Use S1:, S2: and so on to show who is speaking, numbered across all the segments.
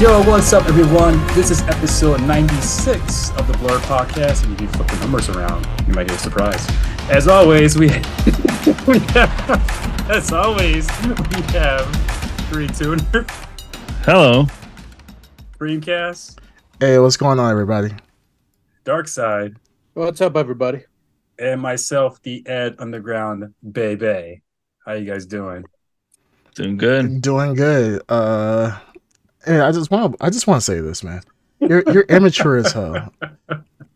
S1: Yo, what's up, everyone? This is episode 96 of the Blur Podcast, and if you flip the numbers around, you might get a surprise. As always, we, we have, as always, we have Green Tuner,
S2: Hello.
S1: Dreamcast,
S3: Hey, what's going on, everybody?
S1: Dark Side,
S4: What's up, everybody?
S1: and myself, the Ed Underground Bay Bay. How you guys doing?
S2: Doing good.
S3: Doing good. Uh, hey, I just want I just want to say this, man. You're you're immature as hell.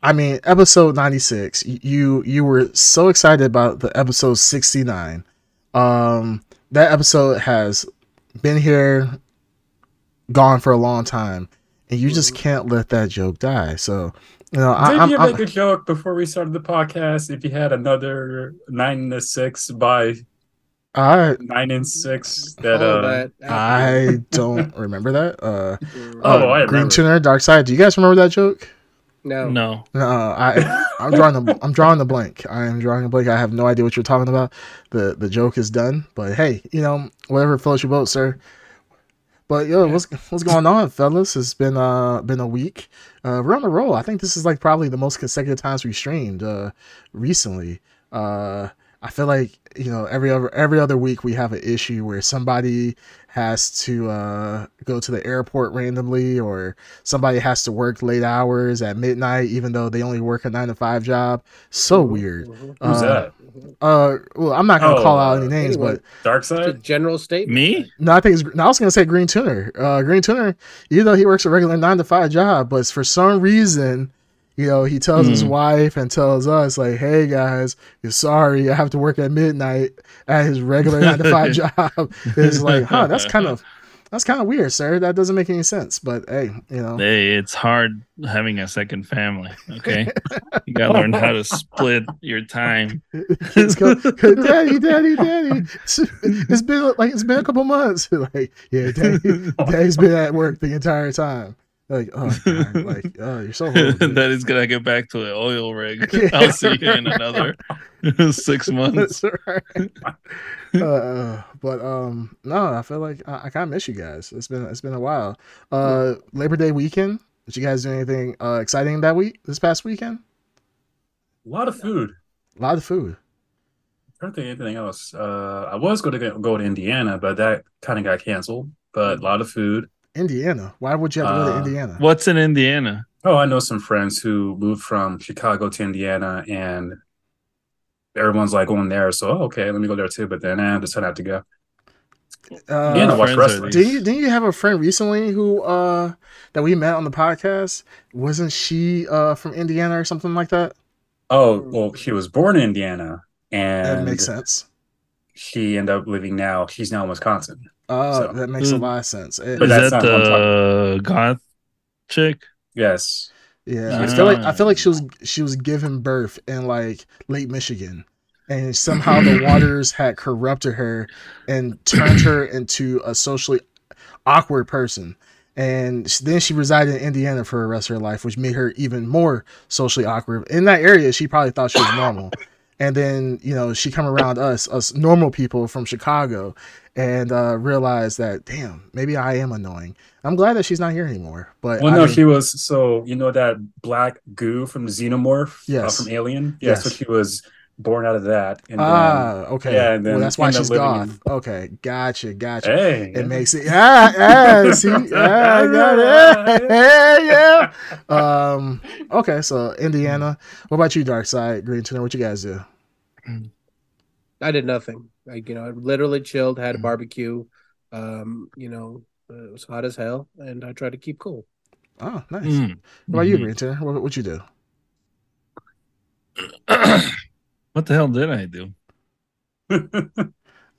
S3: I mean, episode ninety six. You you were so excited about the episode sixty nine. Um, that episode has been here, gone for a long time, and you just can't let that joke die. So, you know, I,
S1: Mm-hmm. Did
S3: I'm,
S1: you
S3: I'm-
S1: make a joke before we started the podcast? If you had another nine to six by
S3: I
S1: nine and six, that
S4: All
S1: uh,
S4: that.
S3: I don't remember that. Uh,
S4: mm-hmm.
S1: Oh,
S3: uh,
S1: I remember.
S3: Green Tuner, Dark Side. Do you guys remember that joke? Oh.
S4: no.
S2: No.
S3: No, I I'm drawing the I'm drawing the blank. I am drawing a blank. I have no idea what you're talking about. The the joke is done. But hey, you know, whatever floats your boat, sir. But yo, what's what's going on, fellas? It's been uh been a week. Uh we're on the roll. I think this is like probably the most consecutive times we streamed uh recently. Uh I feel like, you know, every other every other week we have an issue where somebody has to uh go to the airport randomly or somebody has to work late hours at midnight even though they only work a 9 to 5 job. So weird.
S4: Mm-hmm.
S1: who's
S3: Uh,
S1: that?
S3: Uh well, I'm not going to
S1: Oh,
S3: call out any
S1: uh,
S3: names,
S4: anyway.
S3: but
S1: Dark
S4: It's a
S1: Side?
S4: general statement.
S2: Me?
S3: no, I think it's. No, I was gonna say Green Tuner. Uh, Green Tuner, you know, he works a regular nine to five job, but for some reason, you know, he tells his
S2: Hmm.
S3: wife and tells us like, "Hey guys, you're sorry, I have to work at midnight at his regular nine to five job." It's like, huh, that's kind of, that's kind of weird, sir. That doesn't make any sense. But hey, you know,
S2: Hey, it's hard having a second family. Okay. you gotta learn how to split your time.
S3: kids go, "Daddy, daddy, daddy." It's been like it's been a couple months. like, yeah, daddy, daddy's been at work the entire time. Like, oh, God, like, oh, you're so. horrible, dude.
S2: that is gonna get back to the oil rig.
S3: Yeah.
S2: I'll see you in another six months.
S3: That's right. uh, but um, no, I feel like I, I kind of miss you guys. It's been it's been a while. Uh, Labor Day weekend. Did you guys do anything uh, exciting that week? This past weekend,
S1: A lot of food.
S3: a lot of food.
S1: I don't think anything else. Uh, I was going to go to Indiana, but that kind of got canceled. But a lot of food.
S3: Indiana. Why would you have to go
S1: Uh,
S3: to Indiana?
S2: What's in Indiana?
S1: Oh, I know some friends who moved from Chicago to Indiana, and everyone's like going there. So, oh, okay, let me go there too. But then eh, I decided not to go.
S3: Uh,
S1: Indiana watched
S2: friends are
S1: wrestling.
S2: these?
S3: Didn't you, didn't you have a friend recently who uh that we met on the podcast? Wasn't she uh from Indiana or something like that?
S1: Oh, well, she was born in Indiana,
S3: Mm. That
S1: and
S3: makes sense.
S1: she ended up living now. She's now in Wisconsin.
S3: Uh,
S1: So- Hmm.
S3: that makes a
S2: Mm.
S3: lot of sense. It-
S1: But
S2: Is
S1: that's not
S2: that
S1: what I'm
S2: the goth chick?
S1: Yes.
S3: Yeah,
S2: Yeah.
S3: I feel like I feel like she was she was given birth in like late Michigan, and somehow the waters had corrupted her and turned her into a socially awkward person. And sh- then she resided in Indiana for the rest of her life, which made her even more socially awkward. In that area, she probably thought she was normal. And then you know she come around us, us normal people from Chicago, and uh, realized that damn, maybe I am annoying. I'm glad that she's not here anymore. But
S1: Well,
S3: I
S1: no,
S3: mean-
S1: she was so you know that black goo from Xenomorph, uh,
S3: Yes.
S1: from Alien. Yeah,
S3: Yes.
S1: so she was born out of that, and um, then,
S3: Ah, okay.
S1: yeah, and then
S3: well, that's why
S1: end up
S3: she's
S1: living in-
S3: goth. Okay, gotcha, gotcha.
S1: hey,
S3: It makes it. Yeah, yeah. See, yeah, I got it. Yeah, yeah. Um. Okay, so Indiana. What about you, Dark Side Green Tuner? What you guys do?
S4: I did nothing. Like you know, I literally chilled,
S2: Mm-hmm.
S4: had a barbecue. Um, you know, uh, it was hot as hell, and I tried to keep cool.
S3: Oh, nice.
S2: Mm.
S3: What about you,
S4: mm-hmm.
S2: Mhm.
S3: Green Tuner? What, what you do?
S2: what the hell did I do?
S3: Uh,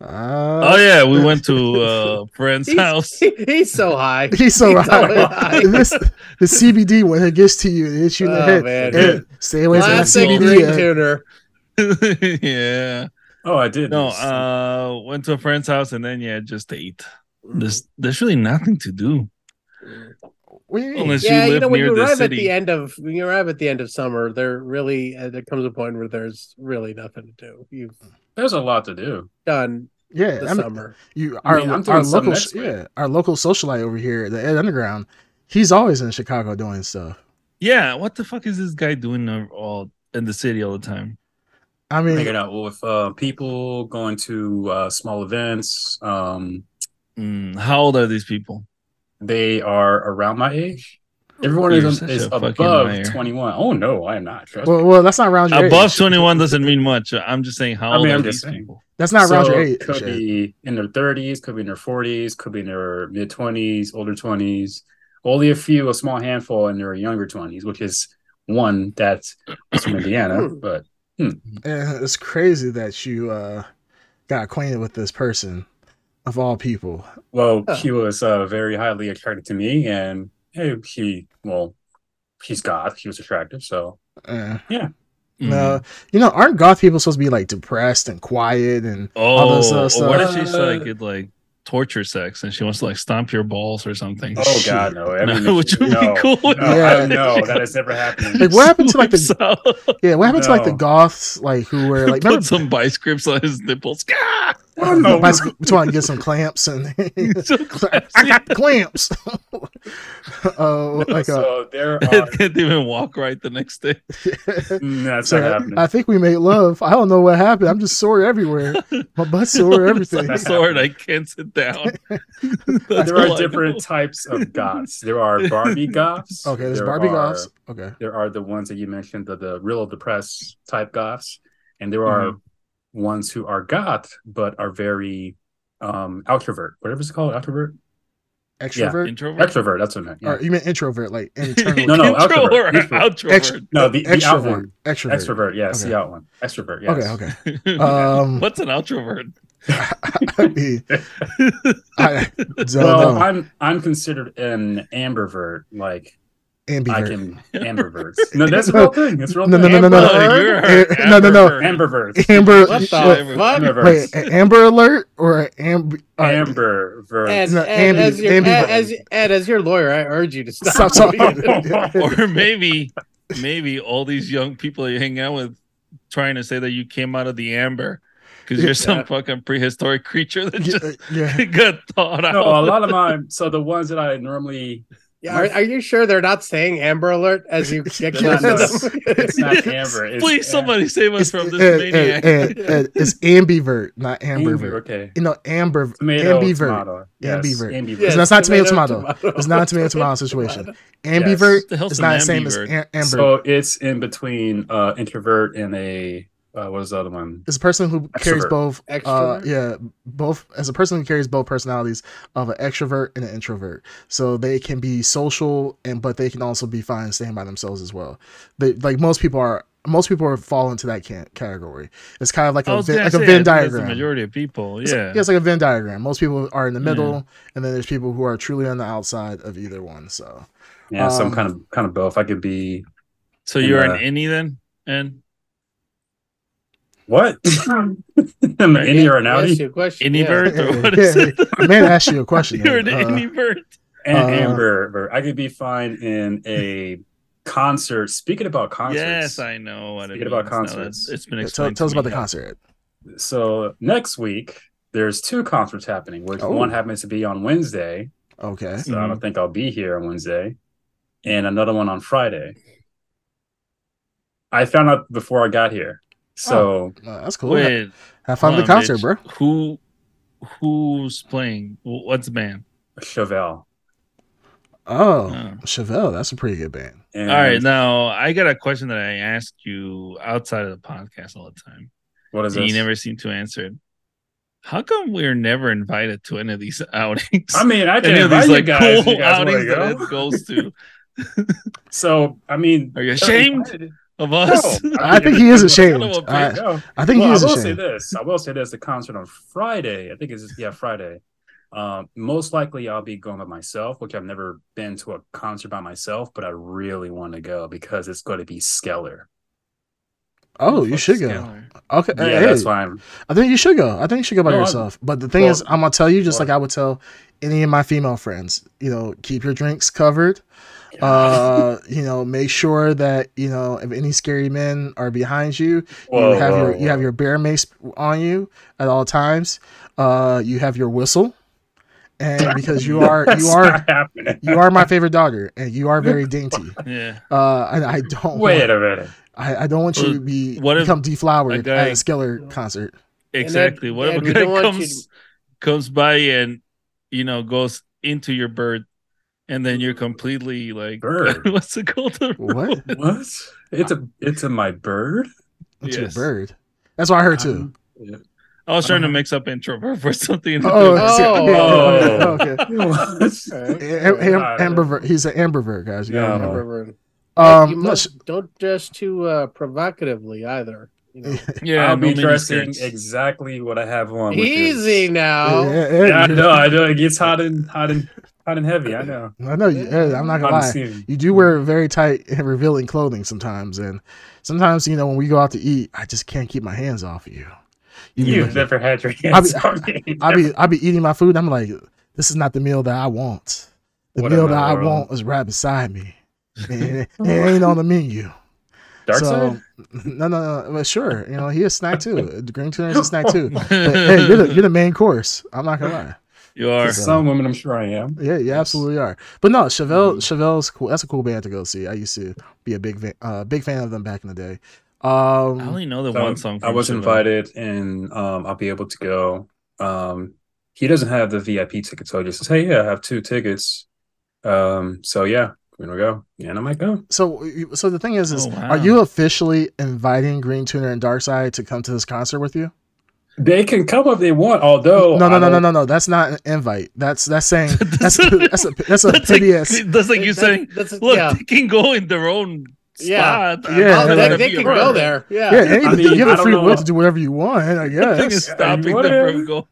S2: Oh yeah, we went to uh friend's
S4: He's,
S2: house.
S4: he- he's so high.
S3: He's so
S4: He's so
S3: right.
S4: high.
S3: this the CBD when it gets to you, it hits you in the
S4: Oh,
S3: head.
S4: man.
S3: Eh, stay away from that
S4: Classic
S2: Well,
S3: CBD.
S4: green
S3: eh?
S4: tuner.
S2: yeah.
S1: oh, I did.
S2: No,
S1: this.
S2: uh went to a friend's house and then yeah, just ate. There's there's really nothing to do.
S3: What do you mean?
S2: Unless
S4: Yeah,
S2: you
S4: you,
S2: live
S4: know, when
S2: near
S4: you
S2: the
S4: arrive at
S2: city.
S4: the end of when you arrive at the end of summer, there really uh, there comes a point where there's really nothing to do. You've
S1: there's a lot to do.
S4: done
S3: Yeah,
S4: the
S3: I mean,
S4: summer.
S3: you
S1: I
S3: our,
S1: mean, I'm doing
S3: our
S1: something
S3: local
S1: next
S3: sh- yeah our local socialite over here, the Ed Underground. He's always in Chicago doing stuff.
S2: Yeah, what the fuck is this guy doing over- all in the city all the time?
S3: I
S1: Hanging
S3: mean,
S1: out with uh, people, going to uh, small events. Um,
S2: Mm, how old are these people?
S1: they are around my age. Everyone
S2: You're
S1: is,
S2: such
S1: is
S2: a fucking
S1: above
S2: liar.
S1: 21. Oh, no, I am not. Trust me.
S3: well, well, that's not around your
S2: Above
S3: age.
S2: 21 doesn't mean much. I'm just saying, how
S1: I
S2: old
S1: mean,
S2: are
S1: I'm
S2: these
S1: just saying.
S2: people?
S3: That's not around
S1: So,
S3: your age.
S1: Could be in their 30s, could be in their 40s, could be in their mid 20s, older 20s. Only a few, a small handful in their younger 20s, which is one that's that's from Indiana.
S3: Hmm.
S1: But
S3: And it's crazy that you uh, got acquainted with this person of all people.
S1: well,
S4: Oh.
S1: she was uh, very highly attracted to me, and hey, she well, she's goth. She was attractive, so
S3: Uh,
S2: Mm.
S1: Mm-hmm.
S3: No, you know, aren't goth people supposed to be like depressed and quiet and all
S2: Oh,
S3: this, uh,
S2: or what if
S1: stuff.
S2: she's like it like torture sex and she wants to like stomp your balls or something?
S1: oh
S3: Shit.
S1: god, no, I mean,
S2: No, which would
S1: no,
S2: be cool.
S1: No,
S3: Yeah.
S1: I, no, that has never happened.
S3: Like, what happened to, like, the-
S2: Slips out,
S3: yeah? What happened to like the
S1: No.
S3: goths like who were like
S2: put
S3: remember
S2: some vice grips on his nipples. Gah!
S1: Oh, no.
S3: bicycle, trying to get some clamps and
S2: He's so
S3: I
S2: classy.
S3: got clamps. Oh, like uh
S1: so there
S2: They
S1: are.
S2: can't even walk right the next day.
S1: Mm, that's
S3: so
S1: not happening.
S3: I think we made love. I don't know what happened. I'm just sore everywhere. My butt's sore everything.
S2: I'm sorry, I can't sit down. That's
S1: there are
S2: all I
S1: different types of goths. There are Barbie goths.
S3: Okay, there's
S1: There
S3: Barbie
S1: are-
S3: goths. Okay.
S1: There are the ones that you mentioned, the, the real depressed type goths, and there are
S3: Mm-hmm.
S1: ones who are goth but are very um outrovert. Whatever it's called, outrovert,
S3: Extrovert.
S2: know. Introvert?
S1: extrovert. That's what I meant. Yeah.
S3: Or you mean introvert, like internal.
S1: No, no,
S2: Introvert,
S1: outrovert,
S2: outrovert.
S3: Extrovert.
S1: No, the, the out
S3: E- extrovert.
S1: one.
S3: Extrovert.
S1: Extrovert, yes,
S3: Okay.
S1: the out one. Extrovert, yes.
S3: Okay, okay. Um,
S2: What's an outrovert?
S3: I, mean, I don't
S1: Well,
S3: know.
S1: I'm I'm considered an ambervert, like I
S3: Ambivert.
S1: can amberverts. No, that's a real thing. It's a real
S3: No, no,
S1: thing.
S3: no, no, no.
S2: Amber, Oh, you're
S3: Eh, no, no, no.
S2: Amber.
S1: Amberverts.
S3: Amber.
S4: What the
S3: wait,
S4: fuck?
S1: Amberverts.
S3: wait, an Amber Alert or an Amber?
S1: Amber
S4: Ed,
S1: verse.
S3: No,
S4: Ed,
S3: Ambi-
S4: as your,
S3: Ambi-
S4: Ed, as, Ed, as your lawyer, I urge you to
S3: Stop,
S4: stop.
S3: stop.
S4: what you're doing.
S2: or maybe maybe all these young people that you hang out with trying to say that you came out of the amber because you're some
S4: Yeah.
S2: fucking prehistoric creature that just
S3: yeah, yeah.
S2: got thawed out.
S1: No, a lot of my so the ones that I normally
S4: Yeah, are, are you sure they're not saying Amber Alert as you get
S1: No,
S4: close
S1: no,
S3: Yes.
S4: to them?
S1: it's not Amber. It's
S2: Please,
S1: Am-
S2: somebody save us
S3: It's,
S2: from this
S3: eh, eh,
S2: maniac.
S3: eh, eh, it's ambivert, not
S1: Amber.
S3: ambervert.
S1: Okay.
S3: You know, amber.
S1: Tomato.
S3: ambivert.
S1: Tomato. Yes,
S3: Ambivert.
S1: ambivert.
S4: Yes,
S3: that's not tomato, tomato. It's not a tomato tomato situation. Ambivert
S2: What the hell's
S3: is
S2: an
S3: not the same as
S2: ambivert?
S3: am- amber.
S1: So it's in between uh, introvert and a uh, what is the other one?
S3: It's a person who carries
S1: Extrovert.
S3: both. Uh,
S4: Extrovert?
S3: yeah, both as a person who carries both personalities of an extrovert and an introvert. So they can be social and but they can also be fine staying by themselves as well. They like most people are. Most people are fall into that can- category. It's kind of like
S2: I
S3: a
S2: was
S3: Venn,
S2: gonna
S3: like
S2: say,
S3: a
S2: I
S3: Venn
S2: think that's
S3: diagram.
S2: The majority of people,
S3: It's
S2: yeah.
S3: Like, yeah, it's like a Venn diagram. Most people are in the middle, and then there's people who are truly on the outside of either one. So
S1: Yeah, so I'm
S3: Um,
S1: kind of kind of both. I could be
S2: So you're
S1: And, uh,
S2: an innie then, and
S1: what? Am I any or an
S4: Ask
S1: outie?
S4: you a question.
S2: innie
S4: yeah.
S2: bird or what is it?
S3: man asked you a question.
S2: You're an
S3: uh,
S2: innie bird.
S1: And
S3: Uh,
S1: amber. I could be fine in a concert. Speaking about concerts.
S2: Yes, I know what it
S1: Speaking about
S2: means now that
S1: concerts.
S2: It's been
S3: tell-
S2: explained.
S3: tell us
S2: to
S3: about
S2: me.
S3: the concert.
S1: so next week there's two concerts happening, which
S3: Oh.
S1: one happens to be on Wednesday.
S3: Okay.
S1: So I
S2: Mm-hmm.
S1: don't think I'll be here on Wednesday, and another one on Friday. I found out before I got here. So
S3: Uh, that's cool.
S2: Wait,
S3: Have fun at
S2: hold
S3: the
S2: on,
S3: concert,
S2: bitch.
S3: bro.
S2: Who, who's playing? Wh- What's the band?
S1: Chevelle.
S3: Oh,
S2: Oh.
S3: Chevelle, that's a pretty good band.
S1: And
S2: All right, now I got a question that I ask you outside of the podcast all the time,
S1: What is
S2: and
S1: this?
S2: you never seem to answer. it. How come we're never invited to any of these outings?
S1: I mean, I can
S2: any of
S1: invite
S2: these
S1: you
S2: like
S1: guys. if
S2: cool
S1: you guys wanna
S2: outings that
S1: go.
S2: it goes to?
S1: So I mean,
S2: Are
S1: they're
S2: you ashamed
S1: invited.
S2: Of
S1: No,
S2: us?
S3: I think
S1: if
S3: he is
S1: you guys
S3: ashamed.
S2: Kind of a
S3: I,
S1: wanna go.
S3: I think
S1: well,
S3: he
S1: I
S3: is
S1: will say
S3: ashamed.
S1: this. I will say this. The concert on Friday. I think it's yeah Friday. Um, most likely, I'll be going by myself, which I've never been to a concert by myself, but I really want to go because it's going to be Skeller.
S3: Oh, you should go.
S2: Scalar.
S3: Okay.
S1: Yeah,
S3: hey,
S1: that's why I'm
S3: I think you should go. I think you should go by
S1: No, I-
S3: yourself. But the thing
S1: Well-
S3: is, I'm gonna tell you just
S1: well-
S3: like I would tell any of my female friends, you know, keep your drinks covered. Uh, you know, make sure that you know if any scary men are behind you,
S1: Whoa,
S3: you have
S1: whoa,
S3: your you have your bear mace on you at all times. Uh, you have your whistle, and because you are
S1: That's
S3: you are
S1: not happening.
S3: you are my favorite daughter, and you are very dainty.
S2: Yeah.
S3: Uh, and I don't
S1: Wait
S3: want,
S1: a minute.
S3: I, I don't want you to
S2: Well,
S3: be
S2: what if
S3: become
S2: a
S3: deflowered
S2: guy-
S3: at a Skeller concert.
S2: Exactly.
S4: And
S2: What if
S4: and
S2: a
S4: we
S2: guy
S4: don't want you
S2: comes comes by and you know goes into your bird, and then you're completely like,
S1: Bird?
S2: what's it called?
S3: What?
S1: What? It's a it's a my bird.
S3: It's
S2: Yes.
S3: your bird. That's what I heard too.
S1: Um, yeah.
S2: I was trying to
S1: Uh-huh.
S2: mix up introvert for something.
S3: Oh,
S4: Oh.
S1: Oh.
S3: okay.
S1: What?
S4: All right.
S3: Am- am-
S1: Alright.
S3: Ambervert. He's an Ambervert, guys. You gotta
S2: Um,
S1: Yeah.
S3: remember.
S4: Reverend. Like, you
S3: Um, no,
S4: must-
S3: sh-
S4: don't dress too uh, provocatively either. You know.
S2: yeah,
S1: I'll
S2: no
S1: be
S2: mini
S1: dressing
S2: skirts.
S1: exactly what I have on. which is-
S4: Easy now.
S3: Ed- Ed,
S1: Yeah, I
S3: you-
S1: know. I know. It gets hot and hot and hot and heavy. I know.
S3: I know. You, Ed, I'm not gonna
S1: I'm
S3: lie.
S1: seeing-
S3: You do wear very tight and revealing clothing sometimes, and sometimes you know when we go out to eat, I just can't keep my hands off of you. You be
S1: You've
S3: looking-
S1: never had your hands
S3: I'll
S1: on me.
S3: I be I be eating my food. I'm like, this is not the meal that I want. The
S1: What
S3: meal
S1: in the
S3: that I
S1: world?
S3: want is right beside me. And it, it ain't on the menu.
S1: Dark
S3: so
S1: side.
S3: no, no, no. But sure, you know he a snack too. The green tuna is a snack too. But, hey, you're the, you're the main course. I'm not gonna lie.
S2: you are.
S1: For some women, I'm sure I am.
S3: Yeah, you absolutely are. But no, Chevelle, Chevelle's cool. That's a cool band to go see. I used to be a big, fan, uh, big fan of them back in the day.
S2: I
S3: Um,
S2: only know the
S1: So,
S2: one song.
S1: I
S2: from
S1: was
S2: Shiloh.
S1: invited, and um, I'll be able to go. Um, he doesn't have the VIP ticket, so he just says, "Hey, yeah, I have two tickets." Um, so yeah, we're gonna go, and "Oh." I might go.
S3: so, you- so the thing is, is
S2: Oh, wow.
S3: are you officially inviting Green Tuner and Darkside to come to this concert with you?
S1: They can come if they want. Although,
S3: no, no,
S1: I
S3: no, no,
S1: don't-
S3: no, no. That's not an invite. That's that's saying
S2: That's-
S3: that's that's a that's a
S2: That's
S3: pity
S2: like,
S3: ass.
S2: that's like you
S4: That-
S2: saying,
S4: that's-
S2: look,
S4: yeah.
S2: they can go in their own
S4: Yeah.
S2: spot.
S3: Yeah,
S4: Oh,
S3: they're
S4: they,
S3: like-
S4: they can go there. Yeah.
S3: Yeah, anything,
S1: mean,
S3: you
S1: I
S3: have a
S1: don't
S3: free
S1: know.
S3: will to do whatever you want. I
S2: Nothing
S3: guess.
S2: is stopping
S1: Whatever.
S2: them from going.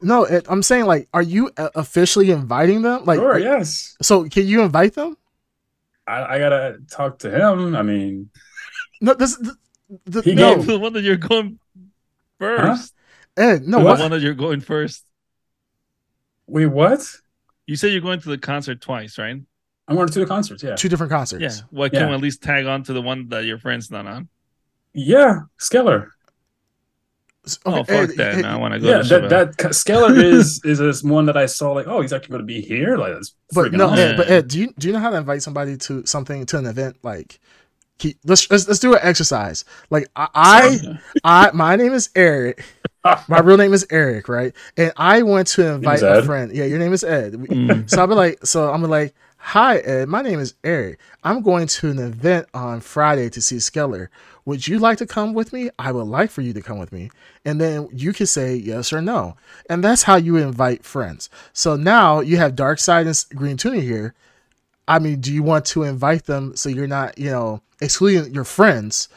S3: No, it, I'm saying like, are you uh, officially inviting them? Like,
S1: Sure, yes.
S3: so can you invite them?
S1: I, I gotta talk to him. I mean,
S3: No, this. th- th-
S1: He
S3: no,
S1: gave-
S2: The one that you're going first.
S3: Ed, no,
S2: The
S1: What?
S2: one that you're going first.
S1: wait, what?
S2: You said you're going to the concert twice, right?
S1: I'm going to two concerts. Yeah,
S3: two different concerts.
S2: Yeah. Well, can
S1: Yeah.
S2: we at least tag on to the one that your friend's not on?
S1: yeah, Skeller.
S3: S-
S2: Oh,
S3: okay,
S2: fuck
S3: Ed,
S2: that.
S3: Ed,
S2: Now I want to go
S1: Yeah,
S2: to
S1: that
S2: Shiva.
S1: that Skeller is is this one that I saw. Like, oh, he's actually going to be here. Like, that's
S3: But
S1: freaking
S3: no,
S1: awesome.
S3: Ed, but
S2: Yeah.
S3: Ed, do you do you know how to invite somebody to something to an event? Like, keep, let's, let's let's do an exercise. Like, I I, I my name is Eric. My real name is Eric, right? And I want to invite a
S1: Ed.
S3: friend. Yeah, your name is Ed. We-
S2: Mm.
S3: so I'll be like, so I'm like, hi Ed, my name is Eric. I'm going to an event on Friday to see Skeller. Would you like to come with me? I would like for you to come with me. And then you can say yes or no. And that's how you invite friends. So now you have Dark Side and S- Green Tuner here. I mean, do you want to invite them so you're not, you know, excluding your friends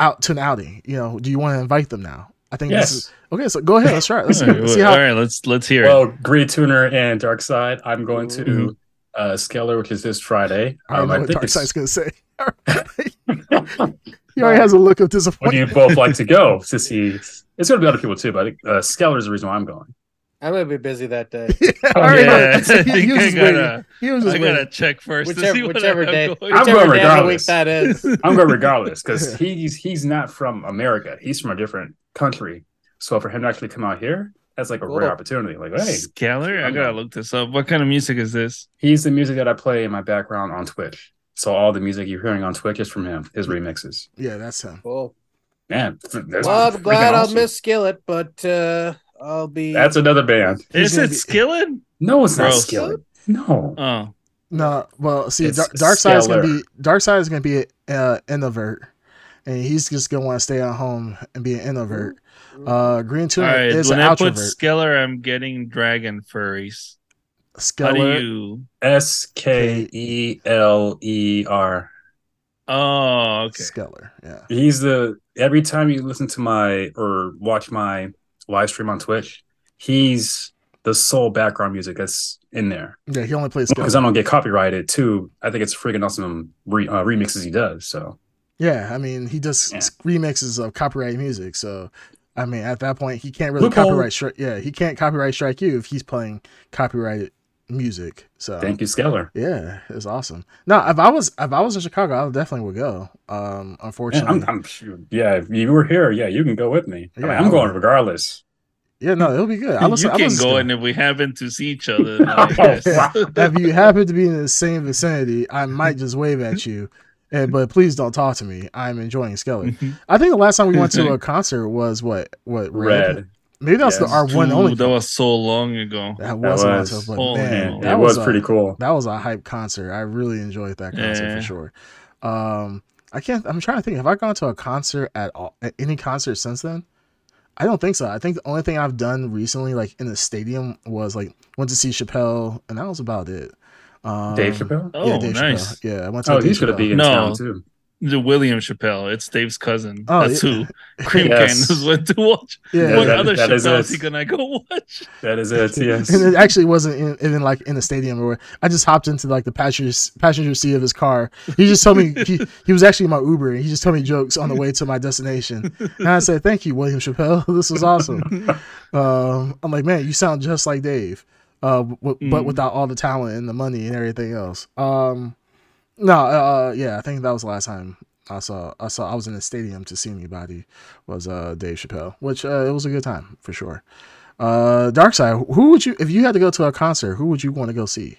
S3: out to an outing? You know, do you want to invite them now? I think
S1: Yes.
S3: this is okay. So go ahead. Let's try it. Let's see,
S2: All right,
S3: let's see how.
S2: all right, let's let's hear
S1: Well, Green Tuner and Dark Side. I'm going
S2: Mhm.
S1: to uh, Skeller, which is this Friday.
S3: I don't
S1: Um,
S3: know
S1: I
S3: what
S1: think
S3: Dark
S1: it's-
S3: Side's gonna say. he already has a look of
S1: Would you
S3: disappointment.
S1: both like to go to see? It's going to be other people too, but I think uh, Skeller is the reason why I'm going.
S4: I'm gonna be busy that day.
S3: I
S1: Oh,
S3: already
S2: it.
S3: know.
S2: Yeah, I
S3: That's- he-
S2: think
S3: he was
S2: I
S3: just waiting.
S2: gotta,
S3: He was
S2: I
S3: just
S2: gotta
S3: waiting.
S2: check first to see
S4: Whichever,
S2: what
S4: whichever
S2: I'm
S4: day,
S2: going.
S1: I'm
S4: whichever
S1: going
S4: day of the week
S1: regardless.
S4: that is.
S1: I'm going regardless because he's he's not from America. He's from a different country. So for him to actually come out here, that's like a
S4: Cool.
S1: rare opportunity. Like, hey,
S2: Scalar? I
S1: I'm
S2: gotta
S1: going.
S2: look this up. What kind of music is this?
S1: he's the music that I play in my background on Twitch. So all the music you're hearing on Twitch is from him, his remixes.
S3: Yeah, that's him.
S4: Cool.
S1: Man, that's
S4: Well, I'm
S1: freaking
S4: glad
S1: awesome.
S4: I'll miss Skillet, but uh, I'll be.
S1: That's another band.
S2: Is
S3: He's gonna
S2: it
S3: be-
S2: Skillet?
S1: No, it's not
S2: Gross.
S1: Skillet. No.
S2: Oh,
S3: No, well, see,
S1: It's
S3: Dark, Dark Side is gonna
S1: stellar.
S3: be Dark Side is gonna be an uh, introvert, and he's just gonna want to stay at home and be an introvert. Uh, Green
S2: all
S3: Tuner
S2: right.
S3: is an
S2: When I put
S3: outrovert.
S2: Skeller, I'm getting dragon furries. How do
S3: Skeller,
S2: you?
S1: S K E L E R.
S2: Oh, okay.
S3: Skeller, yeah.
S1: He's the every time you listen to my or watch my live stream on Twitch, he's the sole background music that's in there
S3: Yeah, he only plays
S1: because
S3: Skeller.
S1: I don't get copyrighted. Too, I think it's freaking awesome re, uh, remixes he does. So
S3: Yeah, I mean, he does
S1: Yeah.
S3: remixes of copyrighted music, so I mean, at that point, he can't really
S1: Loophole.
S3: copyright. Stri- yeah, he can't copyright strike you if he's playing copyrighted music. So
S1: Thank you, Skeller.
S3: yeah, it's awesome. No, if I was if I was in Chicago, I definitely would go. Um,
S1: Yeah,
S3: unfortunately,
S1: I'm, I'm, sure- yeah, if you were here, yeah, you can go with me. I
S3: Yeah,
S1: am
S3: I
S1: going
S3: would.
S1: regardless.
S3: yeah, no, it'll be good. I was,
S2: you
S3: I
S2: can
S3: was
S2: go, and if we happen to see each other, then I guess.
S3: if you happen to be in the same vicinity, I might just wave at you. And, but please don't talk to me. I'm enjoying Skelly. I think the last time we went to a concert was what what
S1: Red.
S3: Maybe that's the
S1: Yes.
S3: our one
S2: Dude,
S3: only.
S2: That was so long ago.
S3: That
S1: That
S3: was,
S1: was-
S3: a but
S2: Oh,
S3: man,
S2: yeah.
S1: And
S3: that
S1: it was,
S3: a-
S1: pretty cool.
S3: That was a hype concert. I really enjoyed that concert
S2: Yeah.
S3: for sure. Um, I can't. I'm trying to think. Have I gone to a concert at all? At any concert since then? I don't think so. I think the only thing I've done recently, like in the stadium, was like went to see Chappelle, and that was about it. Um,
S1: Dave Chappelle?
S2: Oh,
S3: yeah, Dave
S2: nice.
S3: Chappelle. Yeah, I went to.
S1: Oh,
S3: a Dave
S1: he's going to be in
S2: No.
S1: town too.
S2: The William Chappelle. It's Dave's cousin.
S3: Oh,
S2: That's
S3: yeah.
S2: who. Cream
S1: Yes.
S2: Can is what to watch.
S3: Chappelle. Yeah,
S2: what
S1: that-
S2: other
S1: that is
S2: Chappelle
S1: us.
S2: is he gonna go watch?
S1: That is it. Yes.
S3: And it actually wasn't in, even like in the stadium or where I just hopped into like the passenger passenger seat of his car. He just told me he, he was actually in my Uber and he just told me jokes on the way to my destination. And I said, "Thank you, William Chappelle. This was awesome." Um, I'm like, man, you sound just like Dave, uh, w-
S2: Mm.
S3: but without all the talent and the money and everything else. Um, no, uh, yeah, I think that was the last time I saw I saw I was in the stadium to see anybody was uh Dave Chappelle, which uh, it was a good time for sure. Uh, Dark Side, who would you if you had to go to a concert? Who would you want to go see?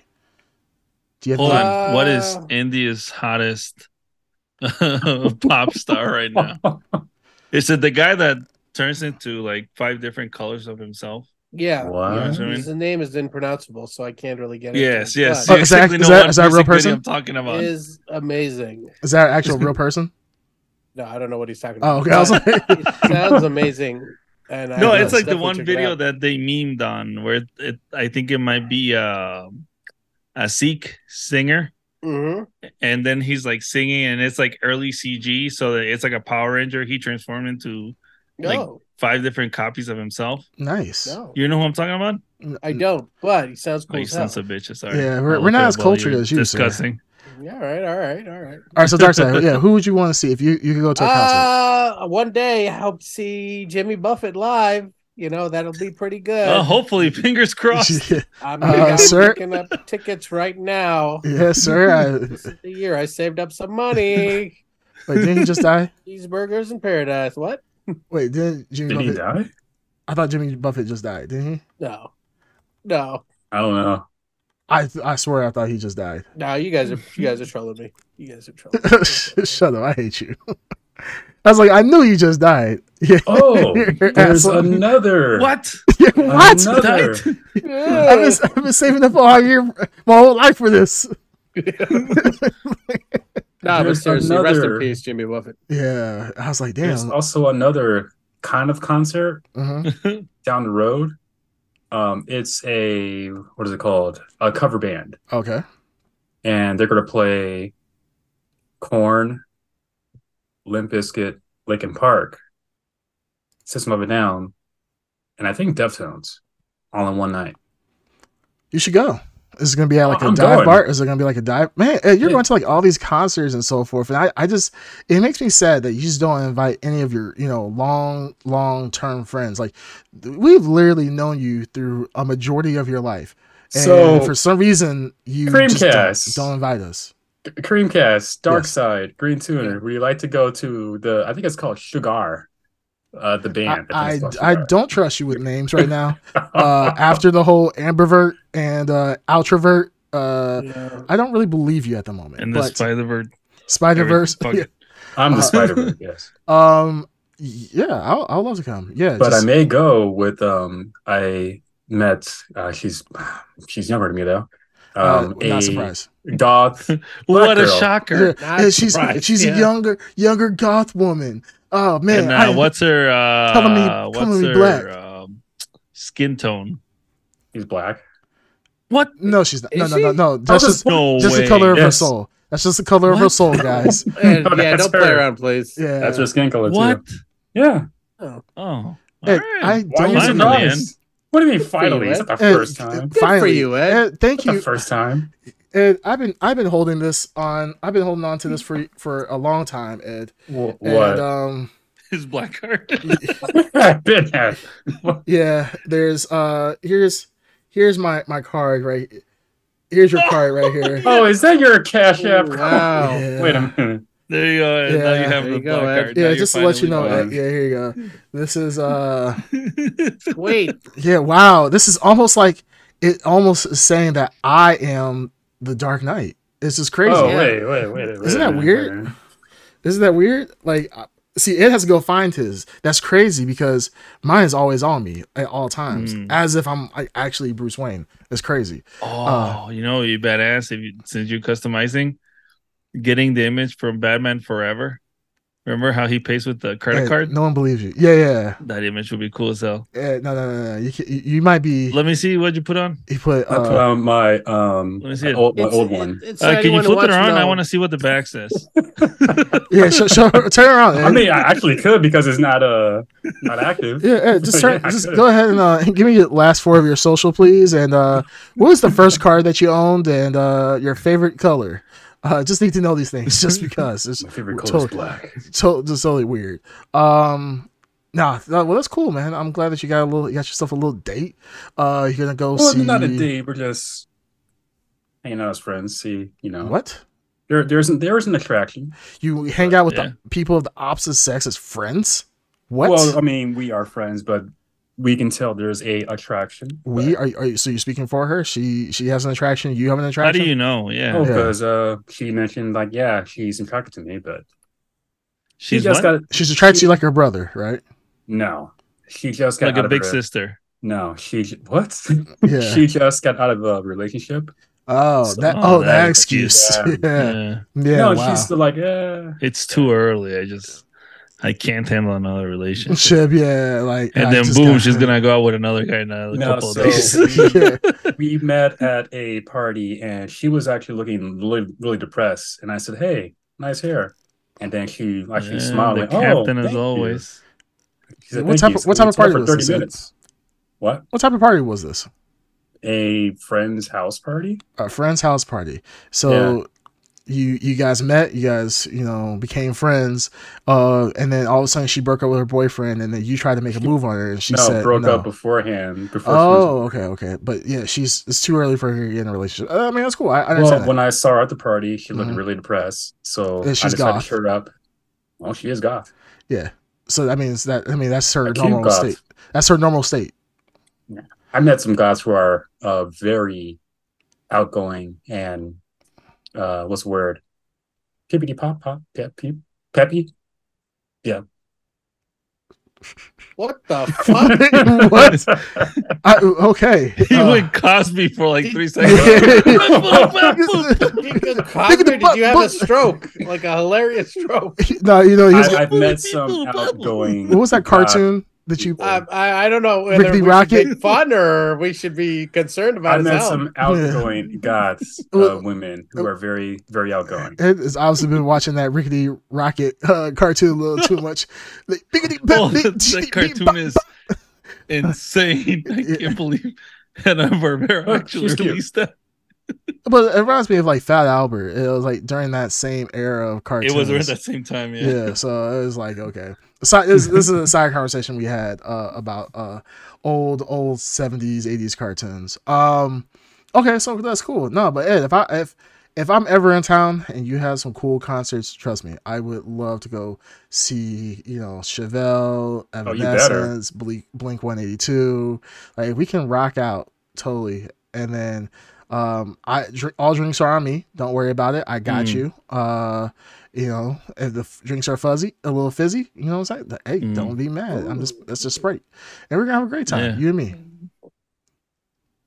S3: Do you have
S2: Hold
S3: to,
S2: on. What is
S4: Uh,
S2: India's hottest pop star right now? Is it the guy that turns into like five different colors of himself?
S4: Yeah.
S1: What?
S2: Yeah. I mean-
S4: His name is impronounceable, so I can't really get
S2: Yes,
S4: into it.
S2: yes.
S3: Oh,
S2: You
S3: is that-
S2: exactly
S3: is
S2: know
S3: that-
S2: what
S3: is that a real
S2: music video
S3: person?
S2: I'm talking
S4: but
S2: about.
S4: Is amazing.
S3: Is that an actual real person?
S4: No, I don't know what he's talking about.
S3: Oh, okay. I was
S4: But
S3: like,
S4: it sounds amazing. And I
S2: no,
S4: will
S2: it's like the
S4: definitely
S2: one
S4: check it
S2: video
S4: out.
S2: that they memed on where it, it I think it might be uh, a Sikh singer,
S4: Mhm.
S2: and then he's like singing, and it's like early CG, so that it's like a Power Ranger. He transformed into Like-
S4: No,
S2: five different copies of himself.
S3: nice.
S4: no,
S2: You know who I'm talking about?
S4: I don't. But he sounds
S2: Oh,
S4: cool.
S2: you
S4: as hell.
S2: sons of bitches. Sorry.
S3: Yeah, we're-
S2: I'll
S3: we're
S2: look
S3: not
S2: up
S3: as
S2: while you're
S3: cultured as you, sir.
S2: Discussing.
S4: Yeah, all right, all right, all right.
S3: All right, so Dark Side, yeah, who would you want to see if you you could go to a concert?
S4: Uh, one day I hope to see Jimmy Buffett live. You know that'll be pretty good.
S2: Well, hopefully, fingers crossed.
S3: Yeah,
S4: I'm,
S3: Uh,
S4: I'm
S3: sir?
S4: picking up tickets right now.
S3: yes, sir. I,
S4: This is the year I saved up some money.
S3: wait, didn't he just die?
S4: Cheeseburgers in paradise. What?
S3: Wait, didn't Jimmy
S1: Did he
S3: Buffett?
S1: die?
S3: I thought Jimmy Buffett just died, didn't he?
S4: No, no,
S1: I don't know.
S3: I I swear I thought he just died.
S4: no. You guys are you guys are trolling me. You guys are trolling. Me.
S3: Shut up! I hate you. I was like, I knew you just died. Yeah.
S1: Oh,
S3: You're
S1: there's
S3: asshole.
S1: another.
S2: What?
S3: Yeah, what?
S1: Another.
S3: I've been, I've been saving up all year, my whole life for this.
S4: no, but
S1: There's
S4: seriously, rest in
S1: another-
S4: peace, Jimmy Buffett.
S3: Yeah, I was like,
S1: There's
S3: damn.
S1: also another kind of concert
S3: Mhm.
S1: down the road. Um, it's a what is it called? A cover band,
S3: Okay.
S1: and they're gonna play Corn, Limp Bizkit, Linkin Park, System of a Down, and I think Deftones, all in one night.
S3: You should go. Is it gonna be at like a
S1: I'm
S3: dive
S1: going.
S3: bar? Is it gonna be like a dive? Man, eh, you're
S1: Yeah.
S3: going to like all these concerts and so forth, and I, I just it makes me sad that you just don't invite any of your you know long long term friends. Like th- we've literally known you through a majority of your life, and
S1: So
S3: for some reason you just
S1: Creamcast.
S3: don't, don't invite us.
S1: Creamcast, Dark
S3: Yes.
S1: Side, Green Tuner. We like to go to the I think it's called Sugar, uh, the
S3: I
S1: band.
S3: I,
S1: think it's
S3: I
S1: called Sugar.
S3: don't trust you with names right now. uh, after the whole ambivert and uh, ultravert. Uh,
S4: Yeah.
S3: I don't really believe you at the moment.
S2: And the
S3: but
S2: Spider Bird.
S3: Spider Verse.
S1: I'm the
S3: uh,
S1: Spider Man. Yes.
S3: Um, yeah, I'll, I'll love to come. Yeah,
S1: but
S3: just-
S1: I may go with um I met uh she's she's younger than me though.
S3: uh,
S1: Um a
S3: not surprised.
S1: goth
S2: What a
S1: girl.
S3: Yeah,
S2: shocker.
S4: Not
S3: yeah, she's
S4: surprised,
S3: she's
S4: yeah.
S3: a younger younger goth woman. Oh man,
S2: and uh,
S3: I-
S2: what's her uh
S3: Color me- color
S2: what's
S3: me
S2: her
S3: black.
S2: um, skin tone?
S1: he's black.
S2: What?
S3: No, she's not. No,
S4: Is
S3: no, no,
S4: she?
S3: no. That's just
S2: no
S3: just
S2: way.
S3: the color of her
S1: Yes.
S3: soul. That's just the color of her
S2: What?
S3: soul, guys.
S4: And,
S1: No,
S4: yeah,
S1: that's
S4: don't play
S1: her.
S4: around, please.
S3: Yeah,
S1: That's her skin color
S2: What?
S1: too. Yeah.
S2: Oh.
S3: Hey,
S2: alright.
S1: Why
S3: I don't.
S1: are you
S2: Finally,
S1: surprised? What do you mean
S4: Good for you,
S1: finally? It's
S4: Ed.
S1: not the
S3: Ed,
S1: first time.
S3: Ed, finally,
S4: you, Ed.
S3: Ed, thank
S1: Not the
S3: you.
S1: first time.
S3: Ed, I've been I've been holding this on. I've been holding on to this for for a long time, Ed.
S1: Wh- What?
S3: And, um,
S2: his black card.
S1: I've been there.
S3: Yeah, there's uh here's here's my my card right here's your card right here.
S1: Oh, is that your Cash App?
S4: Oh, wow.
S3: Yeah.
S1: Wait a minute.
S2: there you go. and now
S3: Yeah,
S2: you have
S4: there
S2: the
S4: you go,
S2: black
S4: Ed.
S2: card. Now
S3: Yeah,
S2: you're
S3: just to let you know.
S2: finally
S3: uh,
S1: finally
S3: yeah, here you go. This is uh
S2: black.
S4: Wait,
S3: yeah, wow. This is almost like it almost is saying that I am the Dark Knight. This is crazy.
S1: Oh,
S4: Yeah.
S1: wait, wait, wait. wait
S3: Isn't that
S1: wait,
S3: weird?
S1: wait.
S3: Isn't that weird? Like uh, see, it has to go find his. That's crazy because mine is always on me at all times.
S2: Mm.
S3: As if I'm like, actually Bruce Wayne. It's crazy.
S2: Oh, you know, you badass if you since you're customizing, getting the image from Batman Forever. Remember how he pays with the credit
S3: Hey,
S2: card?
S3: No one believes you. Yeah, yeah.
S2: That image would be cool as hell.
S3: Eh, no, no, no, no. You, ca- you you might be.
S2: Let me see what you put on.
S3: You put.
S1: I put
S3: Uh,
S1: on my um
S2: Let me see it.
S1: old, my
S4: it's-
S1: old
S4: it-
S1: one.
S4: it's
S2: Uh, can you
S4: anyone who
S2: flip it
S4: wants to
S2: around? I
S4: know.
S2: want to see what the back says.
S3: yeah, show, show, turn around.
S1: I
S3: Ed.
S1: mean, I actually could because it's not uh not active.
S3: yeah, Ed, just
S1: Yeah,
S3: turn,
S1: I
S3: just
S1: could.
S3: go ahead and uh, give me your last four of your social, please. And uh, what was the first card that you owned and uh, your favorite color? Uh, just need to know these things, just because it's
S1: My favorite
S3: We're
S1: color is
S3: totally-
S1: black.
S3: so just totally weird. Um, nah, nah, well that's cool, man. I'm glad that you got a little, you got yourself a little date. Uh, you're gonna go
S1: Well,
S3: see
S1: not a date. We're just hanging out as friends. See, you know,
S3: What?
S1: there there isn't there is an attraction.
S3: You hang out with
S2: Yeah.
S3: the people of the opposite sex as friends? What?
S1: Well, I mean, we are friends, but we can tell there's a attraction.
S3: we are, you- are you, so you're speaking for her? She she has an attraction. You have an
S2: how
S3: attraction.
S2: do you know? Yeah.
S1: Oh,
S3: Yeah.
S1: because uh, she mentioned like, yeah, she's attracted to me, but she
S2: She's
S1: just
S2: what?
S1: got
S3: She's attracted to you like her brother, right?
S1: no, she just got
S2: like
S1: out
S2: a
S1: of
S2: big
S1: her-
S2: sister.
S1: No, she j- what?
S3: Yeah.
S1: she just got out of a relationship.
S3: oh,
S1: So-
S3: that
S2: oh,
S3: oh,
S2: that
S3: that
S2: is-
S3: excuse.
S1: yeah.
S3: Yeah. Yeah.
S2: Yeah.
S1: no,
S3: wow.
S1: she's still like, yeah.
S2: It's too early. I just I can't handle another relationship.
S3: Chip, yeah, like
S2: And
S3: I
S2: then
S3: just
S2: boom,
S3: got-
S2: she's gonna go out with another guy in a
S1: No,
S2: couple
S1: so
S2: of days.
S1: we,
S3: Yeah.
S1: we met at a party and she was actually looking really, really depressed. And I said, Hey, nice hair. And then she actually
S2: Yeah,
S1: smiled.
S2: the
S1: like,
S2: captain
S1: oh,
S2: as
S1: thank
S2: always.
S1: You. She said,
S3: What
S1: "Thank
S3: type
S1: you."
S3: of- what
S1: So
S3: type
S1: we
S3: of
S1: talked
S3: party was
S1: for 30
S3: this at?
S1: minutes. What?
S3: What type of party was this?
S1: A friend's house party?
S3: A friend's house party. So you you guys met, you guys, you know, became friends, uh, and then all of a sudden she broke up with her boyfriend and then you tried to make a move on her and she
S1: no,
S3: said
S1: broke
S3: no.
S1: up beforehand. Before she was-
S3: Oh, okay, okay, but yeah, she's it's too early for her to get in a relationship. Uh, I mean, that's cool. I, I
S1: well,
S3: understand that.
S1: when I saw her at the party, she looked
S3: Mhm.
S1: really depressed. So
S3: Yeah,
S1: I
S3: she's
S1: decided
S3: goth.
S1: to cheer her up. Well, she is goth.
S3: So that means that I mean that's her
S1: A cute
S3: normal
S1: goth.
S3: state. That's her normal state.
S1: I met some guys who are uh, very outgoing and uh, what's the word? Pippity pop pop pep peep peppy.
S4: What the fuck?
S3: What? I, okay.
S2: He
S1: Oh.
S3: uh,
S2: went Cosby for like three seconds.
S4: You could conquer,
S3: the
S4: did
S3: butt-
S4: you have a
S3: butt-
S4: stroke? Like a hilarious stroke.
S3: no, you know, he's,
S1: I, I've met
S2: People,
S1: some
S2: people.
S1: outgoing.
S3: what was that cartoon that you?
S1: Uh,
S4: I, I, I don't know whether
S3: Rickety
S4: we
S3: Rocket?
S4: should make fun or we should be concerned
S1: I
S4: about his
S1: met
S4: health.
S1: some outgoing goths, uh,
S3: Well-
S1: women who are very, very outgoing.
S3: Ed has obviously been watching that rickety rocket uh, cartoon a little too much. Like, biggity,
S1: Oh,
S2: Well,
S3: biggity,
S2: that that cartoon is insane. I can't believe Hanna Barbera actually
S1: Oh, She's cute.
S2: released that.
S3: but it reminds me of like Fat Albert. It was like during that same era of cartoons.
S2: It was around that same time, yeah.
S3: yeah so it was like okay so this, this is a side conversation we had uh, about uh old old 70s 80s cartoons um okay so that's cool no but ed if i if if i'm ever in town and you have some cool concerts trust me i would love to go see you know chevelle
S1: you better.
S3: evanescence blink blink 182 like we can rock out totally and then um i drink all drinks are on me don't worry about it i got
S2: Mm.
S3: you uh you know, if the f- drinks are fuzzy, a little fizzy, you know what I'm saying? Th- Hey,
S2: Mm.
S3: don't be mad. I'm just that's just Sprite, and we're gonna have a great time,
S2: Yeah.
S3: you and me.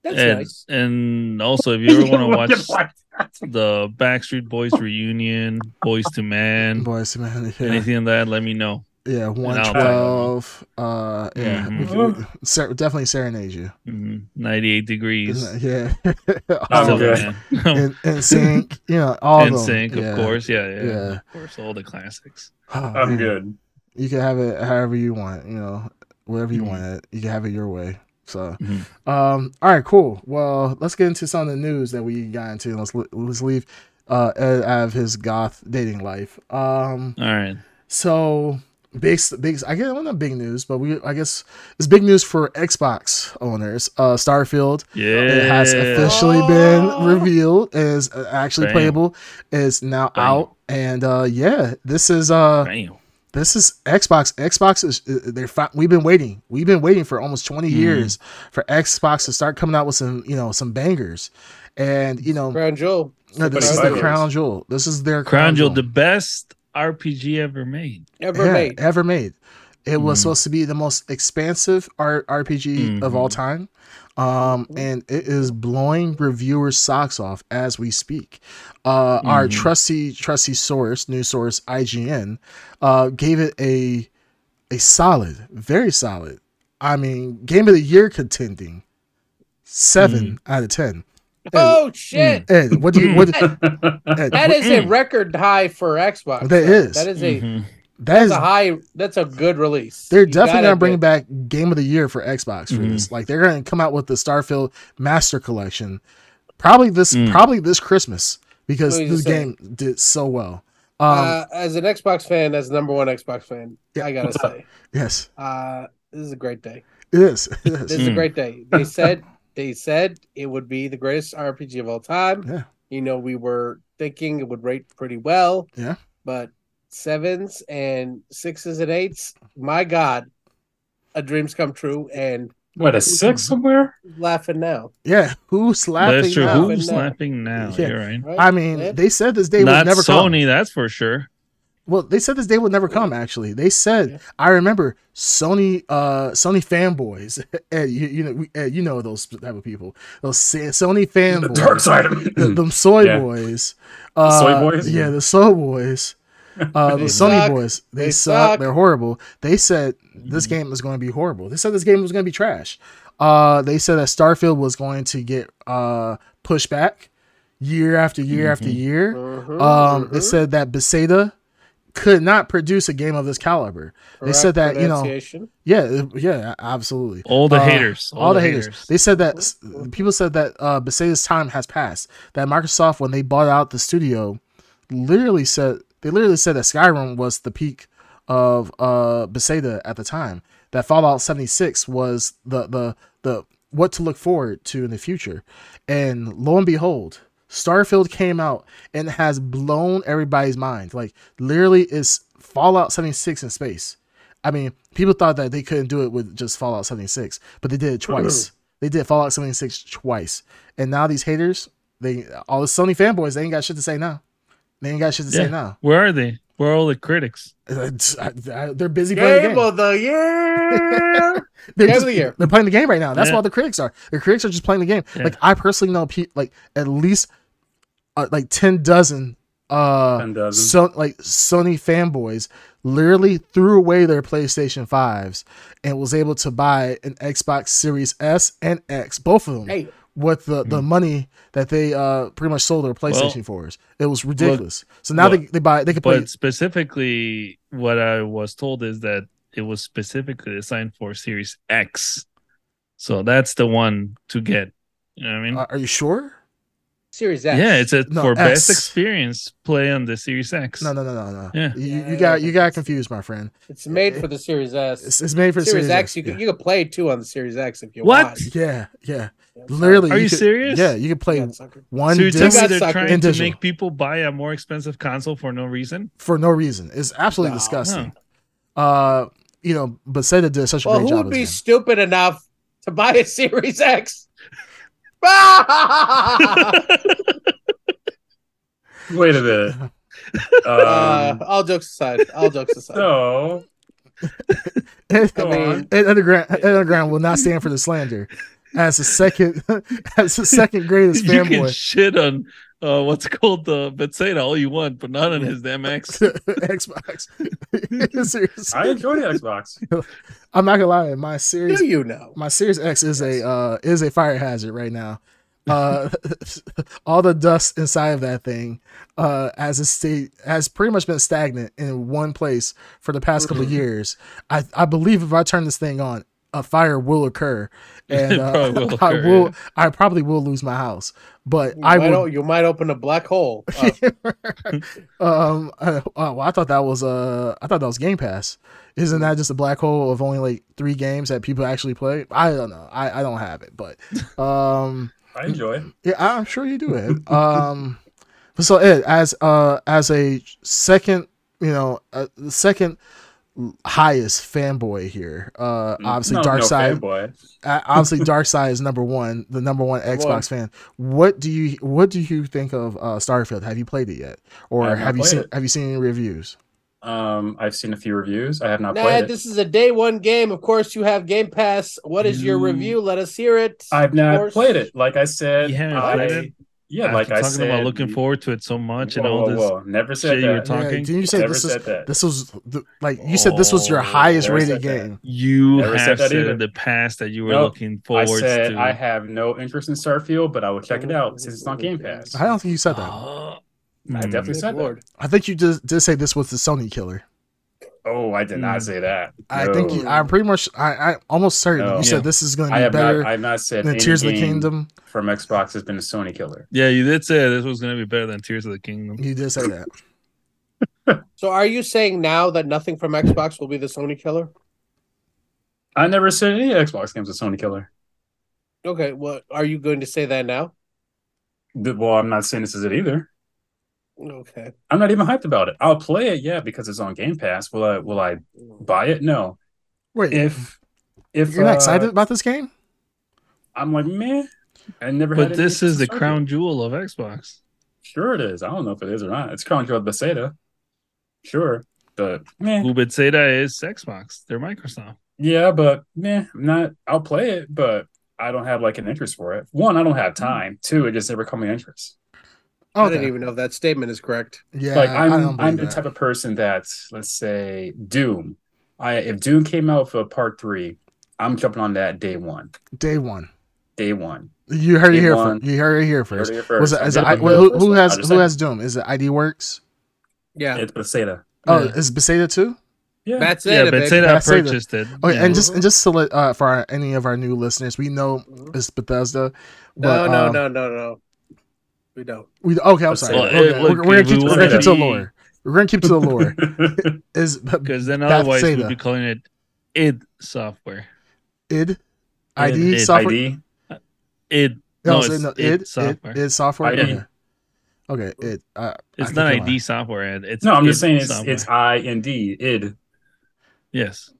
S4: That's
S2: and,
S4: nice.
S2: and also, if you ever want to watch
S1: What
S2: the Backstreet Boys reunion, Boys to Man,
S3: Boys, man, yeah,
S2: anything like that, let me know.
S3: yeah one
S2: I'll-
S3: twelve. Uh, yeah, we
S2: Mhm.
S3: can, we
S1: Mm-hmm.
S3: can ser- definitely serenade you.
S2: Mhm. 98 Degrees.
S3: Yeah,
S1: I'm
S2: Silver
S3: all
S1: good.
S2: Man.
S3: in, in sync, you know, Oh, all
S2: and
S3: of them.
S2: Sync,
S3: yeah.
S2: of course. Yeah, yeah,
S3: Yeah.
S2: Of course, all the classics.
S3: Oh,
S1: the- I'm
S3: man.
S1: good.
S3: You can have it however you want, you know, whatever you
S2: Mhm.
S3: want it. You can have it your way. So,
S2: Mhm.
S3: um, all right, cool. Well, let's get into some of the news that we got into. Let's le- let's leave uh Ed out of his goth dating life. Um,
S2: All right.
S3: so big big I guess well, not big news, but we I guess it's big news for Xbox owners. Uh, Starfield it
S2: Yeah.
S3: has officially
S4: Oh.
S3: been revealed and is uh, actually
S2: Bam.
S3: playable. Is now
S2: Bam.
S3: out and uh, yeah, this is uh
S2: Damn.
S3: this is Xbox. Xbox is uh, they're fi- we've been waiting. We've been waiting for almost 20
S2: Mhm.
S3: years for Xbox to start coming out with some you know some bangers. And you know
S4: Crown Jewel.
S3: no, this is
S1: 25
S3: the
S1: years.
S3: crown jewel. This is their
S2: Crown Jewel, the best RPG ever made.
S4: Ever
S3: yeah,
S4: made.
S3: ever made. It was
S2: Mm.
S3: supposed to be the most expansive R- RPG of all
S2: Mhm.
S3: time. Um,
S4: Mhm.
S3: and it is blowing reviewers' socks off as we speak. Uh, Our
S2: Mhm.
S3: trusty, trusty source, news source IGN, uh, gave it a a solid, very solid. I mean, game of the year contending, 7 out of ten.
S4: Oh shit.
S3: Ed, what do you? What, Ed,
S4: That is a
S2: Mm.
S4: record high for Xbox.
S3: That is.
S4: That is a
S2: Mhm.
S3: that
S4: that's
S3: is
S4: a high that's a good release.
S3: They're
S4: You
S3: definitely
S4: gotta
S3: gonna
S4: Mm-hmm.
S3: bring
S4: admit.
S3: back Game of the Year for Xbox for
S2: Mhm.
S3: this. Like they're gonna come out with the Starfield Master Collection, probably this
S2: Mm.
S3: probably this Christmas because
S4: Please
S3: this
S4: say.
S3: game did so well. Um,
S4: uh, as an Xbox fan, as the number one Xbox fan,
S3: Yeah.
S4: I gotta say,
S3: yes,
S4: uh, this is a great day.
S3: it is. It is.
S4: This is a
S2: Mm.
S4: great day. They said they said it would be the greatest RPG of all time.
S3: Yeah.
S4: You know, we were thinking it would rate pretty well.
S3: Yeah.
S4: But sevens and sixes and eights, my God, a dream's come true and
S1: What a six somewhere?
S4: laughing now.
S3: yeah, who's laughing?
S2: That's true.
S3: now?
S2: Who's
S4: Laughing now.
S2: laughing now?
S3: Yeah.
S2: You're right.
S4: Right?
S3: I mean,
S4: Yeah.
S3: they said this day
S2: Not
S3: would never
S2: Sony,
S3: come.
S2: that's for sure.
S3: Well, they said this day would never come. Actually, they said.
S4: Yeah.
S3: I remember Sony, uh, Sony fanboys. Ed, you, you know, we, Ed, you know those type of people. Those sa- Sony
S1: The
S3: fanboys.
S1: dark side of
S3: the,
S1: it.
S3: them soy
S1: Mm. Yeah.
S3: boys.
S1: soy
S3: Uh,
S1: boys?
S3: Yeah, the soy boys. Uh,
S4: They
S3: the Sunny
S4: suck.
S3: boys. They,
S4: They
S3: suck.
S4: suck.
S3: They're horrible. They said
S1: Mm.
S3: this game was going to be horrible. They said this game was going to be trash. Uh, they said that Starfield was going to get uh, pushed back year after year after
S1: Mm-hmm.
S2: Mhm.
S3: year.
S4: Mhm,
S3: Um, They
S4: mhm.
S3: said that Beseda could not produce a game of this caliber. they said
S4: Correct
S3: that, you know,
S4: pronunciation.
S3: Yeah, yeah, absolutely.
S2: All the
S3: Uh,
S2: haters.
S3: all, the haters. They said that s-
S4: Mhm.
S3: people said that uh, Beseda's time has passed. That Microsoft, when they bought out the studio, literally said they literally said that Skyrim was the peak of uh, Beseda at the time. That Fallout seventy six was the the the what to look forward to in the future. And lo and behold, Starfield came out and has blown everybody's mind. Like literally, it's Fallout seventy six in space. I mean, people thought that they couldn't do it with just Fallout 76, but they did it twice. they did Fallout 76 twice. And now these haters, they all the Sony fanboys, they ain't got shit to say now. They ain't got shit to say
S2: Yeah.
S3: now.
S2: Where are they? Where are all the critics?
S3: I- I- they're busy playing the
S4: Game
S3: game.
S4: of the year.
S3: They're,
S4: Game of
S3: just-
S4: the year.
S3: they're playing the game right now. That's
S2: Yeah.
S3: what the critics are. The critics are just playing the game.
S2: Yeah.
S3: Like I personally know, pe- like at least uh, like ten dozen uh
S1: Ten dozen.
S3: so like Sony fanboys literally threw away their PlayStation 5s and was able to buy an Xbox Series S and X, both of them,
S4: hey,
S3: with the, the money that they uh pretty much sold their PlayStation
S2: Well,
S3: 4s. It was ridiculous. so now they,
S2: well,
S3: they buy they can play
S2: But specifically, what I was told is that it was specifically designed for Series X. So that's the one to get. You know what I mean?
S3: are, are you sure?
S4: Series X.
S2: Yeah, it's a,
S3: Uh, No,
S2: for best
S3: X.
S2: experience play on the Series X.
S3: No, no, no, no, no.
S2: Yeah.
S3: You,
S4: Yeah,
S3: you
S4: I
S3: got
S4: don't
S3: you
S4: think
S3: got
S4: that's-
S3: confused, my friend.
S4: It's made for the Series S.
S3: It's, it's made for the
S4: Series,
S3: Series,
S4: X, you
S3: yeah.
S4: can you can play two on the Series X if you
S2: What?
S4: want.
S3: yeah, yeah.
S4: That's fine.
S3: Literally.
S2: Are you
S3: could-
S2: serious?
S3: Yeah, you can play
S4: Yeah, sucker.
S3: one
S2: so you're
S3: disc
S2: telling me
S4: Disc-
S2: they're
S4: Sucker.
S2: trying
S3: And
S2: to
S3: digital.
S2: make people buy a more expensive console for no reason?
S3: for no reason. It's absolutely
S4: No.
S3: disgusting. Uh, you know, Bethesda did such a
S4: Well,
S3: great
S4: who
S3: job.
S4: would
S3: with
S4: be
S3: this
S4: stupid enough to buy a Series X? Uh,
S1: Wait a minute.
S3: game.
S4: uh,
S1: Um,
S4: all jokes aside, all jokes aside.
S1: so
S3: Ed
S1: go
S4: mean,
S1: on.
S3: Ed Underground, Ed Underground will not stand for the slander as the second, as the second greatest
S2: you can
S3: fanboy.
S2: shit on uh, what's called the uh, Bethesda all you want, but not on
S3: Yeah.
S2: his damn X.
S3: Xbox. Seriously.
S1: I enjoy the Xbox.
S3: I'm not gonna lie, my series,
S4: Do you know?
S3: my Series X is a uh, is a fire hazard right now. Uh, all the dust inside of that thing uh, as a state has pretty much been
S2: Mm-hmm.
S3: stagnant in one place for the past couple of years. I, I believe if I turn this thing on, a fire will occur, and
S2: It probably
S3: uh,
S2: will
S3: I
S2: occur,
S3: will.
S2: yeah.
S3: I probably will lose my house, but
S4: You
S3: I
S4: might,
S3: will.
S4: o- you might open a black hole. Uh,
S3: um, uh, well, I thought that was uh, I thought that was Game Pass. Isn't that just a black hole of only like three games that people actually play? I don't know. I, I don't have it, but um,
S1: I enjoy. it.
S3: yeah, I'm sure you do Ed. um, but so Ed, as uh, as a second, you know, uh, the second highest fanboy here, uh, obviously
S1: Mm, No,
S3: Dark
S1: no
S3: Side,
S1: fanboy.
S3: uh, obviously dark side is number one the number one xbox
S4: One.
S3: fan what do you what do you think of uh starfield have you played it yet
S1: I
S3: or
S1: have not
S3: have you
S1: played
S3: seen
S1: it.
S3: have you seen any reviews
S1: Um, I've seen a few reviews. I have not
S4: nah,
S1: played it.
S4: this is a day one game. Of course, you have Game Pass. What is your
S1: You-
S4: review? Let us hear it.
S1: I've not
S4: course.
S1: played it. Like I said,
S2: You haven't
S1: I,
S2: played it?
S1: yeah, like
S2: After
S1: I
S2: talking
S1: said,
S2: about looking forward to it so much and
S1: Whoa,
S2: all
S1: whoa,
S2: this.
S1: whoa. Never said
S2: shit you were
S1: that.
S2: talking-
S3: Yeah, didn't you say
S1: Never
S3: this is
S1: said that.
S3: this was the, like you said this was your
S2: Oh,
S3: highest
S1: never
S3: rated
S1: said that.
S3: game
S2: You
S1: Never said
S2: have
S1: that
S2: said,
S1: either.
S2: in the past that you were
S1: Nope.
S2: looking
S1: I
S2: forward
S1: said
S2: to.
S1: I have no interest in Starfield, but I will check it out since it's on Game Pass.
S3: i don't think you said that
S2: Oh,
S1: I
S2: hmm.
S1: definitely said that.
S3: i think you just did say this was the sony killer
S1: Oh, I did not
S2: Mm.
S1: say that.
S3: i think
S1: No.
S3: you i'm pretty much i i'm almost certain
S1: No.
S3: you
S2: Yeah.
S3: said this is going
S1: I
S3: to be
S1: have
S3: better
S1: not. I have not said
S3: than
S1: any
S3: tears of the
S1: game
S3: kingdom
S1: from Xbox has been a Sony killer.
S2: Yeah, you did say this was going to be better than Tears of the Kingdom.
S3: you did say that
S4: So, are you saying now that nothing from Xbox will be the Sony killer?
S1: I never said any Xbox games a Sony killer.
S4: Okay, well, are you going to say that now?
S1: Th- Well, I'm not saying this is it either.
S4: Okay.
S1: I'm not even hyped about it. I'll play it, yeah, because it's on Game Pass. Will I? Will I buy it? No.
S3: wait
S1: If if
S3: you're not
S1: uh,
S3: excited about this game
S1: I'm like, man, I never. had
S2: But
S1: any interest
S2: this is the
S1: in Starfield.
S2: crown jewel of Xbox.
S1: Sure, it is. I don't know if it is or not. It's Crown Jewel of Bethesda. Sure, but man,
S2: Who would say that is Xbox? They're Microsoft.
S1: yeah, but man, I'm not. I'll play it, but I don't have like an interest for it. One, I don't have
S3: Hmm.
S1: time. Two, it just never caught my interest.
S3: oh
S4: I didn't even know if that statement is correct.
S3: yeah
S1: like
S3: I don't
S1: I'm,
S3: believe
S1: I'm the
S3: that.
S1: type of person that let's say Doom. I if Doom came out for part three, I'm jumping on that day one.
S3: day one
S1: Day one.
S3: you heard it
S1: Day
S3: here
S1: one.
S3: first. You heard it here first.
S1: Heard it here
S3: Was
S1: first.
S3: it, is
S1: I
S3: it,
S1: did
S3: I,
S1: it
S3: well, who, who
S1: first.
S3: has
S1: I understand.
S3: who has Doom? Is it ID Works?
S4: Yeah,
S1: It's Bethesda.
S3: Oh,
S2: Yeah.
S3: is Beseda too?
S1: Yeah.
S4: that's
S2: Yeah,
S4: it.
S2: but
S4: baby.
S2: say
S3: Yeah,
S2: that
S3: say that.
S2: purchased it.
S1: Oh,
S3: Okay,
S2: Yeah.
S3: and just and just to let uh, for our, any of our new listeners, we know it's Bethesda.
S4: no,
S3: But,
S4: no,
S3: um,
S4: no, no, no. We don't.
S3: We okay. I'm sorry.
S1: Well,
S3: Okay,
S2: eh,
S3: we're,
S2: look,
S3: we're gonna
S2: if we
S3: keep, we're
S1: wanna
S3: gonna keep to the
S2: be-
S3: lore. We're gonna keep to the lore. Is B-
S2: because then otherwise
S3: say
S2: we'd
S3: that.
S2: be calling it id software.
S3: id ID
S2: Id, id.
S3: software?
S1: ID.
S2: Id.
S3: No,
S2: No,
S3: it's,
S2: it's
S3: no,
S2: id
S3: id, id
S2: software.
S3: id software.
S1: ID.
S3: Okay. Okay, id. Uh,
S2: It's
S3: I
S2: not
S3: think you're
S2: ID software. Ed. It's
S1: No, I'm
S2: id
S1: just saying it's
S2: software.
S1: it's I and D. Id.
S2: yes.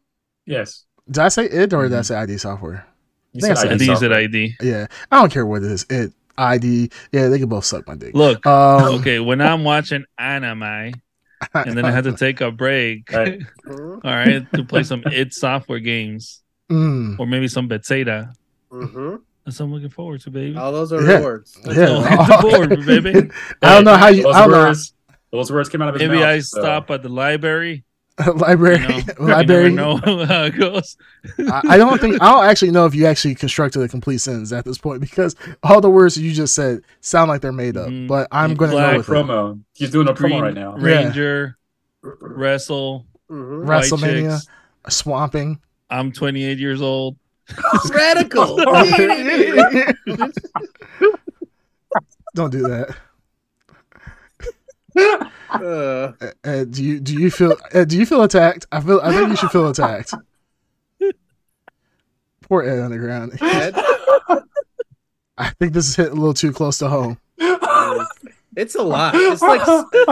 S1: Yes.
S3: did I say id
S2: Mm-hmm.
S3: or did I say ID software?
S1: You
S3: Think I said
S2: ID is at ID.
S3: Yeah, I don't care what it is. Id ID. Yeah, they can both suck my dick.
S2: Look,
S3: Um,
S2: okay. When I'm watching anime and then I have to take a break,
S1: Right.
S4: Mhm,
S2: all right, to play some id software games
S3: Mm,
S2: or maybe some Bethesda.
S4: mhm.
S2: That's what I'm looking forward to, baby.
S4: All those are
S3: Yeah.
S4: rewards. That's
S3: Yeah.
S4: all.
S2: So, hit the board, baby.
S3: I don't know how you.
S1: Those
S3: I don't know.
S1: words. Those words came out of his
S2: Maybe
S1: mouth.
S2: I
S1: so-
S2: stop at the library.
S3: library,
S2: You know,
S3: library.
S2: You never know how it goes.
S3: I, I don't think I don't actually know if you actually constructed a complete sentence at this point because all the words you just said sound like they're made up.
S2: Mhm.
S3: But I'm going to
S2: Black
S3: go with it.
S1: promo. He's doing a promo
S2: Green
S1: right now.
S3: Yeah.
S2: Ranger, wrestle,
S4: Mhm.
S2: white
S3: WrestleMania.
S2: chicks.
S3: swamping.
S2: I'm 28 years old.
S4: Radical.
S3: don't do that.
S4: Uh,
S3: Ed, Ed, do you do you feel Ed, do you feel attacked? I feel I think you should feel attacked. Poor Ed Underground.
S4: Ed,
S3: I think this is hit a little too close to home.
S4: it's a lot. It's like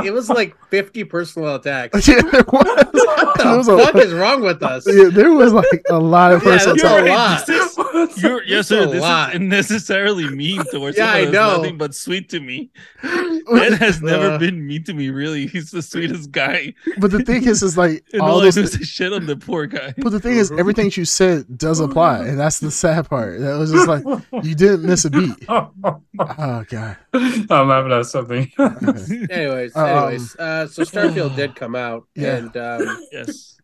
S4: it was like fifty personal attacks.
S3: yeah, there was.
S4: What
S3: It was
S4: the
S3: a-
S4: fuck is wrong with us?
S3: Yeah, there was like a lot of
S4: Yeah,
S3: person
S4: that's
S3: talk.
S4: a
S2: You're right,
S4: lot.
S2: this is- You're, yes,
S4: That's a
S2: sir. This
S4: lot.
S2: is necessarily mean towards
S4: Yeah,
S2: someone
S4: I
S2: that's
S4: know.
S2: nothing but sweet to me. Ed has never
S4: Uh,
S2: been mean to me, really. He's the sweetest guy.
S3: But the thing is, is like
S2: And all,
S3: all
S2: I
S3: those.
S2: do is shit on the poor guy.
S3: But the thing is, everything that you said does apply, and that's the sad part. That was just like you didn't miss a beat. Oh god.
S1: I'm laughing at something.
S3: Okay.
S4: Anyways,
S3: Um,
S4: anyways, uh, so Starfield did come out,
S3: Yeah.
S4: and um,
S2: yes.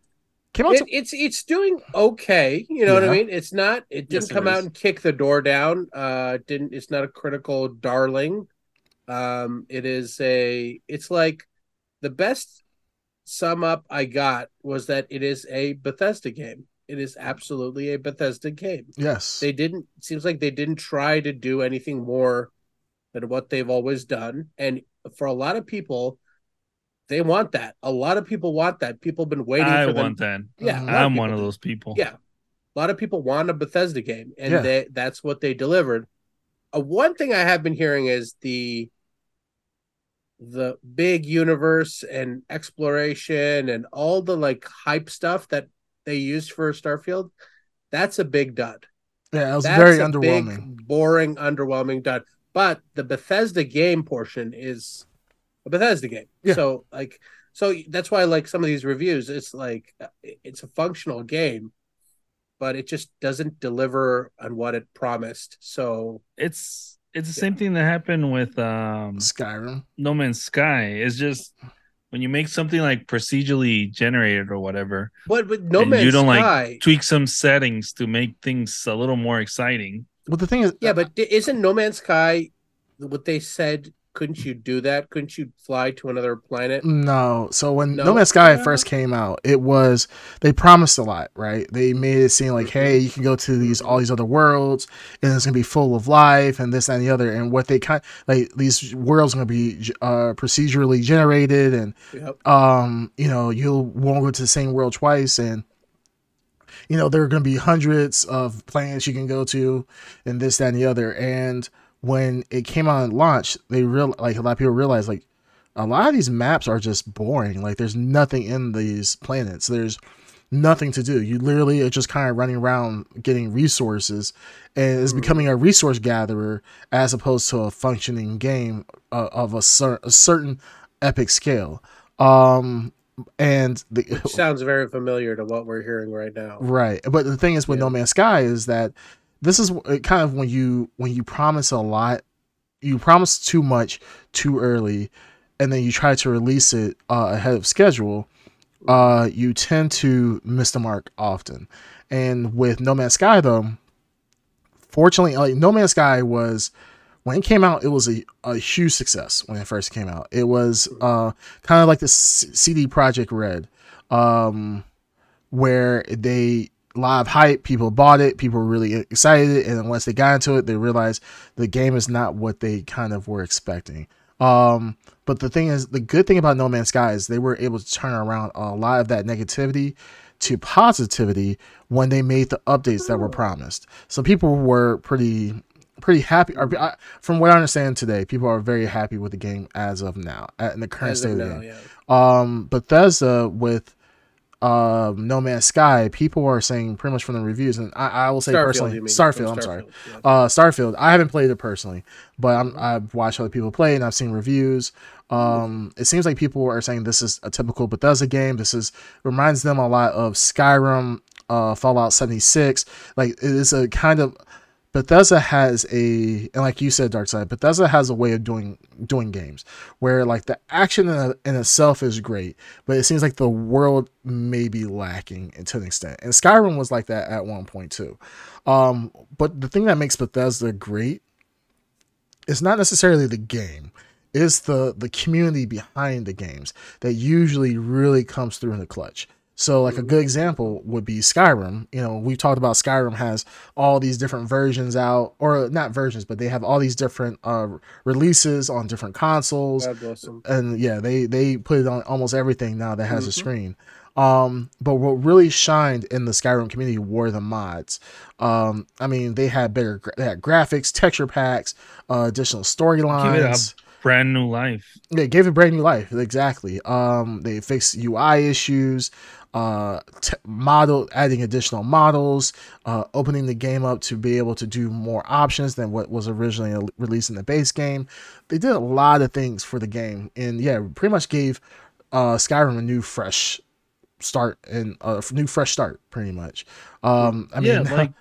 S3: Came out.
S4: it, it's it's doing okay. You know what I
S3: Yeah.
S4: mean? It's not. It
S1: Yes,
S4: didn't
S1: it
S4: come out
S1: is.
S4: and kick the door down. Uh, it didn't. It's not a critical darling. Um, it is a. It's like the best sum up I got was that it is a Bethesda game. it is absolutely a Bethesda game.
S3: Yes.
S4: They didn't seems like they didn't try to do anything more than what they've always done. And for a lot of people, they want that. A lot of people want that. People have been waiting
S2: I
S4: for
S2: want
S4: them.
S2: that.
S4: Yeah, a lot of
S2: I'm one
S4: people
S2: of
S4: do.
S2: those people.
S4: Yeah. A lot of people want a Bethesda game, and
S3: Yeah.
S4: they, that's what they delivered. Uh, one thing I have been hearing is the the big universe and exploration and all the like hype stuff that they used for Starfield. That's a big dud.
S3: Yeah, it was
S4: That's
S3: very
S4: a
S3: underwhelming.
S4: Big, boring, underwhelming dud. But the Bethesda game portion is a Bethesda game.
S3: Yeah.
S4: So like so that's why like some of these reviews it's like uh, it's a functional game but it just doesn't deliver on what it promised. So
S2: It's it's the same thing that happened with um
S3: Skyrim.
S2: No Man's Sky. It's just when you make something like procedurally generated or whatever,
S4: but with No
S2: And
S4: Man's
S2: you don't like
S4: Sky
S2: tweak some settings to make things a little more exciting.
S3: Well, the thing is,
S4: Yeah, but di- isn't No Man's Sky what they said? Couldn't you do that? Couldn't you fly to another planet?
S3: uh, Mm. No. So when
S4: No?
S3: No, Man's Sky
S4: Yeah.
S3: first came out, it was they promised a lot, right? They made it seem like, hey, you can go to these all these other worlds, and it's gonna be full of life, and this that, and the other. And what they kind like these worlds gonna be uh, procedurally generated, and
S4: Yep.
S3: um, you know, you won't go to the same world twice, and you know there are going to be hundreds of planets you can go to, and this, that, and the other. And when it came out and launched, they real like a lot of people realized like a lot of these maps are just boring. Like there's nothing in these planets. There's nothing to do. You literally are just kind of running around getting resources, and it's
S4: Mhm.
S3: becoming a resource gatherer as opposed to a functioning game uh, of a, cer- a certain epic scale. Um, and the,
S4: Which sounds very familiar to what we're hearing right now.
S3: Right, but the thing is with No
S4: Yeah.
S3: Man's Sky is that this is uh, kind of when you when you promise a lot, you promise too much too early, and then you try to release it uh, ahead of schedule. Uh, you tend to miss the mark often, and with No Man's Sky though, fortunately, like No Man's Sky was when it came out, it was a, a huge success when it first came out. It was uh, kind of like the C- CD Project Red. Um, where they a lot of hype people bought it people were really e-, excited and once they got into it they realized the game is not what they kind of were expecting um but the thing is the good thing about no man's sky is they were able to turn around a lot of that negativity to positivity when they made the updates that were promised so people were pretty pretty happy or, I, from what i understand today people are very happy with the game as of now at, in the current
S4: As
S3: state
S4: of
S3: of the
S4: now,
S3: game
S4: yeah.
S3: um bethesda with um no man's sky people are saying pretty much from the reviews and i, I will say personally
S4: you mean.
S3: starfield
S4: Oh,
S3: i'm sorry
S4: yeah.
S3: uh starfield i haven't played it personally but I'm, i've watched other people play and i've seen reviews um it seems like people are saying this is a typical bethesda game this is reminds them a lot of skyrim uh fallout 76 like it is a kind of Bethesda has a and like you said, Dark Side, Bethesda has a way of doing doing games where like the action in, in itself is great, but it seems like the world may be lacking to an extent. And Skyrim was like that at one point too. Um, but the thing that makes Bethesda great is not necessarily the game. It's the the community behind the games that usually really comes through in the clutch. So like a good example would be Skyrim. You know, we've talked about Skyrim has all these different versions out or not versions, but they have all these different uh releases on different consoles
S4: God bless them.
S3: and yeah, they they put it on almost everything now that has a
S4: Mhm.
S3: screen. Um, but what really shined in the Skyrim community were the mods. Um, I mean, they had better gra- they had graphics, texture packs, uh, additional storylines.
S2: Brand new life.
S3: They gave it brand new life. Exactly. Um, they fixed UI issues, uh, t- model adding additional models, uh, opening the game up to be able to do more options than what was originally al- released in the base game. They did a lot of things for the game, and yeah, pretty much gave uh, Skyrim a new fresh start and a f- new fresh start, pretty much. Um, I mean,
S2: yeah, like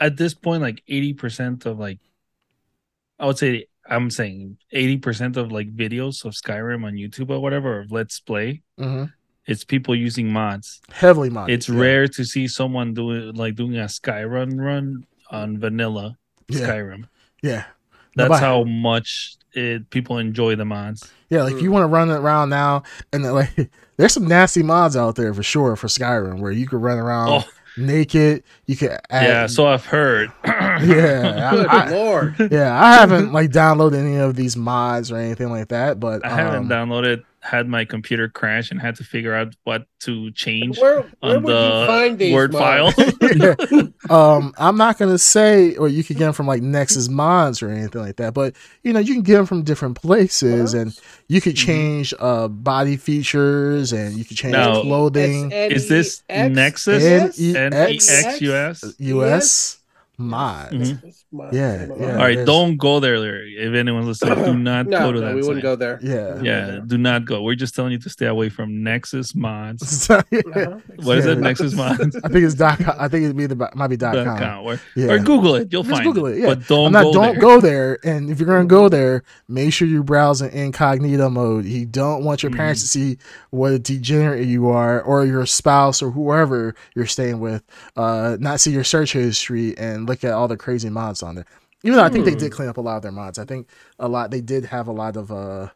S2: at this point, like eighty percent of like, I would say I'm saying eighty percent of like videos of Skyrim on YouTube or whatever of Let's Play,
S3: mhm.
S2: it's people using mods.
S3: heavily modded.
S2: It's
S3: yeah.
S2: rare to see someone doing like doing a Skyrun run on vanilla
S3: Yeah,
S2: Skyrim.
S3: yeah.
S2: That's
S3: Bye-bye.
S2: how much it, people enjoy the mods.
S3: Yeah, like if
S2: Mm.
S3: you want to run around now, and then, like there's some nasty mods out there for sure for Skyrim where you could run around
S2: Oh,
S3: naked. You could add,
S2: yeah. So I've heard.
S3: yeah,
S4: Good
S3: I, I,
S4: lord.
S3: yeah. I haven't like downloaded any of these mods or anything like that, but
S2: I haven't
S3: um,
S2: downloaded. Had my computer crash and had to figure out what to change
S4: Where, where
S2: on
S4: would you
S2: the
S4: find these?
S2: Word
S4: mods?
S2: file.
S3: yeah. Um, I'm not gonna say, or you could get them from like Nexus Mods or anything like that. But you know, you can get them from different places, and you could
S2: Mhm.
S3: change uh body features, and you could change
S2: Now-
S3: clothing.
S2: Is this
S4: S-N-E-X-S?
S2: Nexus? N E X
S4: X.
S2: U S.
S3: U.S. mods.
S2: Mhm.
S4: This mod-
S3: Yeah,
S4: mod.
S3: yeah.
S2: All right,
S3: there's-
S2: don't go there, Larry. If anyone's listening, do not
S4: No,
S2: go to
S4: no,
S2: that.
S4: we
S2: site.
S4: wouldn't go there.
S3: Yeah.
S2: Yeah, do not go. We're just telling you to stay away from Nexus mods.
S3: So, yeah.
S4: Uh-huh.
S2: What is
S3: Yeah.
S2: it? Nexus mods.
S3: I think it's dot. com- I think it'd be the might be dot
S2: Dot
S3: com.
S2: com, Or,
S3: Yeah.
S2: or Google it. You'll
S3: Just
S2: find
S3: Google it, yeah.
S2: But don't
S3: I'm not.
S2: go
S3: don't
S2: there.
S3: go there. And if you're gonna go there, make sure you browse in incognito mode. You don't want your parents to
S2: Mm-hmm.
S3: see what a degenerate you are, or your spouse, or whoever you're staying with. Uh, not see your search history and look at all the crazy mods on there. Even though I think they
S2: Hmm.
S3: did clean up a lot of their mods. I think a lot they did have a lot of uh,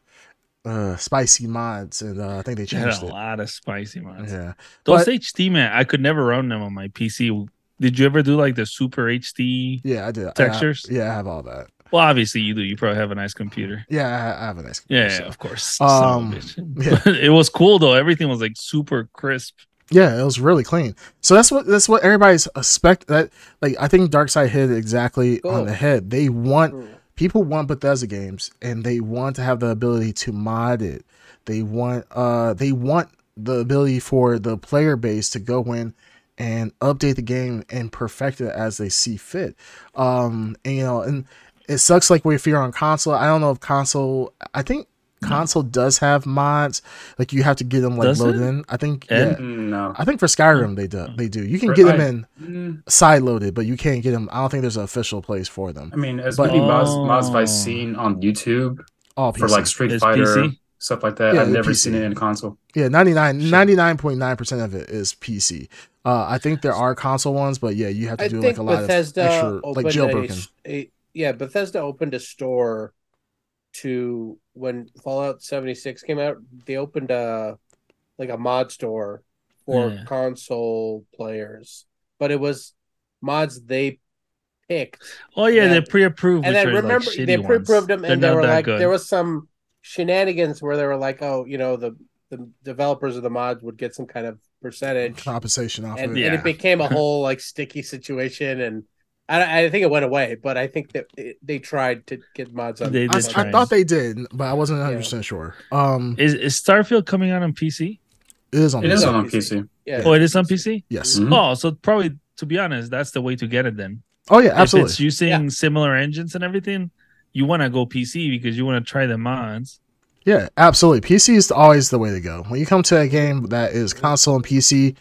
S3: uh, spicy mods, and uh, I think they
S2: They had
S3: changed
S2: a
S3: it.
S2: lot of spicy mods.
S3: Yeah.
S2: Those
S3: But-
S2: HD man, I could never run them on my PC. Did you ever do like the super HD?
S3: Yeah, I did. I-
S2: Textures?
S3: yeah, I have all that.
S2: Well, obviously you do. You probably have a nice computer.
S3: Yeah, I, I have a nice.
S2: Yeah,
S3: computer, so-
S2: of course. Son of a
S3: Um,
S2: bitch.
S3: yeah.
S2: But it was cool though. Everything was like super crisp.
S3: Yeah, it was really clean. So that's what that's what everybody's expect. That like I think Darkseid hit it exactly on
S2: Oh.
S4: Cool.
S3: the head. They want
S4: Mm.
S3: people want Bethesda games, and they want to have the ability to mod it. They want uh they want the ability for the player base to go in and update the game and perfect it as they see fit. Um, and, you know, and it sucks like if you're on console. I don't know if console. I think console does have mods. Like you have to get them like
S2: Hmm. Does it?
S3: loaded in. I think
S2: And-
S3: yeah.
S1: Mm, No.
S3: I think for Skyrim they do. They do. You can
S1: Mm. For-
S3: get them
S1: I-
S3: in
S1: Mm,
S3: side loaded, but you can't get them. I don't think there's an official place for them.
S1: I mean, as
S3: But-
S1: many mods, mods
S2: Oh.
S1: I've seen on YouTube
S3: All
S1: for
S3: PC.
S1: like Street
S2: It's
S1: Fighter
S2: PC?
S1: stuff like that,
S3: Yeah,
S1: I've
S3: it's
S1: never
S3: PC.
S1: seen it in console.
S3: yeah, 99
S2: Shit.
S3: 99.9 percent of it is PC. Uh, I think there are console ones, but yeah, you have to
S4: I
S3: do like
S4: think
S3: a lot
S4: Bethesda
S3: of extra like
S4: opened
S3: jailbroken.
S4: A, a- yeah, Bethesda opened a store to when Fallout 76 came out, they opened a like a mod store for
S2: Yeah.
S4: console players. But it was mods they picked.
S2: Oh yeah,
S4: Yeah.
S2: they're pre-approved.
S4: and
S2: which
S4: I
S2: are, like,
S4: remember
S2: shitty
S4: they pre-approved
S2: ones.
S4: them
S2: They're
S4: and they
S2: not
S4: were
S2: that
S4: like
S2: good.
S4: there was some shenanigans where they were like, "Oh, you know, the the developers of the mods would get some kind of percentage."
S3: compensation off
S4: and,
S3: of
S2: yeah.
S3: it.
S4: and it became a whole like sticky situation and I, I think it went away but i think that it, they tried to get mods on
S2: They
S3: I,
S2: did
S4: on-
S2: try.
S3: I thought they did, but I wasn't 100 percent sure. Um,
S2: Is, is Starfield coming out on PC?
S3: it is on.
S1: It is
S3: PC.
S1: on, on PC.
S4: yeah
S2: Oh, it is on PC.
S3: Yes.
S1: Mhm.
S2: Oh, so probably to be honest, that's the way to get it then.
S3: Oh yeah,
S2: If it's
S3: absolutely.
S2: using similar engines and everything, you want to go PC because you want to try the mods.
S3: Yeah, absolutely. PC is always the way to go. When you come to a game that is console and PC,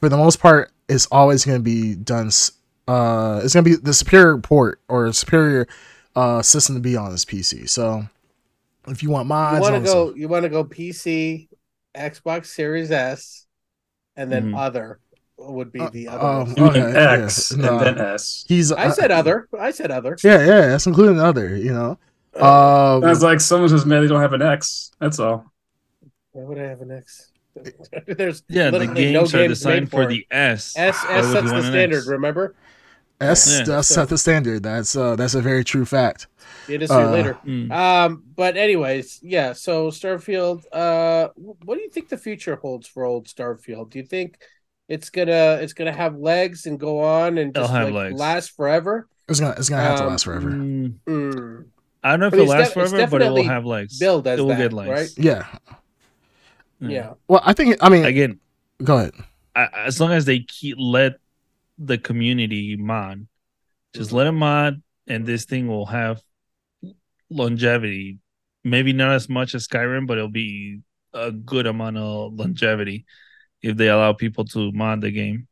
S3: for the most part, it's always going to be done. s- Uh, it's going to be the superior port or superior uh, system to be on is PC. So, if you want mods,
S4: you want to
S3: all this
S4: go
S3: stuff-
S4: you want to go pc xbox series s and then
S2: Mhm.
S4: other would be
S3: Uh,
S4: the
S3: um,
S4: other ones.
S1: You
S3: Okay,
S1: mean
S3: yeah,
S1: X
S3: no.
S1: and then S.
S3: he's.
S4: i said other i said other
S3: uh, Yeah, yeah, that's including other. You know,
S4: Uh,
S3: um,
S1: That's like someone's just mad they don't have an X. That's all.
S4: why would i have an x there's
S2: Yeah, the
S4: literally
S2: games
S4: no
S2: are
S4: games
S2: designed
S4: made
S2: for
S4: it.
S2: the S.
S4: s
S2: Why
S4: s
S2: would
S4: sets
S2: you
S4: the
S2: want an
S4: standard
S2: X?
S4: remember
S3: S
S2: Yeah.
S3: does
S4: So-
S3: set the standard. That's uh, that's a very true fact.
S4: the industry
S3: Uh,
S4: later
S2: Mm.
S4: Um, but anyways, yeah. So Starfield, uh, wh- what do you think the future holds for old Starfield? Do you think it's gonna it's gonna have legs and go on and
S2: It'll
S4: just
S2: have legs.
S4: like last forever?
S3: It's gonna it's gonna have to
S4: Um,
S3: last forever.
S2: Mm.
S4: Mm,
S2: I don't know if
S4: But
S2: it'll
S4: it's
S2: last
S4: def- it's
S2: forever, but it will
S4: definitely
S2: have legs.
S4: billed as
S2: it will
S4: that,
S2: get legs. Mm.
S4: right?
S3: Yeah.
S4: yeah.
S3: Well, I think. I mean,
S2: hmm. Again,
S3: go ahead.
S2: I, as long as they keep let the community mod, just
S3: Mm-hmm.
S2: let it mod, and this thing will have longevity. Maybe not as much as Skyrim, but it'll be a good amount of longevity if they allow people to mod the game.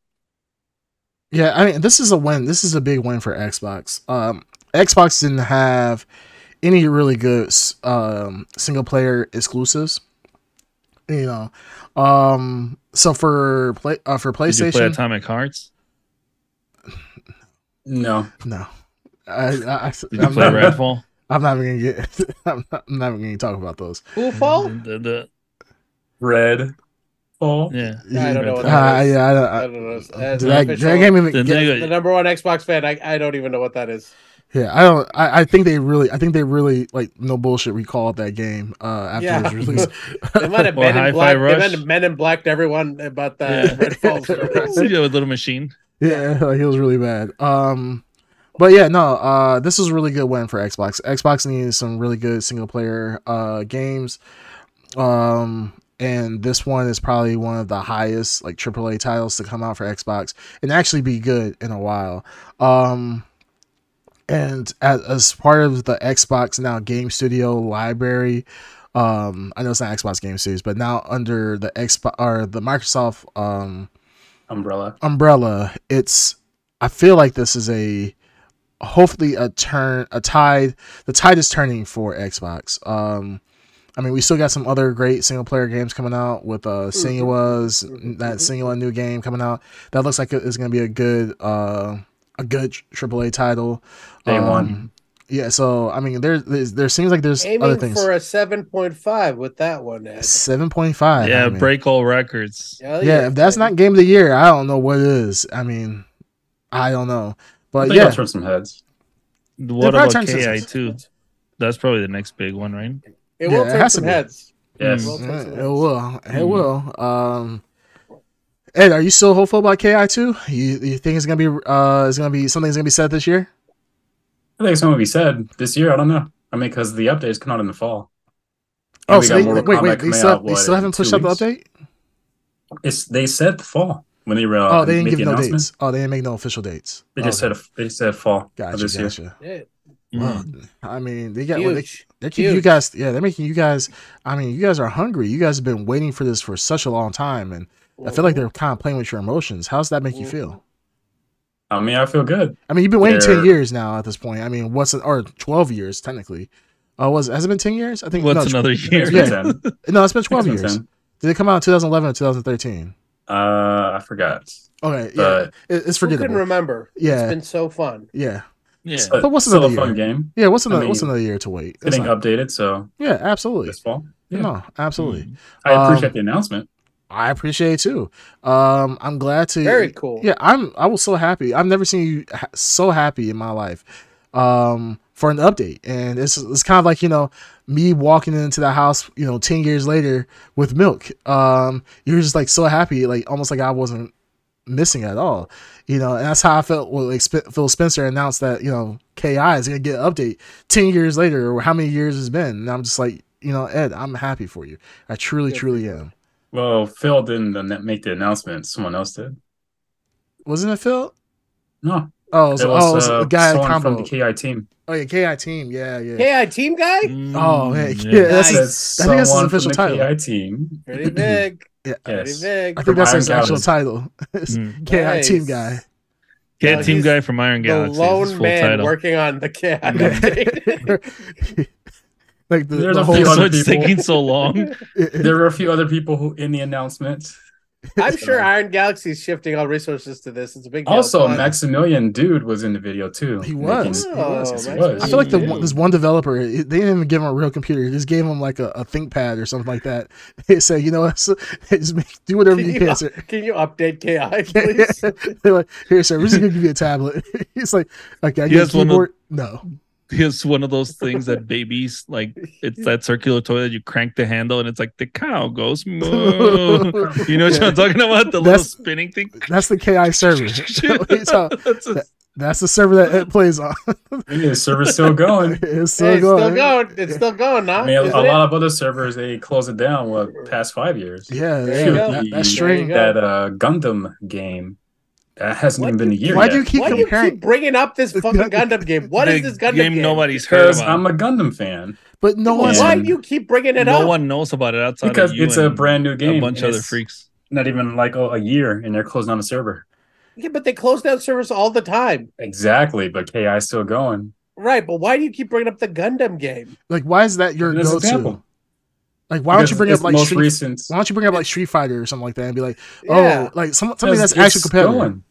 S3: Yeah, I mean, this is a win. This is a big win for Xbox. Um, Xbox didn't have any really good s- um, single player exclusives. You know, um, so for play uh, for
S2: Did you play
S3: PlayStation,
S2: Atomic Hearts?
S1: No.
S3: no, I I, I,
S2: Did you
S3: I'm
S2: play
S3: not-
S2: Redfall?
S3: I'm not even gonna get. I'm not, I'm not even gonna talk about those.
S4: Who
S3: Mm-hmm.
S4: fall?
S2: The, the,
S1: Red. Oh,
S2: yeah.
S4: I don't know what
S3: Ah,
S4: that is.
S3: yeah, I don't.
S4: I
S3: I,
S4: don't know. As
S3: did
S4: an
S3: I, did
S4: official-
S3: I game even
S2: The
S3: get-
S2: nigga,
S4: the number one Xbox fan, I, I don't even know what that is.
S3: Yeah, I don't. I, I think they really. I think they really like no bullshit recalled that game uh, after
S4: Yeah.
S3: it was released.
S4: They might have
S2: Or
S4: men
S2: Hi-Fi
S4: in black. They might
S2: Rush.
S4: have men in black to everyone about the
S2: Yeah.
S4: Red Falls. release.
S2: See, uh, with little machine.
S3: yeah, like, it was really bad. Um, but yeah, no. Uh, this is a really good win for Xbox. Xbox needs some really good single player uh games. Um, and this one is probably one of the highest like AAA titles to come out for Xbox and actually be good in a while. Um. And as, as part of the Xbox now Game Studio library, um i know it's not xbox game series but now under the xbox or the microsoft um
S1: Umbrella.
S3: umbrella it's i feel like this is a hopefully a turn a tide the tide is turning for xbox um i mean we still got some other great single player games coming out with uh
S4: Mm-hmm.
S3: sinua's
S4: Mhm.
S3: that sinua new game coming out that looks like it's gonna be a good uh a good aaa title
S1: Day
S3: Um,
S1: one.
S3: yeah so i mean there there's, there seems like there's other
S4: Aiming
S3: things
S4: for a seven point five with that one. Ed.
S3: 7.5
S2: yeah,
S3: I mean.
S2: break all records.
S4: Hell
S3: yeah, if that's
S4: Ed.
S3: not game of the year, I don't know what is. I mean, I don't know.
S1: I
S3: But
S1: think I'll
S3: Uh, yeah,
S1: turn some heads.
S2: What
S3: probably
S2: about
S3: turn
S2: KI
S3: systems.
S2: too? That's probably the next big one, right?
S3: Yeah,
S4: it will
S3: it
S4: turn
S3: has to
S4: some
S3: be.
S4: heads.
S1: Yes.
S4: Well,
S3: yeah,
S4: turn some
S3: it
S4: heads.
S3: will.
S2: Mhm.
S3: It
S1: Mm-hmm.
S3: will. Um Ed, are you still hopeful about KI too? You you think it's gonna be uh it's gonna be something's gonna be said this year?
S1: I think it's going to be said this year. I don't know. I mean, because the updates come out in the fall. And
S3: Oh,
S1: we
S3: so
S1: got
S3: they,
S1: Mortal
S3: wait,
S1: Kombat
S3: wait, they
S1: coming
S3: still,
S1: out,
S3: they
S1: what,
S3: still
S1: in
S3: haven't
S1: two
S3: pushed out the
S1: weeks?
S3: update?
S1: It's they said fall when they were. Uh,
S3: oh, they didn't
S1: made
S3: give
S1: the
S3: no
S1: announcement.
S3: dates. Oh, they didn't make no official dates.
S1: They just
S3: okay.
S1: said they said fall of
S3: gotcha,
S1: this year.
S3: gotcha.
S4: Yeah,
S2: Mm.
S3: Wow. I mean, they got well, they,
S4: Mm-hmm. huge.
S3: they keep you
S4: Huge.
S3: guys. Yeah, they're making you guys. I mean, you guys are hungry. You guys have been waiting for this for such a long time, and I feel like they're kind of playing with your emotions. How's that make you
S4: Mhm.
S3: feel?
S1: I mean, I feel good.
S3: I mean, you've been waiting
S1: They're-
S3: ten years now at this point. I mean, what's or twelve years technically? Uh, was has it been ten years? I think
S2: What's
S3: no, tw-
S2: another year?
S1: It's
S3: Yeah.
S1: been 10. It's been
S3: no, it's been twelve years.
S1: 10.
S3: Did it come out in 2011 or 2013?
S1: Uh, I forgot.
S3: Okay, yeah,
S1: But-
S3: it, it's
S4: Who can
S3: forgettable.
S4: remember?
S3: Yeah.
S4: It's been so fun.
S3: yeah,
S2: Yeah.
S1: It's a-
S3: But what's
S1: still a
S3: another
S1: fun game?
S3: yeah. What's another what's
S1: mean,
S3: another year to wait? It's
S1: Getting
S3: not-
S1: updated, so
S3: yeah, absolutely.
S1: this fall. Yeah.
S3: No, absolutely.
S2: Mm.
S1: I appreciate
S3: Um,
S1: the announcement.
S3: I appreciate it too. Um, I'm glad to
S4: Very cool.
S3: Yeah, I'm. I was so happy. I've never seen you ha- so happy in my life um, for an update, and it's it's kind of like you know me walking into the house, you know, ten years later with milk. Um, you're just like so happy, like almost like I wasn't missing at all, you know. And that's how I felt when like Sp- Phil Spencer announced that you know Ki is gonna get an update ten years later, or how many years it's been. And I'm just like, you know, Ed, I'm happy for you. I truly,
S4: Good for
S3: truly
S4: you.
S3: am.
S1: Well, Phil didn't an- make the announcement. Someone else did.
S3: Wasn't it Phil?
S1: No,
S3: Oh, it was,
S1: it was,
S3: oh, it was
S1: uh,
S3: a guy at
S1: someone
S3: combo.
S1: from the KI team.
S3: Oh yeah, KI team. Yeah, yeah.
S4: KI team guy?
S2: Mm,
S3: Oh man, yeah,
S2: yeah.
S3: that's
S4: Nice.
S3: his,
S1: That's
S3: I think that's his
S1: someone
S3: official
S1: from the
S3: title.
S1: KI team.
S4: Pretty big. Pretty
S1: yes.
S4: big.
S3: I think that's his
S1: Iron
S3: actual
S1: Galaxy.
S3: title. It's
S2: Mm.
S3: KI
S4: Nice.
S3: team guy.
S2: Get
S4: No,
S2: team
S4: he's
S2: guy from Iron
S4: The
S2: Galaxy. is his
S4: lone
S2: full
S4: man
S2: title.
S4: working on the KI update.
S3: like the,
S1: There's
S3: the
S1: a
S3: whole
S1: few
S2: That's
S1: other
S2: what's
S1: people.
S2: taking so long.
S1: There were a few other people who in the announcement.
S4: I'm sure Iron Galaxy is shifting all resources to this. It's a big deal.
S1: Also,
S4: But-
S1: Maximilian Dude was in the video too.
S3: He was.
S1: Making-
S3: He was.
S1: Yes, he
S4: Oh, Max
S1: was.
S3: I feel like the
S4: Yeah.
S3: one, this one developer, it- they didn't even give him a real computer. They just gave him like a, a ThinkPad or something like that. They said, you know what, so- just make, do whatever
S4: Can
S3: you
S4: you-
S3: can. Sir.
S4: Can you update KI, please?
S3: They're like, here, sir, we're just gonna give you a tablet. He's like, okay, I
S2: He
S3: get a
S2: has one of-
S3: keyboard. No,
S2: It's one of those things that babies like. It's that circular toy that you crank the handle and it's like the cow goes moo. You know what
S3: Yeah.
S2: I'm talking about? The little
S3: That's-
S2: spinning thing.
S3: that's the KI server. It's how-
S2: That's a-
S3: that's the server that it plays on.
S1: Yeah, the server's still going.
S3: it's still
S4: Hey, it's
S3: going.
S4: still going. It's still going, huh?
S1: I mean, a,
S4: Isn't
S1: a
S4: it?
S1: lot of other servers they closed it down. What past five years?
S3: Yeah,
S4: There
S3: yeah,
S4: you go.
S3: that, that
S4: There you
S3: string.
S4: go.
S1: That uh, Gundam game that hasn't
S4: Why
S1: even been a
S4: do you-
S1: year
S3: Why
S1: yet.
S3: do you keep
S4: Why do you
S3: comparing?
S4: keep bringing up this fucking Gundam game? What is
S2: the
S4: this Gundam
S2: game?
S4: game?
S2: Nobody's heard
S1: Because
S2: about.
S1: I'm a Gundam fan.
S3: but no
S4: Well,
S3: one's.
S1: Yeah.
S4: Why do you keep bringing it
S2: no
S4: up?
S2: one knows about it outside
S1: Because
S2: of you
S1: it's a
S2: and
S1: brand new game.
S2: A bunch
S1: and
S2: of other
S1: it's
S2: freaks.
S1: Not even like a, a year, and they're closing down the server.
S4: Yeah, but they close down servers all the time.
S1: Exactly, but KI's still going.
S4: Right, but why do you keep bringing up the Gundam game?
S3: Like, why is that your
S1: That's an
S3: go-to?
S1: example.
S3: Like, why don't
S1: Because
S3: you bring up
S1: it's
S3: like
S1: most
S3: Street?
S1: recent?
S3: Why don't you bring up like Street Fighter or something like that and be like, oh,
S4: Yeah.
S3: like some, something that's
S1: Because
S3: actually
S1: it's
S3: competitive.
S1: going.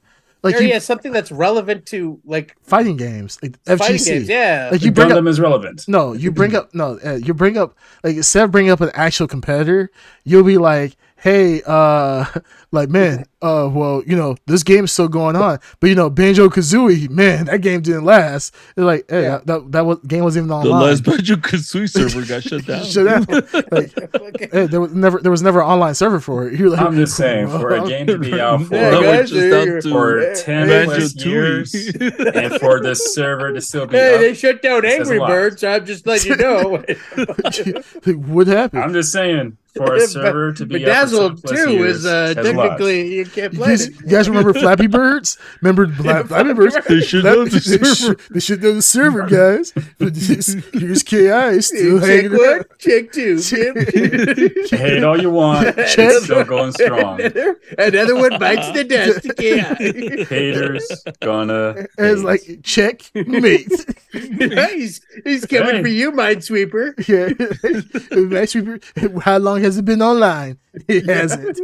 S3: Like
S4: there,
S3: you,
S4: yeah, something that's relevant to like
S3: fighting games, like
S4: fighting
S3: FGC.
S4: games. Yeah,
S3: Like
S1: You
S3: you bring up
S1: Gundam is relevant.
S3: No, you bring up no, uh, you bring up like instead of bringing up an actual competitor, you'll be like, "Hey, uh, like man, uh, well, you know, this game's still going on, but you know, Banjo Kazooie, man, that game didn't last." They're like, "Hey,
S4: Yeah.
S3: that, that was, game wasn't even
S2: The
S3: online."
S2: last Banjo Kazooie server got shut down.
S3: Shut down. Like,
S4: Okay.
S3: hey, there was never there was never an online server for it. You're like,
S1: I'm just saying, for a game to be out for,
S4: Yeah,
S2: that
S4: guys,
S2: was just
S4: you're-
S2: up to
S1: for
S4: Yeah.
S1: 10
S2: Banjo
S1: plus years, and for the server to still be
S4: Hey,
S1: up,
S4: they shut down
S1: Says a
S4: Angry
S1: lot.
S4: Birds. so I'm just letting you know.
S3: like, what happened?
S1: I'm just saying, for a
S4: But-
S1: server to be up
S4: Bedazzled
S1: for 10 plus
S4: too
S1: years,
S4: is uh,
S1: says a lot.
S4: technically you can't
S3: You
S4: play
S3: guys,
S4: it.
S3: you guys remember Flappy Birds? Remember Fla- Flappy Birds?
S2: They should know the
S3: they,
S2: server.
S3: should, they should know the server, guys. But this- Here's KI still
S4: Check
S3: hanging out.
S4: one, check two. Kid.
S1: Hate all you want, it's still going strong.
S4: Another, another one bites the dust. Yeah.
S1: Haters gonna.
S3: And it's
S1: hate.
S3: like check mate.
S4: he's he's coming
S1: Hey.
S4: for you, Minesweeper.
S3: yeah. Max Weaver, How long has it been online? It hasn't.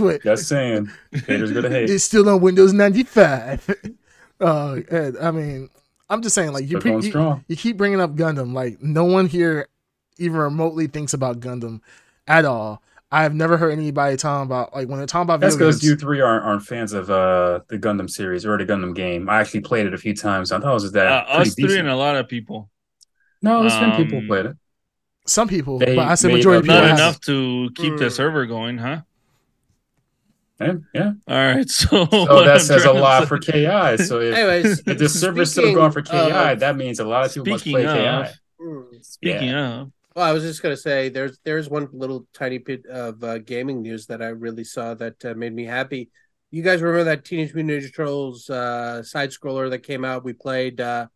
S3: what?
S1: just saying, haters gonna hate.
S3: It's still on Windows 95. Uh, and, I mean, I'm just saying, like
S1: Still
S3: you, pre-
S1: going
S3: you,
S1: strong.
S3: you keep bringing up Gundam. Like no one here even remotely thinks about Gundam at all. I've never heard anybody talking about like when they're talking about
S1: That's
S3: video
S1: because
S3: games.
S1: you three aren't, aren't fans of uh, the Gundam series or the Gundam game. I actually played it a few times. I thought it was
S2: Uh,
S1: that. pretty
S2: us three
S1: decent.
S2: and a lot of people.
S1: No, there's been people
S2: um,
S1: who played it.
S3: Some people,
S1: They
S3: but I said
S1: made
S3: majority
S1: up
S3: of people.
S2: Not
S1: Yeah.
S3: haven't.
S2: enough to keep the
S4: Mm.
S2: server going, huh?
S1: Yeah, yeah.
S2: All right,
S1: So
S2: so what I'm
S1: that says a
S2: trying to
S1: lot
S2: say-
S1: for KI. So if,
S4: Anyways,
S1: if the server's still
S4: speaking
S1: going for KI,
S4: of-
S1: that means a lot of people must
S2: Speaking
S1: play
S2: of,
S1: KI. Yeah.
S2: speaking of,
S4: Well, Oh, I was just gonna say there's there's one little tiny bit of uh, gaming news that I really saw that uh, made me happy. You guys remember that Teenage Mutant Ninja Turtles uh, side scroller that came out? We played uh,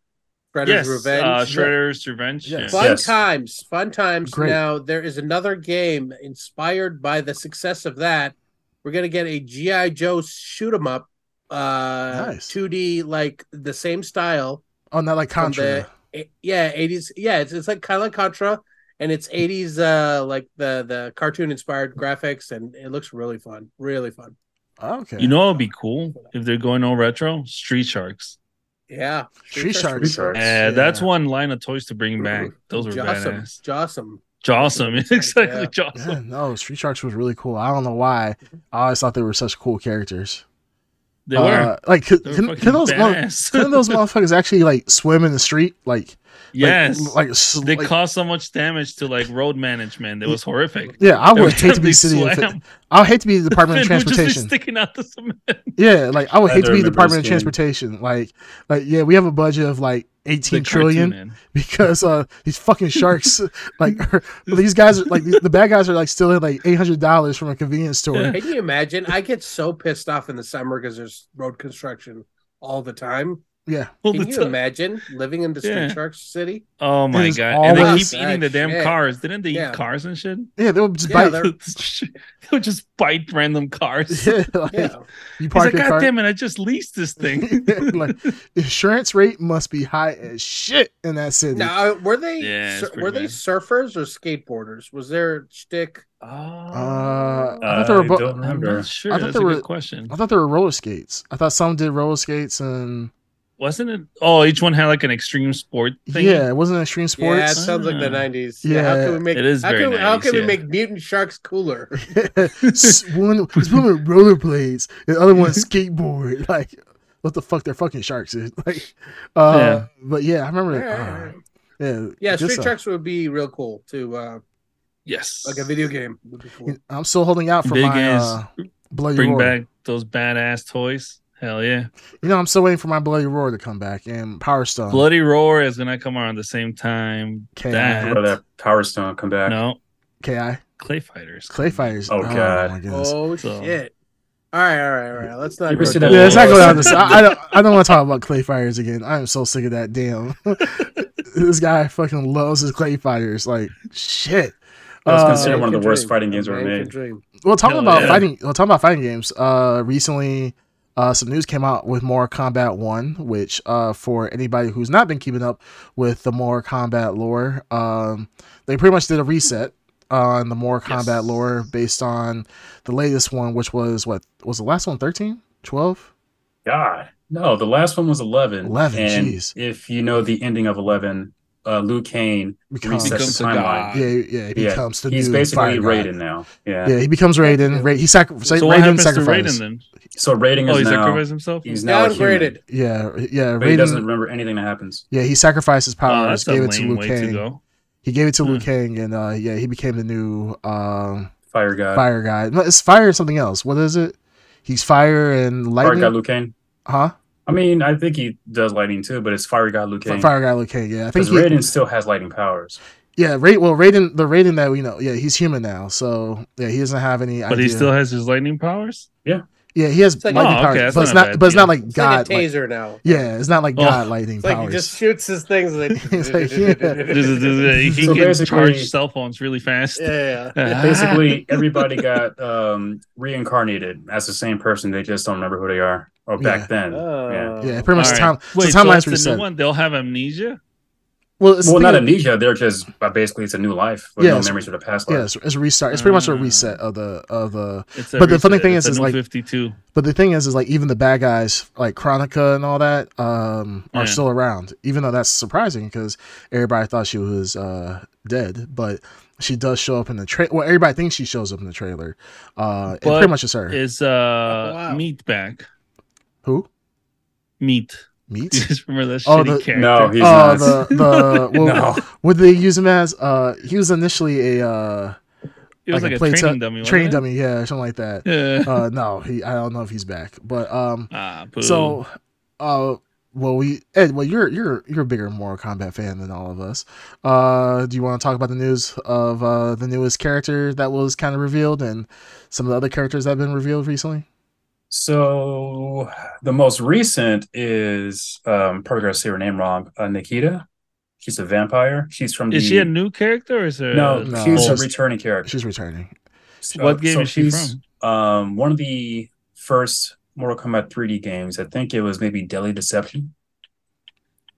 S4: Shredder's
S2: yes,
S4: Revenge.
S2: uh, Shredder's Revenge.
S3: Yes.
S2: yeah.
S4: Fun
S1: Yes.
S4: times, fun times.
S3: Great.
S4: Now there is another game inspired by the success of that. We're gonna get a GI Joe shoot 'em up, uh,
S3: Nice.
S4: 2D like the same style.
S3: Oh, not like
S4: From
S3: Contra.
S4: the- Eh, yeah, 80s. Yeah, it's it's like kind of like Contra, and it's 80s uh like the the cartoon inspired graphics, and it looks really fun, really fun.
S3: Oh, okay.
S2: You know, it'd be cool if they're going all retro. Street Sharks.
S4: Yeah,
S3: Street
S1: Street
S3: Sharks.
S1: Sharks.
S2: Uh,
S3: Yeah.
S2: That's one line of toys to bring back. Those were
S4: Jossum,
S2: badass.
S4: Jossum.
S2: Jawsome, exactly.
S4: Yeah.
S3: Yeah,
S2: Jawsome.
S3: no, Street Sharks was really cool. I don't know why. I always thought they were such cool characters.
S2: They
S3: Uh,
S2: were.
S3: like could,
S2: They were
S3: can,
S2: fucking
S3: can those mo-
S2: badass.
S3: can those motherfuckers actually like swim in the street? Like
S2: yes.
S3: like, like, sl-
S2: they
S3: like-
S2: caused so much damage to like road management. It was horrific.
S3: yeah. I
S2: Every
S3: would hate to
S2: time
S3: be
S2: they
S3: city.
S2: swam,
S3: Infi- I would hate to be the Department of
S2: they would just be
S3: Transportation.
S2: sticking out the cement.
S3: Yeah, like I would
S1: I
S3: hate
S1: do
S3: to be
S1: remember this
S3: the Department of
S1: game.
S3: Transportation. Like like yeah, we have a budget of like
S2: The
S3: eighteen trillion.
S2: cartoon, man.
S3: because uh these fucking sharks like are- these guys are like the the bad guys are like stealing like eight hundred dollars from a convenience store.
S2: Yeah.
S4: Can you imagine? I get so pissed off in the summer because there's road construction all the time.
S3: Yeah,
S2: All
S4: Can
S2: the
S4: you
S2: time.
S4: imagine living in the Street
S2: Yeah.
S4: Shark City?
S2: Oh my
S3: is
S2: god! And they
S4: always-
S2: keep eating the damn
S4: Shit.
S2: cars. Didn't they
S4: Yeah.
S2: eat cars and shit?
S3: yeah, they would just
S4: Yeah,
S3: bite.
S4: they're-
S2: they would just bite random cars.
S3: Yeah, like,
S4: Yeah.
S3: you
S2: He's
S3: park
S2: like,
S3: your
S2: God
S3: car.
S2: damn it! I just leased this thing.
S3: like insurance rate must be high as shit in that city.
S4: Now, uh, were they
S2: Yeah, it's
S4: sur-
S2: pretty
S4: were they
S2: bad.
S4: surfers or skateboarders? Was their shtick?
S2: Oh,
S3: Uh,
S1: I
S3: I thought they were
S1: don't
S3: bo-
S2: I'm
S1: remember.
S2: not sure.
S3: I thought
S2: That's
S3: there
S2: a
S3: were-
S2: good question.
S3: I thought they were roller skates. I thought some did roller skates and
S2: Wasn't it? Oh, each one had like an extreme sport thing.
S3: yeah, it wasn't extreme
S4: Yeah, it
S3: sports.
S4: sounds like the
S2: Ah.
S4: nineties. Yeah. how
S3: Yeah.
S4: can we make
S2: It is
S4: how
S2: very
S4: can, how
S2: 90s,
S4: can we
S2: yeah.
S4: make mutant sharks cooler?
S3: S- one was one with rollerblades, the other one skateboard. Like, what the fuck? They're fucking sharks, dude. Like, uh,
S2: Yeah.
S3: but yeah, I remember.
S4: yeah,
S3: that. uh, yeah, good
S4: Street
S3: stuff.
S4: Sharks would be real cool to uh,
S2: Yes.
S4: like a video game. Would be cool.
S3: You- I'm still holding out for
S2: Big
S3: my
S2: ass.
S3: uh, bloody
S2: Bring
S3: roar.
S2: back those badass toys. Hell yeah!
S3: You know, I'm still waiting for my bloody roar to come back and Power Stone.
S2: Bloody Roar is gonna come around the same time.
S3: K-
S2: that-
S1: Let that Power Stone come back.
S2: No,
S3: Ki
S2: Clay Fighters.
S3: Clay Fighters.
S1: Oh, God.
S3: my goodness.
S4: Oh
S2: So-
S4: shit! All right, all right, all right. Let's not.
S1: You
S4: go
S1: ever see
S4: too
S1: that-
S3: Yeah, let's not go down
S1: Oh.
S3: this. I, I don't. I don't want to talk about Clay Fighters again. I am so sick of that. Damn, this guy fucking loves his Clay Fighters. Like shit.
S1: That was
S3: Uh,
S1: considered one of
S4: American
S1: the worst
S4: Dream.
S1: fighting games ever
S4: American
S1: made.
S4: Dream.
S3: Well, talking
S2: Hell
S3: about
S2: yeah.
S3: fighting. Well, talking about fighting games. Uh, recently, uh, some news came out with Mortal Kombat One, which, uh, for anybody who's not been keeping up with the Mortal Kombat lore, um, they pretty much did a reset on the Mortal
S2: Yes.
S3: Kombat lore based on the latest one, which was what was the last one? 13? 12?
S1: God. No, the last one was 11.
S3: 11,
S1: And
S3: jeez.
S1: If you know the ending of 11, uh, Luke Kane
S3: Becomes-
S1: resets
S2: Becomes a
S1: the timeline.
S2: god.
S3: Yeah, yeah, he
S1: Yeah,
S3: becomes the
S1: He's
S3: new
S1: basically
S3: Fire God.
S1: Raiden now. Yeah.
S3: Yeah, he becomes Raiden. Ra- he sacri-
S2: So
S3: Raiden
S2: what happens
S3: sacrificed.
S2: to Raiden
S1: So Raiden
S2: then? Oh,
S1: is
S2: he
S1: now,
S2: sacrificed himself.
S1: he's now a human,
S4: Downgraded.
S3: Yeah, yeah.
S1: but he doesn't
S3: Raiden.
S1: remember anything that happens.
S3: yeah, he sacrificed his
S2: Oh,
S3: powers,
S2: that's a
S3: gave it to
S2: lame
S3: Liu
S2: way to
S3: Kang.
S2: go.
S3: He gave it to Liu
S2: Hmm.
S3: Kang, and uh, yeah, he became the new um,
S1: Fire
S4: Uh,
S1: God.
S3: Fire guy. No, it's fire and something else. What is it? He's fire and
S1: Fire
S3: lightning.
S1: God Luke Kane.
S3: huh?
S1: I mean, I think he does lighting too, but it's Fire God Luke
S3: F-
S1: Kane.
S3: Fire guy Liu Kang. Yeah, I think
S1: Because
S3: he,
S1: Raiden still has lighting powers.
S3: Yeah, Ra- well, Raiden, the Raiden that we know, yeah, he's human now, so yeah, he doesn't have any.
S2: But
S3: idea.
S2: he still has his lightning powers.
S3: yeah, he has
S4: It's like-
S3: lightning
S2: Oh, okay,
S3: powers,
S2: that's
S3: but
S2: not
S3: it's
S2: a
S3: not,
S2: bad
S3: but it's not
S2: deal.
S3: like
S4: It's
S3: God.
S4: like a
S3: like-
S4: taser now.
S3: yeah, it's not like
S2: Oh.
S3: God lightning
S4: It's like
S3: powers.
S4: he just shoots his things. And
S3: He's like,
S2: This
S4: yeah.
S2: is- he
S1: So
S2: can
S1: basically-
S2: charge cell phones really fast.
S4: yeah.
S3: Ah.
S1: Yeah, basically, everybody got um, reincarnated as the same person. They just don't remember who they are. Or back
S3: Yeah.
S1: then. yeah.
S4: Oh.
S3: yeah, pretty much
S2: All right.
S3: the time.
S2: Wait,
S3: so
S2: so
S3: timeline's
S2: that's the
S3: reset.
S2: new one. They'll have amnesia.
S3: Well, it's
S1: well,
S3: the
S1: not
S3: thing-
S1: amnesia. They're just uh, basically it's a new life with no
S3: Yes.
S1: memories of the past
S3: Yeah,
S1: life.
S3: it's, it's a restart. It's pretty much a
S2: Ah.
S3: reset of the of the.
S2: It's a
S3: But the funny
S2: reset.
S3: thing
S2: It's
S3: is,
S2: a
S3: is
S2: new
S3: like-
S2: 52.
S3: But the thing is, is like even the bad guys like Chronica and all that um are
S2: Yeah.
S3: still around, even though that's surprising because everybody thought she was uh dead, but she does show up in the trailer. Well, everybody thinks she shows up in the trailer. Uh, it
S2: But
S3: pretty much is her.
S2: Is uh
S4: wow.
S2: meat back?
S3: Who?
S2: Meat. You
S3: Meat?
S2: just remember that
S3: Oh,
S2: shitty
S3: the-
S2: character.
S1: No, he's
S3: Oh,
S1: not.
S3: the the well,
S1: no,
S3: what did they use him as? Uh, he was initially a uh
S2: it was like,
S3: like a
S2: a,
S3: plate-
S2: training dummy. wasn't
S3: training
S2: it?
S3: dummy, yeah, something like that.
S2: Yeah.
S3: Uh, no, he. I don't know if he's back, but um,
S2: ah, boo.
S3: so uh. Well, we Ed. Well, you're you're you're a bigger Mortal Kombat fan than all of us. Uh, do you want to talk about the news of uh, the newest character that was kind of revealed and some of the other characters that have been revealed recently?
S1: So the most recent is um probably gonna say her name wrong. Uh, Nikita. She's a vampire. She's from
S2: is
S1: the
S2: she a new character or is there
S1: no,
S3: No.
S1: she's a
S3: just-
S1: returning character.
S3: She's uh, returning.
S1: So-
S2: What game
S1: so
S2: is she
S1: she's,
S2: from?
S1: Um one of the first Mortal Kombat 3D games. I think it was maybe Deadly Deception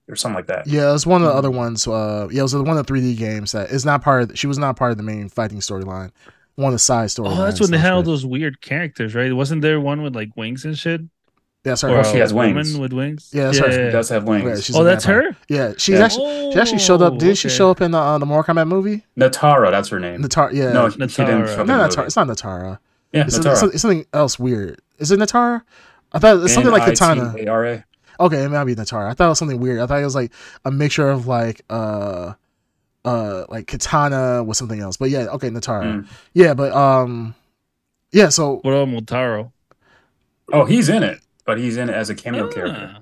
S1: or something like that.
S3: Yeah, it was one of the
S1: Mhm.
S3: other ones. Uh, yeah, it was one of the 3D games that is not part of. She was not part of the main fighting storyline. One of the side storylines.
S2: Oh, that's when they
S3: that
S2: had all
S3: was-
S2: those weird characters, right? Wasn't there one with like wings and shit?
S3: That's
S1: Well,
S3: her.
S1: she
S2: a
S1: has wings.
S2: Woman with wings.
S3: Yeah, that's her.
S1: She does have wings.
S3: Yeah, she's
S2: oh,
S3: a
S2: that's
S3: vampire.
S2: her.
S3: Yeah, she's
S1: Yeah.
S3: actually she actually showed up. Didn't
S2: Oh,
S3: she show up in the, uh, the Mortal Kombat movie?
S1: Natara, that's her name.
S3: Natara. Yeah.
S1: No,
S3: No,
S1: she didn't
S2: Natara.
S1: show
S3: no,
S1: up in the
S3: Natara.
S1: movie.
S3: It's not Natara.
S1: Yeah,
S3: It's,
S1: Natara.
S3: it's- it's something else weird. Is it Natara? I thought it's something like Katana.
S1: N-I-T-A-R-A.
S3: Okay, it might be Natara. I thought it was something weird. I thought it was like a mixture of like uh uh like katana with something else. But yeah, okay, Natara.
S1: Mm.
S3: Yeah, but um yeah, so
S2: What about Motaro?
S1: Oh, he's in it, but he's in it as a cameo character.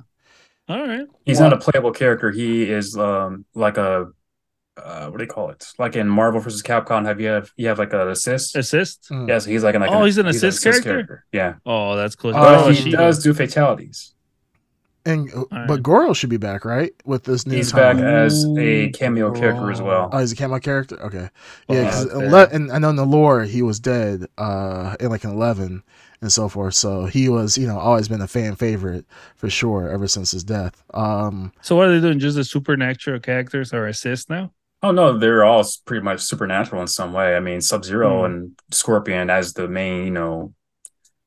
S2: Ah, All right.
S1: He's
S3: Well-
S1: not a playable character. He is um like a uh, what do you call it? Like in Marvel versus Capcom, have you have you have like an assist?
S2: Assist.
S3: mm,
S1: Yes, he's like an like
S2: Oh,
S1: an-
S2: he's an assist character?
S1: Yeah,
S2: Oh, that's close.
S3: Oh,
S1: but
S2: Oh,
S1: he
S2: she
S1: does do fatalities.
S3: and uh, but
S2: right.
S3: Goro should be back, right? With this new
S1: He's back
S3: timeline.
S1: as a cameo character as well.
S3: Oh, he's a cameo character. Okay,
S2: Oh,
S3: yeah, because
S1: Uh,
S3: and I know in the lore he was dead, uh, in like an eleven and so forth. So he was, you know, always been a fan favorite for sure ever since his death. Um,
S2: So what are they doing? Just the supernatural characters are assist now?
S1: Oh no, they're all s- pretty much supernatural in some way. I mean, Sub Zero
S2: Hmm.
S1: and Scorpion as the main, you know.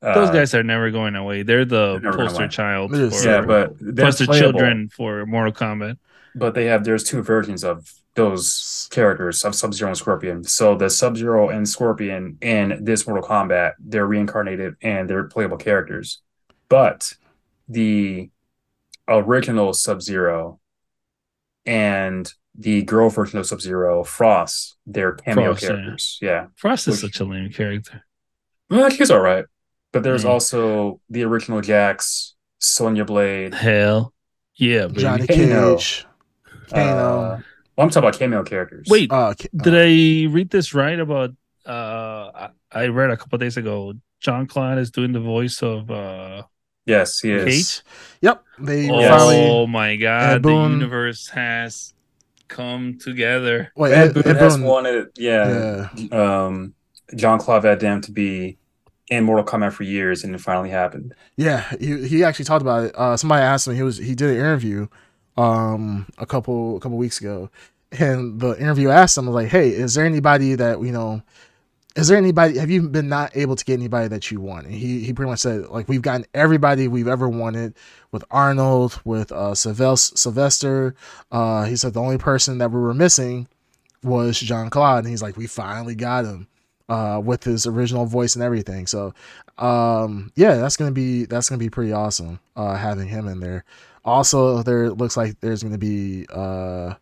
S1: Uh,
S2: Those guys are never going away. They're the
S1: They're never going
S2: poster
S1: away.
S2: child.
S3: They're just-
S2: for-
S1: yeah, but they're
S2: plus the
S1: playable.
S2: children for Mortal Kombat.
S1: but they have there's two versions of those characters of Sub Zero and Scorpion. So the Sub Zero and Scorpion in this Mortal Kombat, they're reincarnated and they're playable characters. But the original Sub Zero and the girl version of Sub Zero, Frost, they're cameo
S2: Frost, yeah.
S1: characters. Yeah.
S2: Frost is
S1: Which-
S2: such a lame character.
S1: Well, she's all right. But there's
S2: Mm.
S1: also the original Jax, Sonya Blade,
S2: Hell, yeah, baby.
S3: Johnny
S1: Kano.
S3: Cage,
S1: uh,
S3: Kano.
S1: well, I'm talking about cameo characters.
S2: Wait,
S3: uh, K- uh,
S2: did I read this right about? Uh, I, I read a couple days ago. John Klein is doing the voice of. Uh,
S1: Yes, he is.
S2: Kate?
S3: Yep, they
S2: oh
S3: finally.
S2: my God! The
S3: Boone-
S2: universe has come together.
S3: Wait,
S1: Ed
S3: Ed,
S1: Boon
S3: Ed
S1: has
S3: Boon-
S1: wanted, yeah,
S3: Yeah,
S1: um, John Claude Van Damme to be in Mortal Kombat for years, and it finally happened.
S3: yeah. He, he actually talked about it. Uh, somebody asked him. He was he did an interview, um, a couple a couple weeks ago, and the interview asked him like, "Hey, is there anybody that you know is there anybody have you been not able to get anybody that you want and he he pretty much said like we've gotten everybody we've ever wanted with arnold with uh Sylves- sylvester uh he said the only person that we were missing was john claude and he's like we finally got him uh with his original voice and everything so um yeah that's gonna be that's gonna be pretty awesome uh having him in there also there looks like there's gonna be uh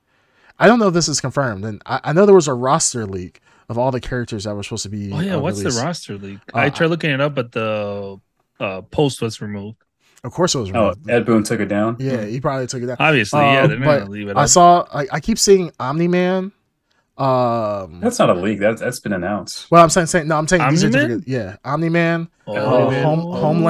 S3: i don't know if this is confirmed and i, I know there was a roster leak of all the characters that were supposed to be.
S2: Oh yeah,
S3: uh,
S2: what's
S3: released.
S2: the roster league?
S3: Uh,
S2: I tried looking it up, but the uh, post was removed.
S3: Of course, it was.
S1: Oh,
S3: removed.
S1: Ed Boon took it down.
S3: Mm-hmm. yeah, he probably took it out.
S2: Obviously,
S3: Uh,
S2: yeah, they're not
S3: but
S2: gonna leave it.
S3: I
S2: up.
S3: saw. I, I keep seeing Omni Man. Um,
S1: That's not a leak. That that's been announced.
S3: well, I'm saying, saying no. I'm saying these are
S2: Omni-Man?
S3: different- Yeah, Omni Man.
S1: Oh,
S3: Home- Homelander.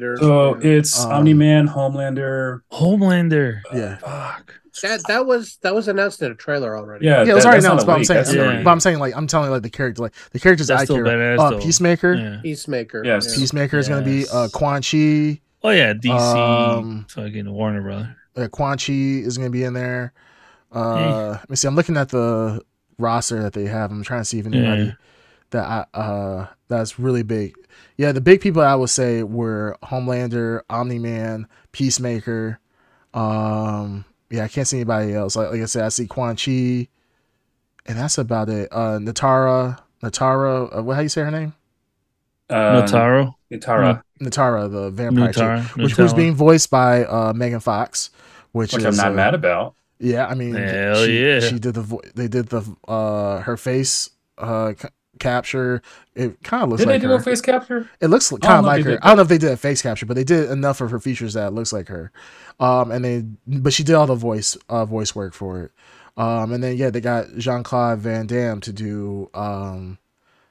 S4: Homelander.
S1: So it's
S3: Um,
S1: Omni Man, Homelander.
S2: Homelander.
S3: Yeah,
S2: Fuck.
S4: that that was that was announced in a trailer already.
S1: Yeah,
S3: yeah. It was
S1: that-
S3: already
S1: that's not
S3: announced,
S1: a
S3: but I'm
S1: leak.
S3: saying,
S1: That's not a
S2: Yeah.
S1: leak.
S3: but I'm saying, like, I'm telling, you, like, the character, like, the characters
S2: That's
S3: I
S2: still
S3: care. about.
S2: badass,
S3: Uh,
S2: though.
S3: Peacemaker.
S2: Yeah.
S4: Peacemaker.
S1: Yes.
S4: Yeah.
S3: Peacemaker is going to be
S2: Yes.
S3: uh, Quan Chi.
S2: Oh yeah, DC
S3: Um,
S2: fucking Warner Brother.
S3: Uh, Quan Chi is going to be in there. Uh, Let me see. I'm looking at the roster that they have. I'm trying to see if anybody
S2: Yeah.
S3: that I, uh, that's really big. Yeah, the big people I would say were Homelander, Omni Man, Peacemaker. Um, yeah, I can't see anybody else. Like, like I said, I see Quan Chi, and that's about it. Uh, Natara, Natara, uh, what how you say her name?
S1: Uh,
S2: Notaro.
S1: Notara,
S3: Mm. Natara, the vampire, chick,
S2: Notara.
S3: which was
S2: Nutella.
S3: being voiced by uh, Megan Fox, which,
S1: which
S3: is
S1: I'm not
S3: uh,
S1: mad about.
S3: Yeah, I mean, th-
S2: Hell
S3: she,
S2: yeah.
S3: she did the vo- they did the uh her face uh ca- capture. It kind of looks
S1: Did they
S3: like
S1: do
S3: her.
S1: a face capture?
S3: it looks
S1: I
S3: kind
S1: don't
S3: of
S1: know if
S3: like
S1: they
S3: her.
S1: did
S3: I don't know if they did a face capture, but they did enough of her features that it looks like her. Um, and they but she did all the voice uh voice work for it. Um, and then yeah, they got Jean Claude Van Damme to do um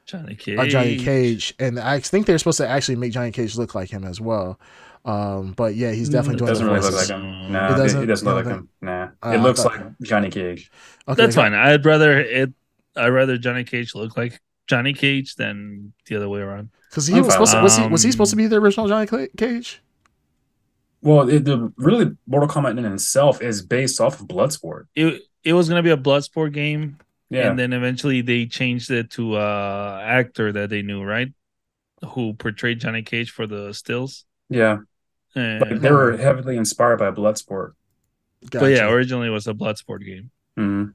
S2: Johnny Cage.
S3: uh, Johnny Cage, and I think they're supposed to actually make Johnny Cage look like him as well. Um, but yeah, he's definitely
S2: Mm,
S3: doing
S1: Doesn't
S3: the
S1: really
S3: voices.
S1: look like him. No,
S3: It
S1: it doesn't,
S3: doesn't-
S1: it doesn't
S3: you
S1: look like
S3: don't
S1: him. Nah,
S3: Uh,
S1: it looks
S3: I thought-
S1: like Johnny Cage.
S3: Okay,
S2: That's
S3: okay.
S2: fine. I'd rather it. I'd rather Johnny Cage look like Johnny Cage than the other way around.
S3: Because he
S1: I'm
S3: was
S1: fine.
S3: supposed to, was he was he supposed to
S2: Um,
S3: be the original Johnny Cla- Cage?
S1: Well, it, the really Mortal Kombat in itself is based off of Bloodsport.
S2: It it was gonna be a Bloodsport game,
S1: Yeah,
S2: and then eventually they changed it to uh actor that they knew, right? Who portrayed Johnny Cage for the stills.
S1: yeah.
S2: And,
S1: But they were heavily inspired by Bloodsport.
S2: but yeah,
S3: Gotcha.
S2: originally it was a Bloodsport game.
S1: Mhm.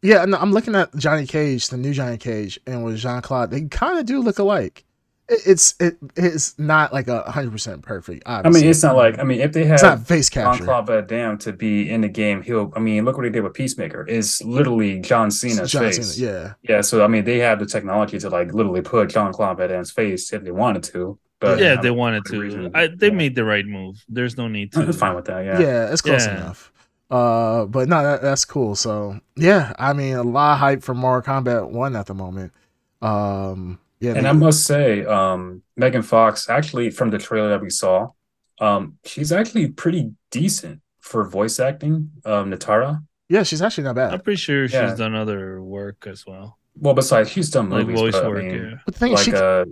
S3: yeah. No, I'm looking at Johnny Cage, the new Johnny Cage, and with Jean Claude, they kind of do look alike. It, it's it it's not like a hundred percent perfect.
S1: I mean,
S3: Obviously.
S1: it's not like I mean, if they
S3: it's not
S1: had
S3: face
S1: John
S3: capture.
S1: Claude Van Damme to be in the game, he'll. I mean, look what he did with Peacemaker. It's literally John
S3: It's
S1: Cena's
S3: John
S1: face.
S3: Cena, Yeah,
S1: yeah. So I mean, they have the technology to like literally put John Claude Van Damme's face if they wanted to. But
S2: yeah,
S1: I
S2: if they
S1: mean,
S2: wanted
S1: for the
S2: to.
S1: reason-
S2: I, they
S1: yeah.
S2: made the right move. There's no need to.
S1: I'm fine with that.
S3: yeah,
S1: Yeah.
S3: it's close
S2: Yeah.
S3: enough. Uh, but no, that, that's cool. So yeah, I mean, a lot of hype for Mortal Kombat One at the moment. Um, yeah,
S1: And
S3: they-
S1: I must say, um, Megan Fox actually from the trailer that we saw, um, she's actually pretty decent for voice acting. Um, Natara.
S3: yeah, she's actually not bad.
S2: I'm pretty sure she's
S1: Yeah.
S2: done other work as well,
S1: Well, besides she's done
S2: like
S1: movies,
S2: voice
S1: but, I
S2: work.
S1: mean,
S2: yeah.
S3: But the thing is,
S1: like
S3: she
S1: uh,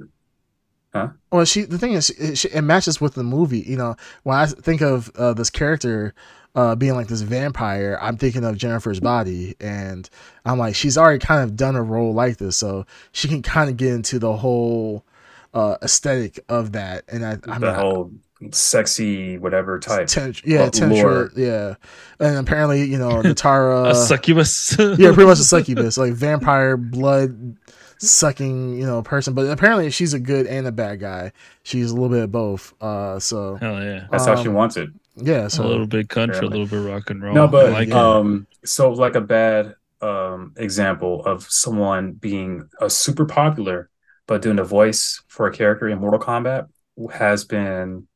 S3: Well, she the thing is, it, she- it matches with the movie. You know, when I think of uh, this character uh, being like this vampire, I'm thinking of Jennifer's body, and I'm like, she's already kind of done a role like this, so she can kind of get into the whole uh, aesthetic of that. And I,
S1: the
S3: I mean,
S1: whole sexy whatever type.
S3: ten- yeah,
S1: uh,
S3: Tentra,
S1: lore.
S3: yeah, and apparently, you know,
S2: a
S3: Natara,
S2: succubus.
S3: Uh, yeah, pretty much a succubus, like vampire blood sucking, you know, person. But apparently, she's a good and a bad guy. She's a little bit of both. Uh, so.
S2: Hell yeah.
S1: That's how she
S3: um,
S1: wants it.
S3: Yeah,
S2: a little
S3: so
S2: bit country,
S1: apparently.
S2: a little bit rock and roll.
S1: No, but
S2: Oh, I like
S3: it.
S1: um, so like a bad um example of someone being a super popular but doing a voice for a character in Mortal Kombat has been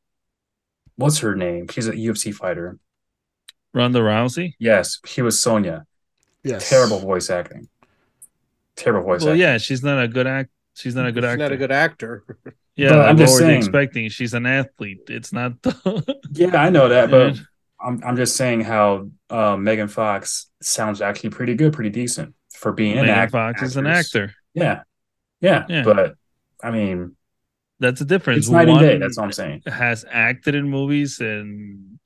S1: what's her name? She's a UFC fighter.
S2: it. Ronda Rousey.
S1: Yes, she was Sonya.
S3: yes.
S1: Terrible voice acting. Terrible voice
S2: Well,
S1: acting.
S2: yeah, she's not a good act. She's not a good
S4: He's
S2: actor.
S4: not a good actor.
S2: yeah,
S1: But
S2: like,
S1: I'm
S2: what
S1: just
S2: were they
S1: saying-
S2: expecting? She's an athlete. It's not. The...
S1: Yeah, I know that,
S2: Yeah.
S1: but I'm I'm just saying how uh, Megan Fox sounds actually pretty good, pretty decent for being an
S2: Megan
S1: act-
S2: Fox is an
S1: actress.
S2: actor.
S1: Yeah, yeah,
S2: Yeah.
S1: but I mean,
S2: That's the difference.
S1: it's night and day.
S2: One
S1: That's all I'm saying.
S2: Has acted in movies, and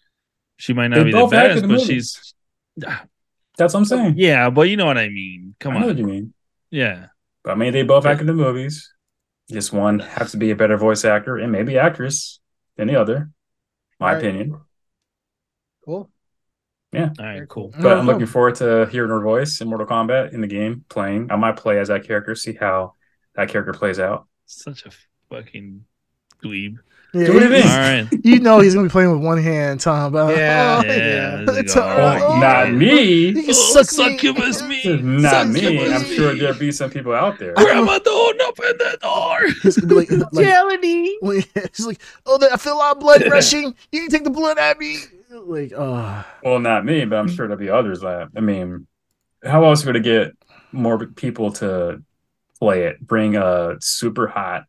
S2: she might not
S1: They
S2: be the
S1: both acted
S2: best,
S1: in
S2: but
S1: movies.
S2: she's.
S1: That's what I'm saying.
S2: Yeah, but you know what I mean. Come
S1: I know what
S2: on.
S1: you mean.
S2: Yeah,
S1: But I mean, they both act in the movies. Just one has to be a better voice actor and maybe actress than the other. My
S4: Right.
S1: opinion.
S4: Cool.
S2: All right, cool.
S1: But I'm looking forward to hearing her voice in Mortal Kombat in the game playing. I might play as that character, see how that character plays out.
S2: Such a fucking dweeb.
S3: Yeah,
S1: Do what it
S3: you-
S2: All
S1: is.
S2: right.
S3: You know he's gonna be playing with one hand, Tom. But
S4: Yeah,
S3: oh,
S2: yeah, this is
S3: It's
S2: gonna-
S3: alright.
S1: Oh, not
S3: You
S1: me.
S3: can
S2: Oh,
S3: suck
S2: succubus
S3: me.
S2: me.
S1: Not me.
S3: Succubus
S1: I'm sure
S2: me.
S1: there'll be some people out there.
S2: Grandma, don't open the door.
S3: He's gonna be like, like
S4: Jelly.
S3: when- he's like, oh, I feel a lot of blood rushing. You can take the blood at me. Like, oh,
S1: Well, not me, but I'm sure there'll be others that. I mean, how else would it get more people to play it? Bring a super hot,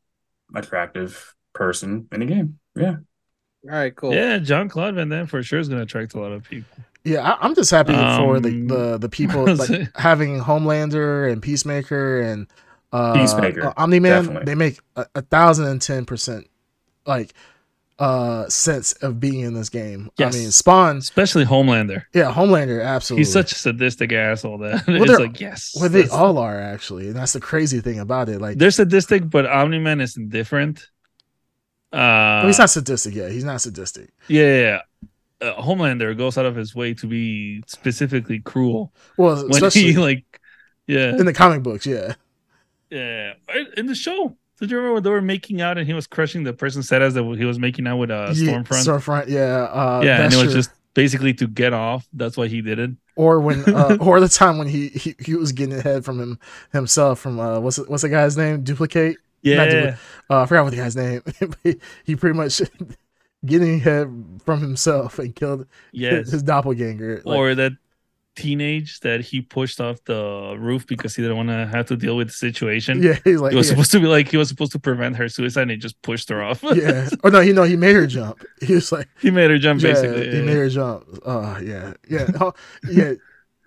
S1: attractive person in a game. Yeah.
S4: All right,
S3: Oh.
S4: cool.
S2: Yeah, John Claude Van Damme for sure is going to attract a lot of people.
S3: yeah. I, I'm just happy for the,
S2: Um,
S3: the the people like having Homelander and Peacemaker and uh,
S1: Peacemaker,
S3: uh, Omni Man.
S1: definitely.
S3: They make a, a thousand and ten percent like uh sense of being in this game.
S2: Yes.
S3: I mean, Spawn.
S2: Especially Homelander.
S3: Yeah, Homelander. Absolutely.
S2: He's such a sadistic asshole that
S3: Well,
S2: it's
S3: they're-
S2: like, yes.
S3: Well, they
S2: that's-
S3: all are actually, and that's the crazy thing about it. Like,
S2: They're sadistic, but Omni Man is indifferent. Uh,
S3: I mean, Oh, he's not sadistic yet. He's not sadistic.
S2: yeah, yeah, yeah. Uh, Homelander goes out of his way to be specifically cruel
S3: Well,
S2: when he
S3: especially
S2: like, yeah,
S3: in the comic books. Yeah,
S2: yeah. In the show, did you remember when they were making out and he was crushing the person's status that he was making out with uh,
S3: Yeah,
S2: Stormfront?
S3: Stormfront. Yeah, uh,
S2: yeah, and
S3: that's
S2: it was
S3: true.
S2: just basically to get off. That's why he did it.
S3: or when uh, or the time when he, he he was getting ahead from him himself from uh, what's what's the guy's name? Duplicate. Not doing-
S2: Yeah,
S3: Uh, I forgot what the guy's name. But he pretty much getting ahead from himself and killed
S2: yes.
S3: his doppelganger. Like,
S2: or that teenage that he pushed off the roof because he didn't want to have to deal with the situation.
S3: yeah, he's like
S2: It was
S3: yeah.
S2: supposed to be like he was supposed to prevent her suicide and he just pushed her off.
S3: yeah. Oh no, he no, he made her jump. He was like.
S2: he made her jump
S3: yeah,
S2: basically.
S3: he
S2: Yeah.
S3: made her jump. Oh yeah, yeah, oh, yeah.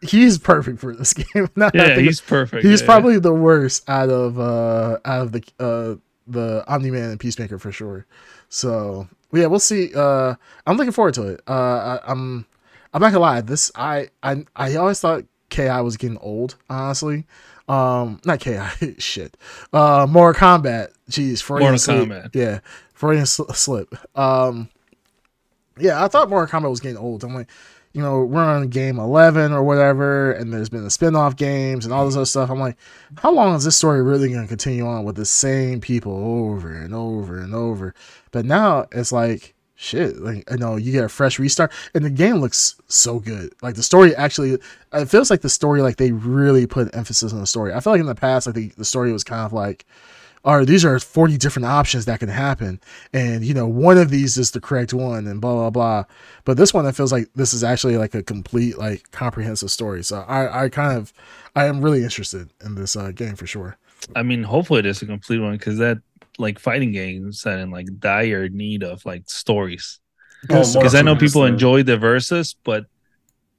S3: He's perfect for this game. Now that I
S2: Yeah,
S3: think
S2: he's
S3: of-
S2: perfect.
S3: he's
S2: yeah.
S3: probably the worst out of uh out of the uh the Omni Man and Peacemaker for sure. So yeah, we'll see. Uh, I'm looking forward to it. Uh, I, I'm I'm not gonna lie. This I I I always thought Ki was getting old. Honestly, um, not Ki. shit. Uh, Mortal Kombat. Jeez, Freudian
S2: Mortal
S3: slip.
S2: Kombat.
S3: Yeah, Freudian sl- slip. Um, yeah, I thought Mortal Kombat was getting old. I'm like, you know, we're on game 11 or whatever, and there's been the spin-off games and all this other stuff. I'm like, how long is this story really going to continue on with the same people over and over and over? But now it's like, shit, like, you know, you get a fresh restart, and the game looks so good. Like, the story actually, it feels like the story, like, they really put emphasis on the story. I feel like in the past, like, the, the story was kind of like, all right, these are 40 different options that can happen. And, you know, one of these is the correct one and blah, blah, blah. But this one, it feels like this is actually like a complete, like comprehensive story. So I, I kind of, I am really interested in this uh, game for sure.
S2: I mean, hopefully it is a complete one because that like fighting games are in like dire need of like stories.
S3: Yes.
S1: Well,
S2: Because I know
S1: Mortal Kombat is
S2: people
S1: the-
S2: enjoy the versus, but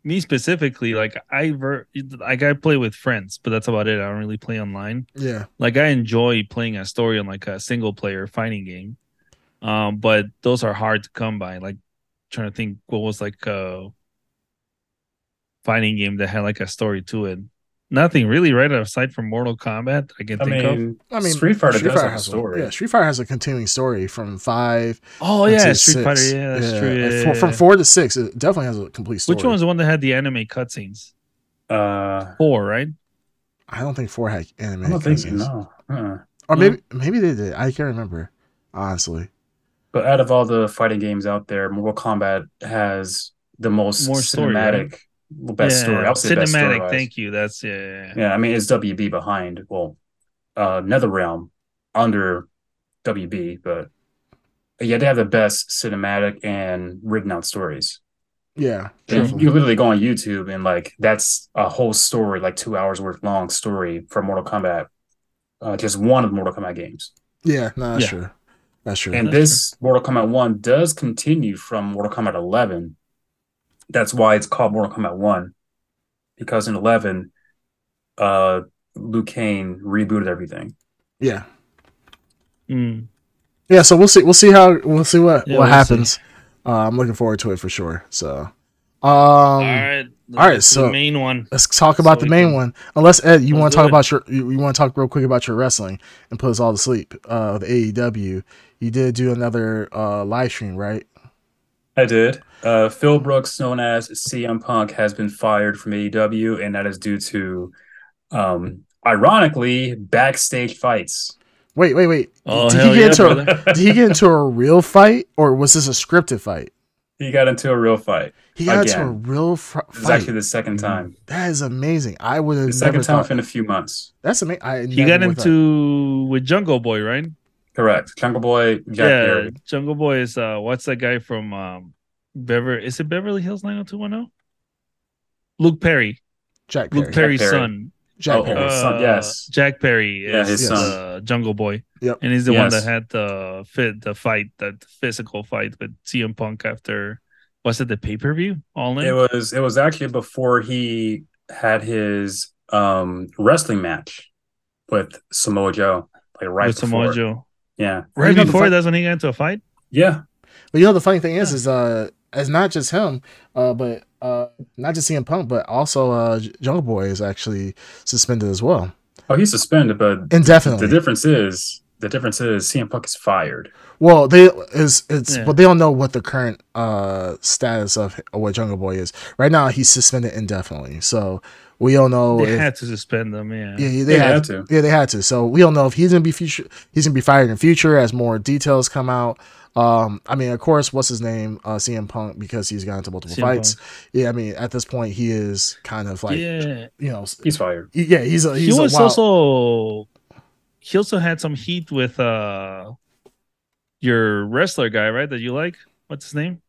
S2: me specifically, like I ver- like I play with friends, but that's about it. I don't really play online.
S3: Yeah.
S2: like I enjoy playing a story on like a single player fighting game. Um, but those are hard to come by. Like trying to think what was like a fighting game that had like a story to it. Nothing really, right? Aside from Mortal Kombat, I can
S1: I
S2: think of.
S1: mean,
S3: I mean,
S1: Street Fighter does have a
S3: has
S1: story.
S3: yeah, Street Fighter has a continuing story from five.
S2: Oh yeah,
S3: until
S2: Street
S3: six.
S2: Fighter. Yeah, that's true.
S3: and
S2: Yeah,
S3: four-
S2: yeah,
S3: from
S2: yeah.
S3: four to six, it definitely has a complete story.
S2: Which one's the one that had the anime cutscenes?
S1: Uh,
S2: Four, right?
S3: I don't think four had anime.
S1: I don't think so.
S3: cousins.
S1: No. Uh-uh.
S2: No.
S3: Or maybe, maybe they did. I can't remember, honestly.
S1: But out of all the fighting games out there, Mortal Kombat has the most
S2: More story,
S1: cinematic, well, best
S2: yeah.
S1: story. I'll say best
S2: Cinematic.
S1: story-wise.
S2: thank you. That's yeah. yeah, yeah.
S1: Yeah, I mean it's WB behind. Well, uh, NetherRealm under WB, but yeah, they have the best cinematic and written out stories.
S3: Yeah.
S1: And
S3: definitely.
S1: You literally go on YouTube and like that's a whole story, like two hours worth long story for Mortal Kombat, uh, just one of the Mortal Kombat games.
S3: Yeah, no, that's
S2: Yeah.
S3: true. That's true.
S1: And
S2: That's
S1: this Mortal Kombat 1 does continue from Mortal Kombat 11. That's why it's called Mortal Kombat 1. Because in 11, uh, Liu Kane rebooted everything.
S3: yeah.
S2: Mm.
S3: Um, Yeah, so we'll see we'll see how we'll see what
S2: Yeah,
S3: what
S2: we'll
S3: happens. Uh, I'm looking forward to it for sure. So um
S2: All right, The-
S3: All right,
S2: the
S3: so-
S2: main one.
S3: Let's talk about
S2: So
S3: the
S2: we
S3: main
S2: can-
S3: one. Unless Ed, you
S2: Let's
S3: want to
S2: do
S3: talk
S2: it.
S3: about your, you, want to talk real quick about your wrestling and put us all to sleep. Uh, the AEW, you did do another uh live stream, right?
S1: I did. Uh, Phil Brooks, known as CM Punk, has been fired from AEW, and that is due to, um, ironically, backstage fights.
S3: Wait, wait, wait.
S2: Oh
S3: did
S2: hell
S3: he
S2: yeah,
S3: get into?
S2: brother.
S3: A, did he get into a real fight or was this a scripted fight?
S1: He got into a real fight.
S3: He got into a
S1: Again.
S3: real fr-
S1: This is
S3: fight.
S1: actually the second time.
S3: that is amazing. I would have
S1: The
S3: never
S1: second time
S3: thought.
S1: in a few months.
S3: That's amazing. I
S2: He got into with Jungle Boy, right?
S1: Correct. Jungle Boy, Jack
S2: yeah,
S1: Perry.
S2: Jungle Boy is uh, what's that guy from um, Beverly? Is it Beverly Hills 90210? Luke Perry,
S3: Jack
S2: Luke
S3: Perry.
S2: Perry's
S1: Perry.
S2: son,
S3: Jack
S1: Oh,
S3: Perry.
S1: his son,
S2: Uh,
S1: yes.
S2: Jack Perry is
S1: Yeah, his
S3: son.
S2: uh, Jungle Boy.
S3: Yep.
S2: and he's the one
S1: Yes.
S2: that had the fit the fight, that physical fight with CM Punk after was it the pay per view? All in.
S1: It was it was actually before he had his um wrestling match with Samoa Joe, like right
S2: with
S1: before.
S2: Samoa Joe.
S1: Yeah,
S2: Right
S3: You know the
S2: before
S3: fu-
S2: that's when he got into a fight.
S1: yeah.
S3: But you know the funny thing is, is uh, it's not just him, uh, but uh, not just CM Punk, but also uh, J- Jungle Boy is actually suspended as well
S1: Oh, he's suspended, but the
S3: indefinitely.
S1: difference is the difference is CM Punk is fired.
S3: Well, they is it's
S2: Yeah.
S3: but they don't know what the current uh status of what Jungle Boy is right now. He's suspended indefinitely, so we don't know.
S2: they
S3: if,
S2: had to suspend them. Yeah.
S3: Oh, yeah,
S1: They
S3: yeah, they had
S1: had to.
S3: Yeah, they had to. So we don't know if he's gonna be future. He's gonna be fired in future as more details come out. Um, I mean, of course, what's his name? Uh, CM Punk because he's gotten into multiple
S2: CM
S3: fights. Yeah, I mean, at this point, he is kind of like
S2: yeah.
S3: you know, s-
S1: He's fired.
S3: he- yeah, he's a he's
S2: he
S3: a
S2: was
S3: wild.
S2: also he also had some heat with uh your wrestler guy, right? That you like? What's his name?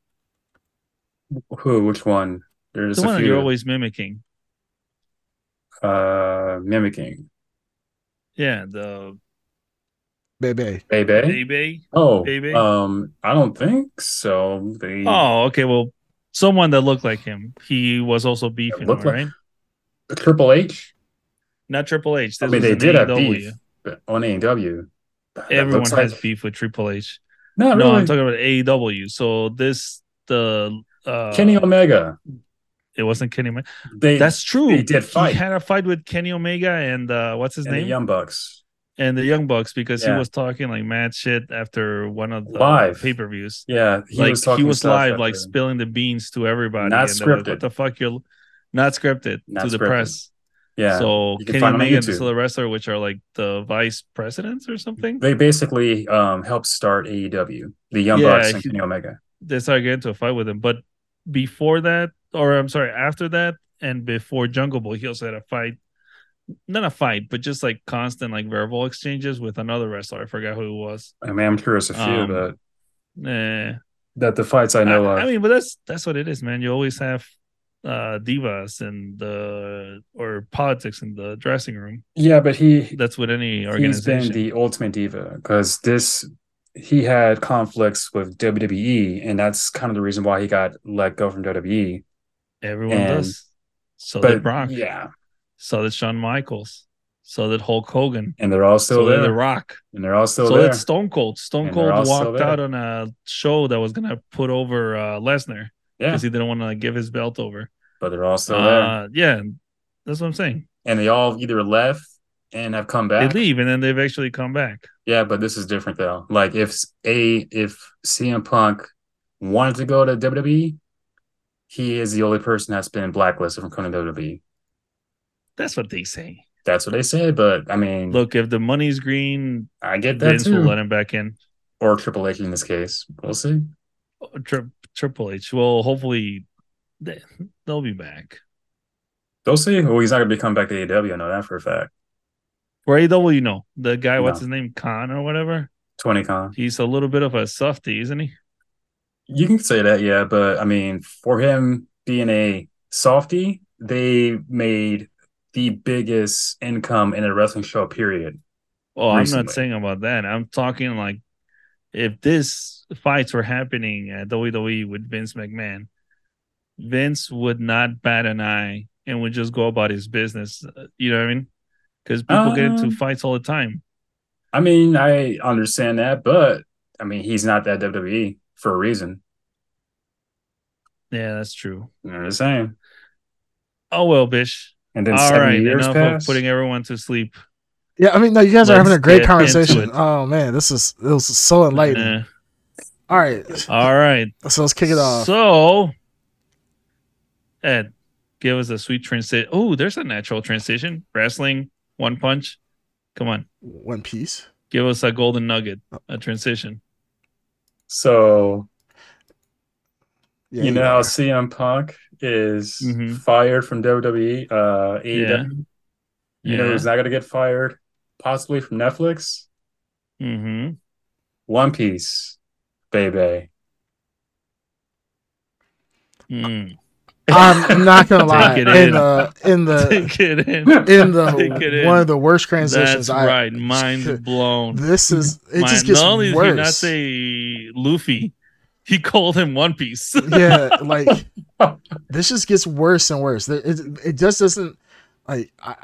S1: Who? Which one? There's
S2: the
S1: a
S2: one that
S1: few.
S2: you're always mimicking.
S1: uh, mimicking.
S2: Yeah, the
S3: Bebe.
S1: Bebe.
S2: Bebe.
S1: Oh,
S2: Bebe?
S1: um, I don't think so. They
S2: Oh, okay. Well, someone that looked like him. He was also beefing,
S1: looked like-
S2: right?
S1: Triple H.
S2: Not Triple H.
S1: I mean,
S2: This was
S1: they
S2: in
S1: did have
S2: AEW.
S1: beef, but on AEW. that
S2: E Everyone
S1: looks
S2: has
S1: like-
S2: beef with Triple H.
S1: No,
S2: No,
S1: really.
S2: I'm talking about AEW. So this the uh
S1: Kenny Omega.
S2: It wasn't Kenny. Ma-
S1: They
S2: That's true.
S1: they did fight.
S2: He had a fight with Kenny Omega and uh what's his
S1: and the
S2: name?
S1: Young Bucks.
S2: and the Young Bucks because
S1: Yeah.
S2: he was talking like mad shit after one of the
S1: Live.
S2: pay per views.
S1: Yeah,
S2: Like he was,
S1: talking stuff
S2: live, like
S1: after.
S2: spilling the beans to everybody.
S1: Not
S2: and they were like,
S1: scripted.
S2: what the fuck? You're not scripted
S1: Not
S2: to the
S1: scripted.
S2: press.
S1: yeah.
S2: So
S1: You can
S2: Kenny
S1: find 'em on
S2: Omega and
S1: YouTube.
S2: the Wrestler, which are like the vice presidents or something,
S1: they basically um helped start AEW, the Young
S2: Yeah,
S1: Bucks and
S2: he-
S1: Kenny Omega.
S2: they started getting into a fight with him. But before that, or I'm sorry, after that, and before Jungle Boy, he also had a fight. Not a fight, but just like constant like verbal exchanges with another wrestler. I forgot who it was.
S1: I mean, I'm curious a few,
S2: Um,
S1: but
S2: Eh.
S1: that the fights I know uh,
S2: I,
S1: of.
S2: I mean, but that's that's what it is, man. You always have uh divas and the or politics in the dressing room.
S1: yeah, but he
S2: That's with any
S1: he's been
S2: organization.
S1: the ultimate diva because this he had conflicts with WWE, and that's kind of the reason why he got let go from WWE.
S2: Everyone
S1: and-
S2: does. So
S1: but
S2: did Brock.
S1: yeah,
S2: So did Shawn Michaels. So did Hulk Hogan.
S1: and they're all still
S2: so
S1: there,
S2: did The Rock.
S1: and they're all still
S2: so
S1: there.
S2: did Stone Cold. Stone
S1: And they're all
S2: Cold
S1: still
S2: walked
S1: there.
S2: out on a show that was gonna put over uh, Lesnar
S1: yeah,
S2: because he didn't want to give his belt over.
S1: but they're all still there,
S2: uh, yeah, that's what I'm saying.
S1: and they all either left and have come back.
S2: They leave and then they've actually come back.
S1: Yeah, but this is different though. Like if s- a if CM Punk wanted to go to WWE, he is the only person that's been blacklisted from coming to WWE.
S2: That's what they say.
S1: That's what they said, but I mean,
S2: Look, if the money's green,
S1: I get Mm. that
S2: Vince will
S1: too.
S2: let him back in.
S1: Or Triple H in this case, we'll see.
S2: Oh, Tri- Triple H. Well, hopefully they- they'll be back.
S1: They'll see. Well, he's not gonna be coming back to AEW. I know that for a fact.
S2: For AW, you know, the guy, what's
S1: No.
S2: his name? Khan or whatever.
S1: Twenty con.
S2: He's a little bit of a softy, isn't he?
S1: You can say that, yeah, but I mean, for him being a softie, they made the biggest income in a wrestling show. Period.
S2: Oh, I'm
S1: Recently.
S2: not saying about that. I'm talking like if this fights were happening at WWE with Vince McMahon, Vince would not bat an eye and would just go about his business. Uh, You know what I mean? Because people get into
S1: Um,
S2: fights all the time.
S1: I mean, I understand that, but I mean, he's not that WWE for a reason.
S2: Yeah, that's true.
S1: You know what I'm saying?
S2: Oh well, bitch.
S1: And then
S2: All
S1: seven
S2: right,
S1: years
S2: enough
S1: pass.
S2: of putting everyone to sleep.
S3: Yeah, I mean, no, you guys are
S2: Let's
S3: having a great
S2: get into
S3: conversation.
S2: it.
S3: Oh man, this is it was so enlightening.
S2: Eh.
S3: All right,
S2: all right,
S3: so let's kick it off.
S2: Uh, So, Ed, give us a sweet transition. Oh, there's a natural transition. Wrestling, one punch. Come on,
S3: One Piece.
S2: give us a golden nugget,
S3: Oh.
S2: a transition.
S1: so
S3: Yeah,
S1: you know how CM Punk is
S2: Mhm.
S1: fired from WWE, uh, AEW.
S2: Yeah.
S1: You know who's not going to get fired? Possibly from Netflix.
S2: Mm-hmm.
S1: One Piece, baby.
S2: Mm.
S3: I'm not gonna
S2: Take
S3: lie.
S2: it
S3: In
S2: in.
S3: the in the
S2: Take it in.
S3: in
S2: Take it
S3: the
S2: in.
S3: one of the worst transitions.
S2: That's
S3: I,
S2: right. Mind blown.
S3: This is it.
S2: Mind-
S3: Just gets
S2: not only
S3: worse.
S2: did he not say Luffy, he called him One Piece.
S3: yeah, like this just gets worse and worse. There- It, it just doesn't like I,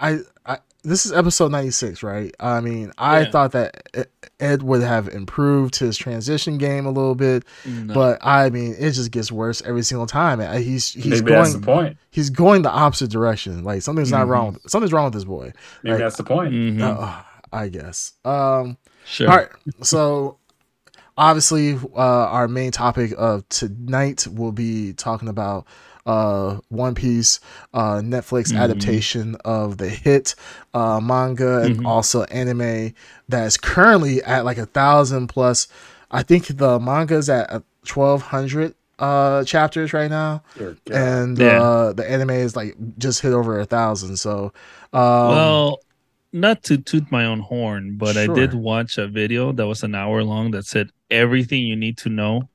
S3: I, I this is episode ninety six, right? I mean, I
S2: Yeah.
S3: thought that E- Ed would have improved his transition game a little bit,
S2: No.
S3: but I mean, it just gets worse every single time. And He's he's
S1: Maybe that's the
S3: going
S1: point.
S3: he's going the opposite direction. Like something's not
S2: Mhm.
S3: wrong. With, something's wrong with this boy.
S1: Maybe
S3: Like-
S1: that's the point.
S2: Mhm.
S3: Uh, I guess. Um,
S2: Sure.
S3: all right. So, obviously, uh, our main topic of tonight will be talking about uh, One Piece, uh, Netflix
S2: Mhm.
S3: adaptation of the hit uh, manga and
S2: Mhm.
S3: also anime that is currently at like a thousand plus. I think the manga's at uh, twelve hundred uh chapters right now
S1: Dear God.
S3: and
S2: Yeah.
S3: uh the anime is like just hit over a thousand so um
S2: well, not to toot my own horn, but I did
S3: Sure.
S2: watch a video that was an hour long that said everything you need to know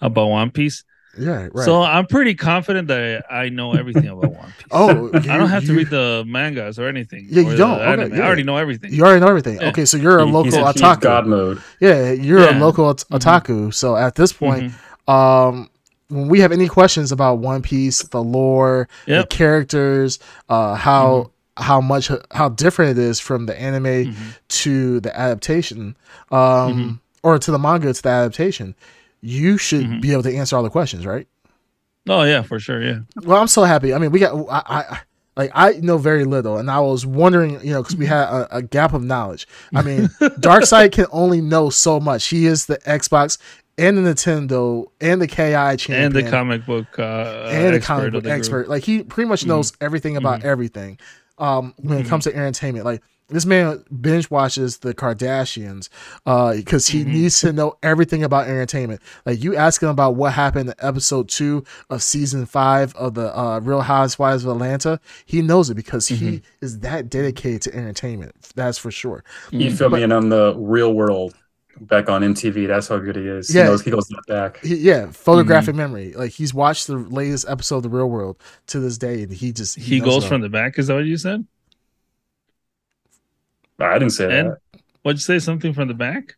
S2: about One Piece.
S3: yeah right
S2: So I'm pretty confident that I know everything about One Piece.
S3: oh
S2: I don't have to read the mangas or anything.
S3: Yeah, you
S2: or the
S3: don't. Okay,
S2: anime.
S3: yeah.
S2: I already know everything.
S3: You already know everything.
S2: Yeah.
S3: Okay, so you're a
S1: He-
S3: local
S1: he's in- he's
S3: otaku.
S1: God mode.
S3: Yeah, you're
S2: Yeah.
S3: a local ot-
S2: Mhm.
S3: otaku. So at this point,
S2: Mhm.
S3: um, when we have any questions about One Piece, the lore,
S2: Yep. Mm-hmm.
S3: the characters, uh, how how much how different it is from the anime
S2: Mhm.
S3: to the adaptation, um,
S2: Mm-hmm.
S3: or to the manga to the adaptation, you should
S2: Mhm.
S3: be able to answer all the questions, right?
S2: Oh yeah, for sure. Yeah.
S3: Well, I'm so happy. I mean, we got I, I I- like I know very little, and I was wondering, you know, because we had a, a gap of knowledge. I mean, Darkseid can only know so much. He is the Xbox and the Nintendo and the KI champion
S2: And the comic book uh,
S3: and a
S2: expert
S3: comic
S2: of
S3: book
S2: the group.
S3: expert. Like he pretty much
S2: Mhm.
S3: knows everything about everything. Um, when it
S2: Mm-hmm.
S3: comes to entertainment, like this man binge watches the Kardashians, uh, because he
S2: Mhm.
S3: needs to know everything about entertainment. Like you ask him about what happened in episode two of season five of the uh, Real Housewives of Atlanta, he knows it because he
S2: Mm-hmm.
S3: is that dedicated to entertainment. That's for sure.
S1: You
S2: Mhm.
S1: feel me? And on the real world, back on MTV, that's how good he is.
S3: Yeah.
S1: He knows he goes back.
S3: He, yeah,
S2: Mm-hmm.
S3: photographic memory. Like he's watched the latest episode of The Real World to this day, and he just
S2: He
S3: knows it
S2: goes
S3: all.
S2: from the back. Is that what you said?
S1: I didn't say
S2: And what'd you say? Something from the back?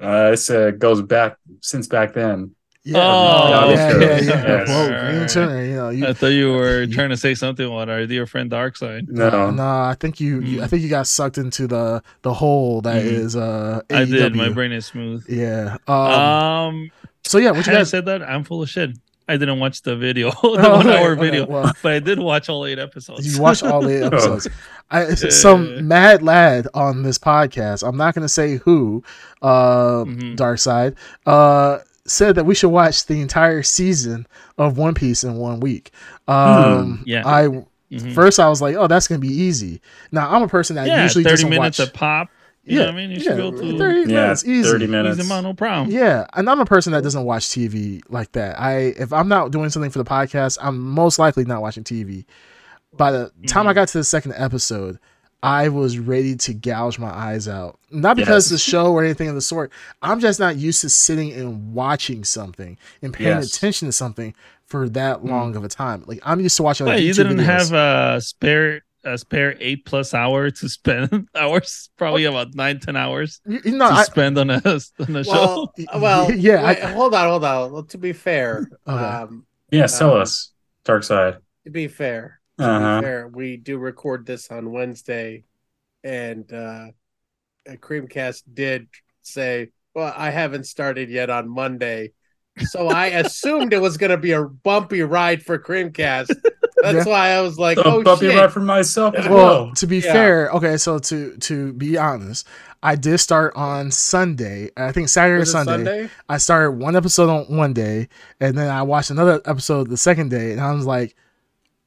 S1: that. Uh, I said goes back since back then.
S3: Yeah,
S2: Oh,
S3: yeah, yeah,
S1: okay.
S3: yeah.
S1: Yes.
S3: Whoa,
S2: Alright.
S3: Green Turner, you know, you,
S2: I thought you were trying to say something about our dear friend Darkseid.
S1: No,
S3: nah, nah, I think you,
S2: Mm.
S3: you, I think you got sucked into the the hole that
S2: Mhm.
S3: is uh.
S2: I did. My
S3: AEW.
S2: brain is smooth.
S3: Yeah. Um,
S2: Um,
S3: so yeah, what
S2: what
S3: you guys?
S2: said that I'm full of shit. I didn't watch the video, the
S3: Oh,
S2: one
S3: okay,
S2: hour
S3: okay,
S2: video,
S3: well.
S2: but I did watch all eight episodes.
S3: You watched all the episodes. I, some mad lad on this podcast. I'm not going to say who. Uh,
S2: Mhm.
S3: Dark Side uh, said that we should watch the entire season of One Piece in one week. Um,
S2: Hmm, Yeah.
S3: I
S2: Mhm.
S3: first I was like, oh, that's going to be easy. Now I'm a person that
S2: yeah,
S3: Uh, usually
S2: 30
S3: doesn't
S2: minutes
S3: watch.
S2: a pop. You know what I mean? You should go to
S3: 30
S1: yeah,
S3: minutes, easy.
S1: thirty minutes.
S2: Easy Mono Prom.
S3: Yeah, and I'm a person that doesn't watch TV like that. I if I'm not doing something for the podcast, I'm most likely not watching TV. By the time I
S2: Mhm.
S3: got to the second episode, I was ready to gouge my eyes out. Not because
S1: Yes.
S3: the show or anything of the sort. I'm just not used to sitting and watching something and paying
S1: Yes.
S3: attention to something for that long of a time. Like I'm used to watching. Like,
S2: Wait, Mm-hmm. you
S3: YouTube
S2: didn't
S3: videos.
S2: have uh, a spare a spare eight plus hour to spend hours, probably about nine, ten hours
S3: You, you know,
S2: to
S3: I,
S2: spend on a on a
S4: Well, uh,
S2: show.
S3: show?
S4: well,
S3: Yeah,
S4: yeah.
S3: I-
S4: hold on, hold on. Well, to be fair,
S3: Okay.
S4: um,
S1: Yes, tell
S4: Um,
S1: us, Dark Side.
S4: to be fair, to
S1: Uh-huh.
S4: be fair, we do record this on Wednesday, and uh, Creamcast did say, "Well, I haven't started yet on Monday," so I assumed it was going to be a bumpy ride for Creamcast. That's why I was like,
S1: a
S4: oh
S1: puppy
S4: shit.
S1: ride for myself as
S3: well,
S1: well.
S3: to be
S4: Yeah.
S3: fair, okay, so to to be honest, I did start on Sunday. I think Saturday or
S4: Was it
S3: Sunday, I started one episode on one day, and then I watched another episode the second day, and I was like,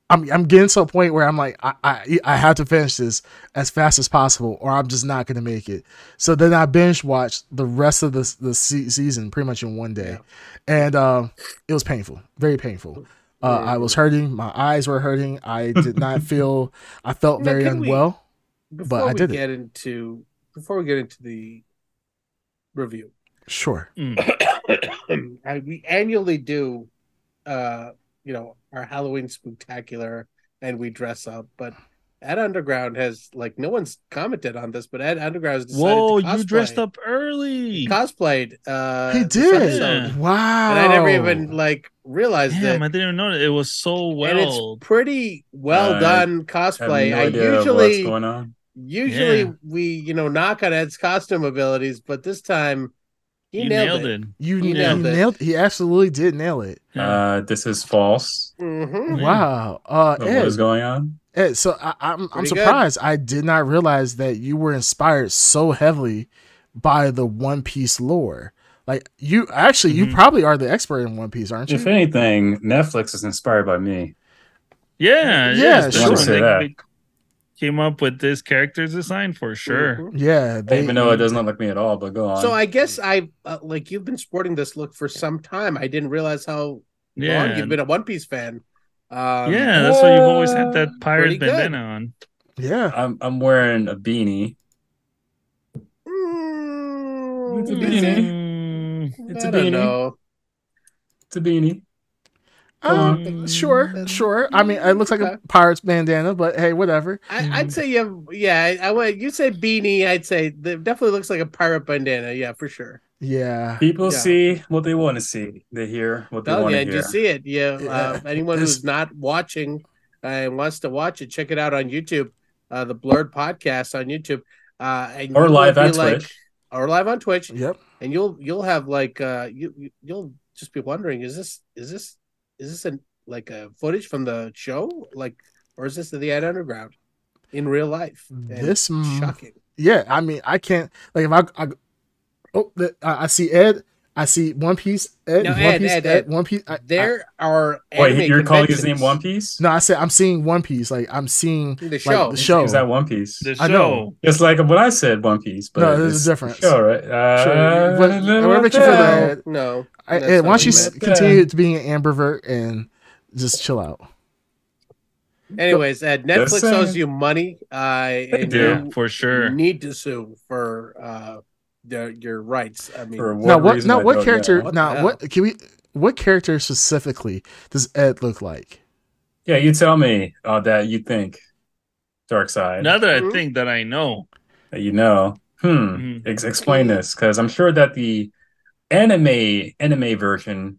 S3: I'm I'm getting to a point where I'm like, I I, I have to finish this as fast as possible, or I'm just not gonna make it. So then I binge watched the rest of the the se- season pretty much in one day, and um, it was painful, very painful. Uh, I was hurting, my eyes were hurting. I did not feel. I felt
S4: Now,
S3: very
S4: can we-
S3: unwell.
S4: Before
S3: I
S4: we
S3: did it.
S4: get into before we get into the review,
S3: Sure.
S2: Mm.
S4: I, we annually do, uh, you know, our Halloween spectacular, and we dress up. But Ed Underground has like no one's commented on this, but Ed Underground has decided
S2: Whoa,
S4: to
S2: you dressed
S4: cosplay.
S2: up early.
S4: cosplayed. Uh,
S3: he
S4: this
S3: did.
S4: episode.
S2: Yeah.
S3: Wow.
S4: and I never even like realized
S2: Damn, I
S4: that.
S2: didn't even know that it was so
S4: and it's
S2: well.
S4: pretty well
S1: I
S4: done
S1: I have
S4: cosplay.
S1: no
S4: I
S1: idea what's
S4: usually
S1: going on.
S4: usually
S2: Yeah.
S4: we you know knock on Ed's costume abilities, but this time he
S2: You
S4: nailed,
S2: nailed,
S4: it.
S2: it.
S3: You,
S4: He
S3: you
S4: nailed
S3: nailed,
S4: it.
S3: He absolutely did nail it.
S2: Yeah.
S1: Uh, this is false.
S4: Mhm.
S2: Yeah.
S3: Wow. Uh,
S1: What
S3: Ed,
S1: is going on?
S3: Ed, so I, I'm I'm
S4: Pretty good.
S3: surprised. I did not realize that you were inspired so heavily by the One Piece lore. Like you actually, you
S2: Mhm.
S1: Mm-hmm.
S3: probably are the expert in One Piece, aren't you?
S1: If anything, Netflix is inspired by me.
S2: yeah,
S3: Yeah,
S2: it's
S3: sure.
S2: when
S1: Say
S2: they-
S1: that.
S2: they Came up with this character's design for sure.
S4: Mhm.
S3: Yeah, they,
S1: Even though it doesn't look like me at all, but go on.
S4: So I guess I uh, like you've been sporting this look for some time. I didn't realize how long
S2: Yeah,
S4: you've been a One Piece fan. Um,
S2: yeah, that's why you've always had that
S4: Pretty
S2: pirate
S4: good.
S2: bandana on.
S3: Yeah,
S1: I'm I'm wearing a beanie.
S4: mm,
S1: It's a
S4: is
S1: beanie.
S4: it?
S2: Mm,
S1: It's a
S4: I don't
S1: beanie.
S4: know.
S1: It's a beanie.
S3: uh,
S2: Mm.
S3: sure, sure. I mean, it looks like a pirate's bandana, but hey, whatever.
S1: Mm-hmm.
S4: I, I'd say you have, yeah. I- I would. You say beanie. I'd say it definitely looks like a pirate bandana. Yeah, for sure.
S3: Yeah,
S1: People
S4: Yeah.
S1: see what they want to see. They hear what they
S4: Oh,
S1: want
S4: yeah,
S1: to
S4: did
S1: hear.
S4: you see it? Yeah. Uh,
S3: Yeah.
S4: anyone who's not watching uh, and wants to watch it, check it out on YouTube. Uh, the Blurred Podcast on YouTube. Uh, and
S1: Or
S4: you will
S1: live
S4: be
S1: on
S4: like-
S1: Twitch.
S4: Or live on Twitch,
S3: yep.
S4: and you'll you'll have like uh you you- you'll just be wondering is this is this is this an like a footage from the show like or is this the Ed Underground in real life? And
S3: This m-
S4: shocking.
S3: yeah i mean i can't like if i, I oh the, I, I see ed i see one piece ed
S4: No,
S3: one
S4: Ed,
S3: piece
S4: Ed,
S3: ed,
S4: Ed.
S3: one piece I, I,
S4: There are
S1: Wait,
S4: anime
S1: you're calling his name
S4: conventions.
S1: One Piece?
S3: no i said i'm seeing one piece like i'm seeing
S4: the
S3: like
S4: show.
S3: the show
S1: Is that One Piece?
S2: the show.
S3: I know.
S1: It's like what I said, One Piece, but
S3: No, there's a
S1: it's
S3: difference.
S1: Sure, right? Uh,
S3: Sure. What- whatever makes you feel
S1: yeah.
S3: better. Ed.
S4: Uh, No,
S3: I,
S4: that's
S3: ed,
S4: not
S3: why don't you
S4: what
S3: s-
S4: he
S1: meant.
S3: continue to being an ambervert and just chill out
S4: meant. Anyways, Ed,
S1: Just
S4: Netflix
S1: saying.
S4: owes you money. Uh, and
S1: do.
S2: Yeah,
S4: you
S2: for sure.
S4: need to sue for uh their, your rights. I mean,
S1: For
S3: now what
S1: reason
S3: now
S1: I
S3: what
S1: don't
S3: character
S1: know.
S4: What the
S3: now
S4: hell?
S3: what can we what character specifically does ed look like
S1: Yeah, you tell me uh, that you think Dark Side.
S2: Now that I
S4: Mhm.
S2: think that I know,
S1: that you know. Hmm.
S2: Mhm.
S1: Ex- explain this because I'm sure that the anime anime version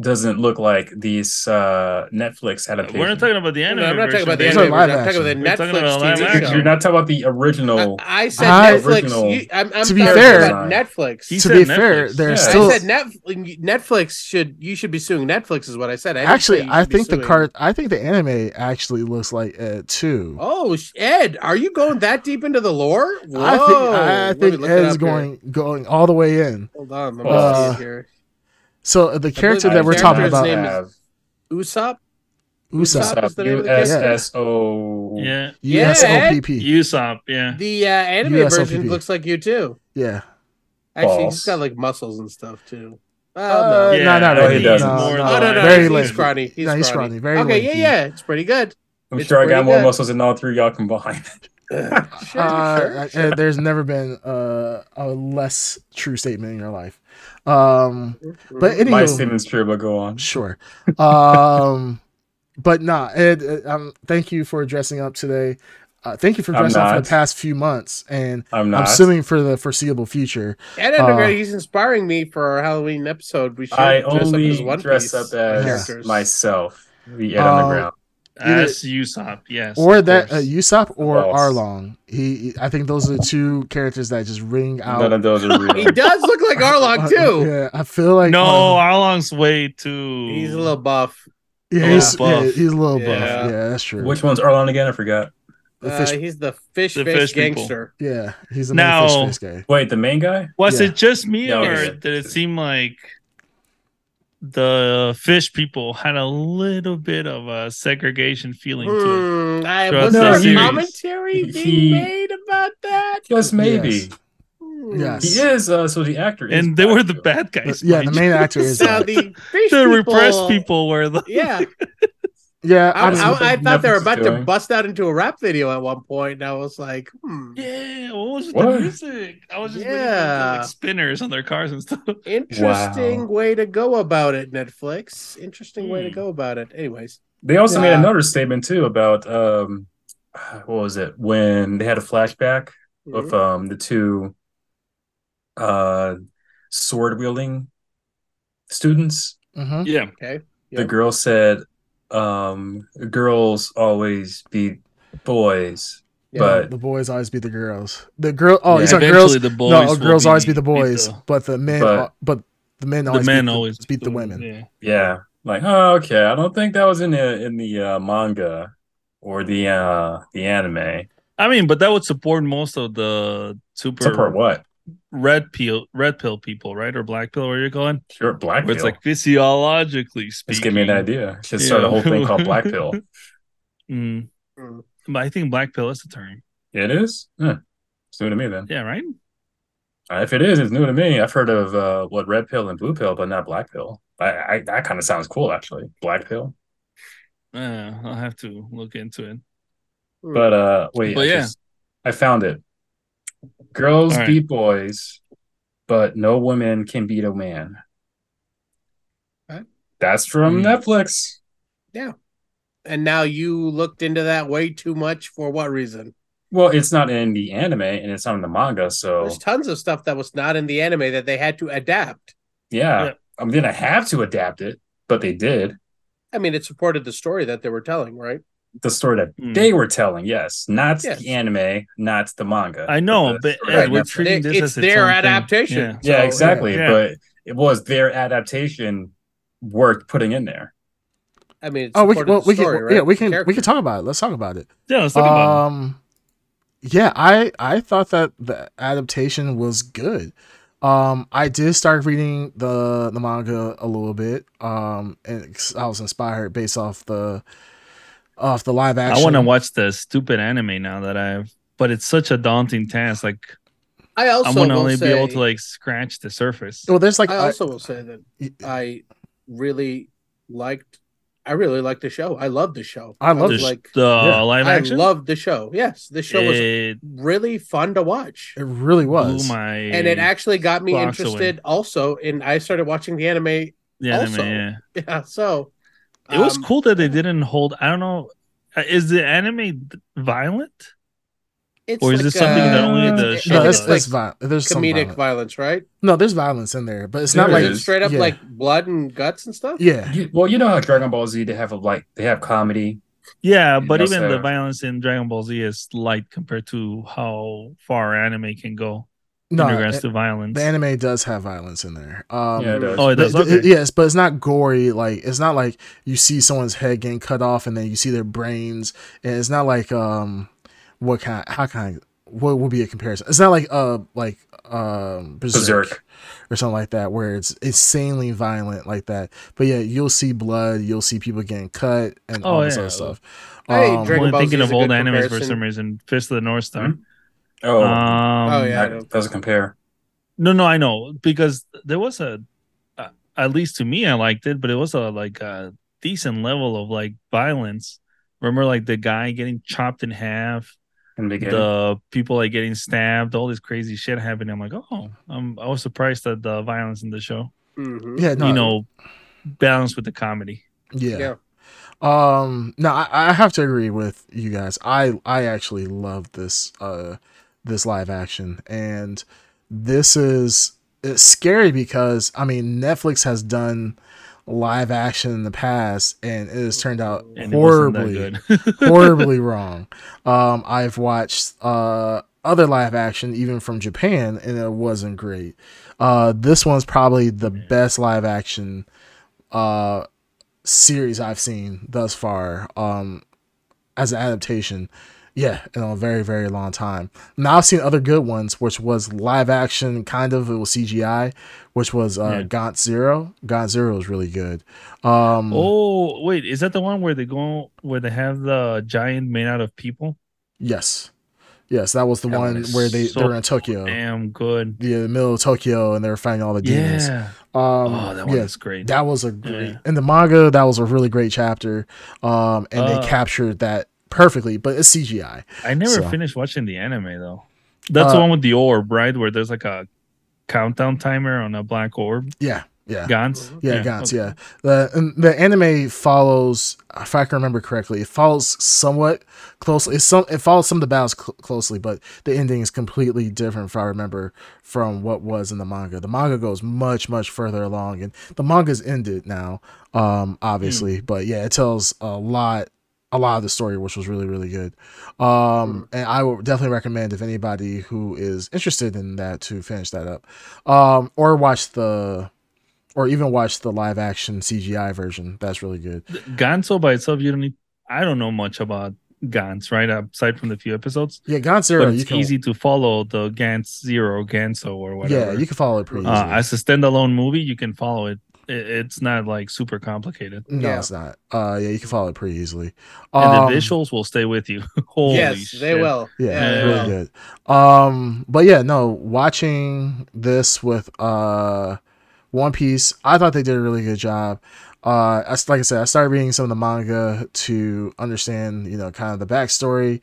S1: doesn't look like these uh, Netflix adaptations.
S2: we're not talking about the
S4: No,
S2: anime.
S4: I'm not talking about the
S3: These
S4: anime.
S3: are
S4: version.
S2: version.
S3: live
S4: I'm talking
S2: action.
S4: about the
S2: We're talking about
S4: Netflix
S2: live
S4: TV
S2: action.
S4: show.
S1: You're not talking about the original.
S4: I, I said
S3: I-
S4: Netflix.
S1: Original.
S4: You, I'm, I'm
S3: To be
S4: talking
S3: fair-
S4: about Netflix.
S2: He
S3: to
S2: said
S3: be fair
S2: Netflix.
S3: there's
S1: Yeah.
S4: I
S3: still
S4: said Net, Netflix should you should be suing Netflix is what I said. I didn't say
S3: actually
S4: you
S3: i
S4: should be
S3: think the
S4: suing.
S3: card i think the anime actually looks like ed too
S4: Oh, sh- Ed, are you going that deep into the lore? Whoa.
S3: I think I
S4: Let me
S3: think
S4: look it
S3: Ed's
S4: up here.
S3: going going all the way in.
S4: Hold on, let me
S1: Uh,
S4: see it here.
S3: So uh, the character
S4: the
S3: that we're talking
S4: character's
S3: about,
S4: name is-
S1: Have
S4: Usopp.
S3: Usopp,
S4: Usopp. is the name of the
S1: S
S4: character?
S1: S O.
S2: Yeah,
S3: U
S4: Yeah,
S3: S O P P.
S2: Usopp. Yeah,
S4: The uh, anime
S3: USOPP.
S4: version looks like you too.
S3: Yeah,
S4: Actually,
S1: False.
S4: he's got like muscles and stuff too. Oh,
S3: Uh,
S4: no.
S2: yeah.
S3: no, no,
S1: no, he
S2: he's
S1: doesn't.
S2: more
S3: No,
S4: Oh,
S2: like-
S4: no, no,
S3: very
S4: he's,
S3: lanky.
S4: scrawny. He's,
S3: No, he's
S4: scrawny.
S3: scrawny, very
S4: okay,
S3: lanky.
S4: yeah, yeah, it's pretty good.
S1: I'm
S4: It's
S1: sure I got
S4: pretty
S1: more
S4: good.
S1: muscles than all three of y'all combined.
S4: Ugh, sure,
S3: uh,
S4: sure, sure.
S3: uh, there's never been uh, a less true statement in your life. Um, but
S4: Mhm.
S1: My
S3: anyway,
S1: statement's true, but go on.
S3: sure. Um, but nah, Ed. uh, Um, thank you for dressing up today. Uh, thank you for
S1: I'm
S3: dressing up for
S1: not.
S3: the past few months, and
S1: I'm
S3: I'm
S1: not.
S3: assuming for the foreseeable future.
S4: Ed Underground,
S3: uh,
S4: he's inspiring me for our Halloween episode. We should
S1: I
S4: dress up as
S1: only
S4: One
S1: dress
S4: Piece
S1: up as
S4: characters. Oh,
S1: myself. The Ed
S3: Uh,
S1: Underground.
S3: Either-
S2: as Usopp. Yes,
S3: or
S2: of
S3: that uh,
S2: course.
S3: Usopp or
S1: False.
S3: Arlong. He, he- I think those are the two characters that just ring out.
S1: None of those are
S4: He
S1: real.
S4: does look like Arlong
S3: Uh,
S4: too.
S3: Yeah, I feel like
S2: no,
S3: uh,
S2: Arlong's way too.
S4: He's a little buff.
S3: Yeah,
S2: little
S3: he's,
S2: buff.
S3: yeah, he's a little buff.
S4: Yeah.
S3: Yeah, that's true.
S1: Which one's Erlon again? I forgot.
S3: The
S4: Uh,
S3: fish-
S4: he's the fish
S2: The
S4: fish,
S2: fish people.
S4: gangster.
S3: yeah, he's a
S2: Now-
S3: now, fish face guy.
S1: Wait, the main guy?
S2: Was
S3: Yeah.
S2: it just me,
S1: Yeah,
S2: or
S1: yeah.
S2: did it seem like the fish people had a little bit of a segregation feeling to it?
S4: Hmm, I,
S2: Throughout
S4: was
S1: the
S4: there
S1: series.
S4: commentary
S1: He-
S4: being made about that? Hmm.
S1: Yes, maybe.
S3: Yes.
S1: He is. Uh, so the actor. is
S2: And they were the
S1: black.
S2: bad
S3: But,
S2: guys.
S3: yeah, the
S2: mind
S3: main
S2: you.
S3: actor is.
S4: So
S3: uh,
S4: the fish
S2: the repressed people were the
S4: Yeah,
S3: yeah,
S4: I,
S3: I mean,
S4: I, I thought they were about to
S1: Doing.
S4: bust out into a rap video at one point, and I was like, hmm,
S2: yeah. What was with
S1: What?
S2: the music? I was just
S4: Yeah.
S2: waiting for like spinners on their cars and stuff.
S4: interesting
S1: Wow.
S4: way to go about it, Netflix. Interesting way to
S2: Hmm.
S4: go about it. Anyways,
S1: They also made
S4: Yeah.
S1: another statement too about um, what was it when they had a flashback
S4: Mm-hmm.
S1: of um the two uh sword wielding students.
S3: mhm.
S2: Yeah,
S1: The
S4: Yeah.
S1: girl said, um, "Girls always beat boys."
S3: Yeah,
S1: but-
S3: the boys always be the girls. The girl. Oh,
S1: Yeah. It's
S3: he's on girls.
S2: the boys.
S3: No,
S2: will
S3: girls always be the
S2: beat
S3: boys,
S2: the-
S3: but the men.
S1: But-
S3: are- But, the men
S2: the
S3: always
S2: men
S3: beat the,
S2: always
S3: beat the women.
S2: Yeah.
S1: Yeah, like oh, okay. I don't think that was in the in the uh, manga or the uh the anime.
S2: I mean, but that would support most of the super
S1: Support what?
S2: red pill red pill people, right? Or black pill, what are you calling?
S1: Sure, black pill.
S2: Where it's like physiologically speaking.
S1: Just give me an idea. Should start a
S2: E. Yeah.
S1: whole thing called black pill.
S2: Mm.
S4: Mm.
S2: But I think black pill is the term.
S1: It is. Huh. It's new to me then. Uh,
S2: Yeah, right?
S1: If it is, it's new to me. I've heard of uh, what red pill and blue pill, but not black pill. I, I that kind of sounds cool actually. Black pill.
S2: Uh, I'll have to look into it.
S4: Hmm.
S1: But uh wait,
S2: But
S1: I,
S2: yeah.
S1: just- I found it. Girls
S2: All right.
S1: beat boys, but no woman can beat a man.
S4: What?
S1: That's from
S2: Hmm.
S1: Netflix.
S4: and now you looked into that way too much for what reason?
S1: Well, it's not in the anime and it's not in the manga, so
S4: There's tons of stuff that was not in the anime that they had to adapt.
S1: yeah.
S2: Yeah.
S1: I'm gonna have to adapt it, but they did.
S4: I mean, it supported the story that they were telling, right?
S1: The story that
S2: Hmm.
S1: they were telling, yes, not
S4: Yes.
S1: the anime, not the manga.
S2: I know,
S1: the
S2: but
S1: story
S2: Ed,
S1: that
S2: we're
S1: Netflix-
S2: treating this
S4: It's
S2: as its
S4: their
S2: own thing.
S4: adaptation.
S2: Yeah.
S1: Yeah,
S4: So,
S1: exactly.
S2: yeah.
S1: But it was their adaptation worth putting in there.
S4: I mean, it
S3: Oh, we
S4: supported
S3: can, well,
S4: the
S3: we can,
S4: story, right?
S3: yeah, we can, we
S4: Character.
S3: can talk about it. Let's talk about it.
S2: Yeah, let's talk about
S3: um, yeah, I I thought that the adaptation was good. Um, I did start reading the the manga a little bit. Um, and it's- I was inspired based off the off the live
S2: it.
S3: action.
S2: I want to watch the stupid anime now that I've but it's such a daunting task. Like
S4: I also
S2: I'm gonna
S4: will
S2: only
S4: say,
S2: be able to like scratch the surface.
S3: Well, there's like
S4: I
S3: I-
S4: also will say that
S3: y-
S4: I really liked. I really liked the show. I loved the show.
S3: I loved
S2: The,
S4: was
S2: sh-
S3: it.
S4: like
S2: the
S3: yeah.
S2: live
S4: I
S2: action.
S4: loved the show. Yes, the show was
S2: it
S4: really fun to watch,
S3: it really was.
S2: blew my
S4: and it actually got me
S2: Blocks
S4: interested. Also, and I started watching the anime.
S2: the anime,
S4: also,
S2: yeah.
S4: Yeah, so
S2: It was
S4: um,
S2: cool that they didn't hold. I don't know. uh, Is the anime violent?
S4: It's
S2: Or is this something that
S4: uh,
S2: only the
S4: it's-
S2: show
S3: no,
S4: it's
S3: that's,
S2: does?
S4: like
S3: that's vi- there's some
S4: comedic
S3: violence.
S4: violence, right?
S3: no, there's violence in there, but it's
S1: There
S3: not like
S4: Is it
S1: is.
S4: straight up
S3: yeah.
S4: like blood and guts and stuff.
S3: yeah,
S1: You- well, you know how Dragon Ball Z they have a like they have comedy.
S2: Yeah,
S1: It
S2: but
S1: does
S2: even the
S1: have-
S2: violence in Dragon Ball Z is light compared to how far anime can go
S3: no,
S2: in
S4: eh,
S2: regards
S3: it-
S2: to violence.
S3: the anime does have violence in there. Um,
S1: yeah, it does.
S2: oh, it does.
S3: But-
S2: Okay.
S3: yes, but it's not gory. Like it's not like you see someone's head getting cut off and then you see their brains, and it's not like um, what kind? How kind? What would be a comparison? It's not like uh, like um, berserk,
S1: Berserk.
S3: or something like that, where it's insanely violent like that. But yeah, you'll see blood, you'll see people getting cut, and
S2: Oh,
S3: all this
S2: yeah.
S3: other stuff.
S4: I ain't
S3: Um,
S2: I'm
S4: Dragon
S2: only
S4: Ball Z
S2: thinking
S4: is
S2: of
S4: a
S2: old
S4: good
S2: animes for
S4: comparison. Mm-hmm.
S2: some reason. Fist of the North Star.
S1: Oh,
S2: Um,
S4: Oh, yeah.
S1: that
S4: I don't-
S1: doesn't compare.
S2: No, no, I know because there was a, uh, at least to me, I liked it, but it was a like a decent level of like violence. Remember, like the guy getting chopped in half,
S1: In the beginning.
S2: the people like getting stabbed, all this crazy shit happening. I'm like, oh, um, I was surprised at the violence in the show.
S4: Mhm.
S3: Yeah, no,
S2: You know, balanced with the comedy.
S3: yeah. Um, no, I, I have to agree with you guys. I I actually love this uh this live action, and this is it's scary because I mean Netflix has done live action in the past, and it has turned out
S2: And
S3: horribly
S2: it wasn't that good.
S3: horribly wrong. Um, I've watched uh, other live action, even from Japan, and it wasn't great. Uh, this one's probably the best live action uh, series I've seen thus far um, as an adaptation. Yeah, in a very, very long time. Now I've seen other good ones, which was live action, kind of. It was CGI, which was uh,
S2: Yeah.
S3: Gaunt Zero. Gaunt Zero is really good. Um,
S2: Oh wait, is that the one where they go where they have the giant made out of people?
S3: Yes, yes, that was the
S2: That one
S3: one
S2: is
S3: where they
S2: so
S3: they're in Tokyo,
S2: Damn good.
S3: yeah, the middle of Tokyo, and they're fighting all the demons.
S2: Yeah.
S3: Um,
S2: oh, that one
S3: yeah,
S2: is great.
S3: that was a great
S2: Yeah.
S3: in the manga. That was a really great chapter, um, and
S2: Uh,
S3: they captured that perfectly. But it's CGI.
S2: I never
S3: so-
S2: finished watching the anime though. That's the
S3: Uh,
S2: one with the orb, right? Where there's like a countdown timer on a black orb.
S3: Yeah, yeah,
S2: Gans.
S4: Mm-hmm.
S3: yeah, Gantz,
S2: okay.
S3: yeah. The and the anime follows, if I can remember correctly, it follows somewhat closely. It's some it follows some of the battles cl- closely, but the ending is completely different, if I remember, from what was in the manga. The manga goes much much further along, and the manga's ended now, um,
S2: Hmm.
S3: obviously. But yeah, it tells a lot. A lot of the story, which was really, really good, um,
S2: Hmm.
S3: and I would definitely recommend if anybody who is interested in that to finish that up, um, or watch the or even watch the live action CGI version. That's really good.
S2: Ganso by itself, you don't need. I don't know much about Gans, right? Aside from the few episodes,
S3: Yeah, Gaunt Zero,
S2: but it's
S3: you can
S2: easy to follow the Gans Zero, Ganso, or
S3: yeah,
S2: whatever.
S3: you can follow it pretty easily.
S2: uh, as a standalone movie, you can follow it. It- It's not like super complicated,
S3: no,
S4: yeah.
S3: it's not. Uh, yeah, you can follow it pretty easily.
S2: and
S3: Um,
S2: the visuals will stay with you. Holy
S4: yes, they
S2: shit.
S4: will.
S3: Yeah,
S2: Yeah,
S3: really
S2: yeah.
S3: good. Um, but yeah, no, watching this with uh One Piece, I thought they did a really good job. Uh, I, s- like I said, I started reading some of the manga to understand, you know, kind of the backstory.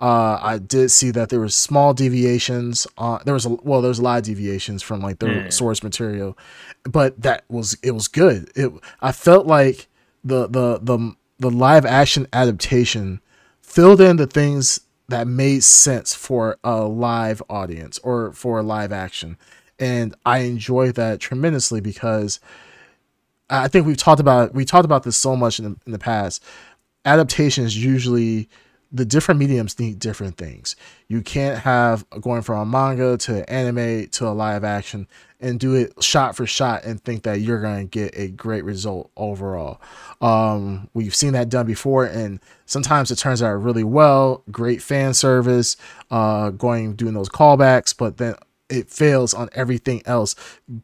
S3: Uh, I did see that there were small deviations. On there was a, well, there was a lot of deviations from like the
S2: Yeah.
S3: source material, but that was it was good. It I felt like the the the the live action adaptation filled in the things that made sense for a live audience or for live action. And I enjoy that tremendously because I think we've talked about we talked about this so much in the, in the past. Adaptations usually the different mediums need different things. You can't have going from a manga to anime to a live action and do it shot for shot and think that you're going to get a great result overall. Um, we've seen that done before, and sometimes it turns out really well. Great fan service, uh, going doing those callbacks, but then it fails on everything else,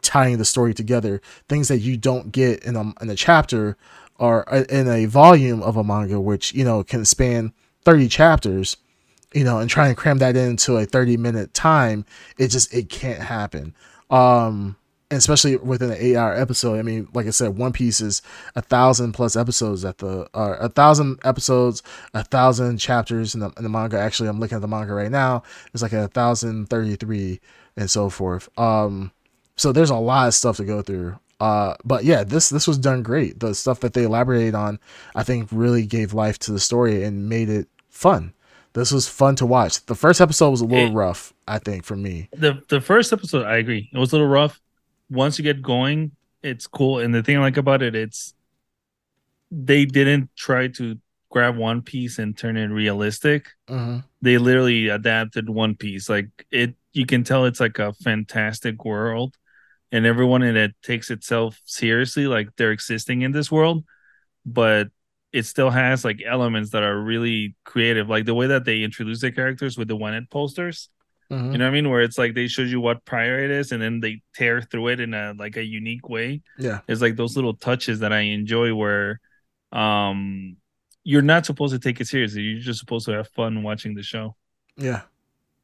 S3: tying the story together. Things that you don't get in a in a chapter or in a volume of a manga, which you know can span thirty chapters you know, and try and cram that into a 30 minute time, it just it can't happen. Um and especially within an eight hour episode. I mean, like I said, One Piece is a thousand plus episodes at the uh, a thousand episodes, a thousand chapters in the, in the manga. Actually, I'm looking at the manga right now. It's like a thousand thirty three and so forth. Um, so there's a lot of stuff to go through. Uh, but yeah, this this was done great. The stuff that they elaborated on, I think, really gave life to the story and made it fun. This was fun to watch. The first episode was a little
S2: It-
S3: rough, I think, for me.
S2: the the first episode i agree it was a little rough once you get going it's cool and the thing i like about it it's they didn't try to grab one piece and turn it realistic
S3: hmm
S2: they literally adapted one piece like it you can tell it's like a fantastic world and everyone in it takes itself seriously like they're existing in this world but it still has like elements that are really creative like the way that they introduce the characters with the one hit posters
S3: hmm
S2: you know what I mean? Where it's like they show you what prior it is, and then they tear through it in a like a unique way.
S3: Yeah.
S2: It's like those little touches that I enjoy where um you're not supposed to take it seriously. You're just supposed to have fun watching the show.
S3: Yeah.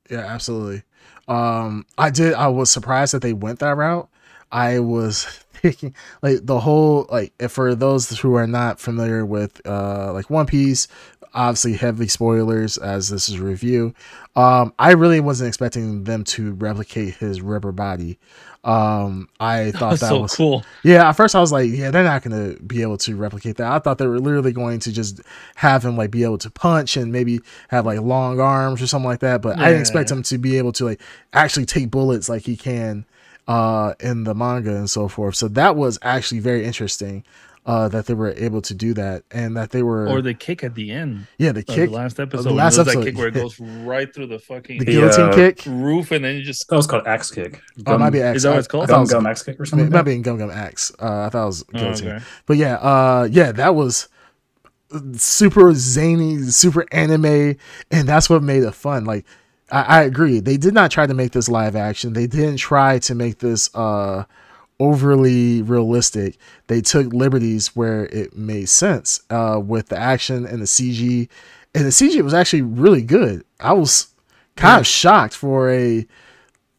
S3: Yeah, absolutely. Um I did I was surprised that they went that route. I was thinking like the whole like if for those who are not familiar with uh like One Piece, obviously heavy spoilers as this is a review. Um I really wasn't expecting them to replicate his rubber body. Um I thought that
S2: so
S3: was
S2: cool.
S3: yeah, at first I was like, yeah, they're not going to be able to replicate that. I thought they were literally going to just have him like be able to punch and maybe have like long arms or something like that, but I didn't expect
S2: Yeah.
S3: him to be able to like actually take bullets like he can uh, in the manga and so forth. So that was actually very interesting uh, that they were able to do that and that they were
S2: Or the kick at the end.
S3: yeah the
S2: of
S3: kick
S2: the last episode.
S3: last
S2: It was that
S3: episode,
S2: kick where it
S3: yeah.
S2: goes right through the fucking
S3: the guillotine
S1: uh,
S3: kick.
S2: roof and then you just
S1: That was called axe kick.
S3: Oh, it might be axe.
S2: is that what it's called?
S3: I, I thought it
S1: gum
S3: was,
S1: gum axe kick or
S3: I mean,
S1: something.
S3: it might
S1: like
S3: be in Gum Gum Axe. Uh, I thought it was
S2: Oh,
S3: guillotine.
S2: okay.
S3: But yeah, uh, yeah, that was super zany, super anime, and that's what made it fun. Like, I, I agree. They did not try to make this live action. They didn't try to make this uh, overly realistic. They took liberties where it made sense uh, with the action and the CG, and the CG was actually really good. I was kind of shocked for a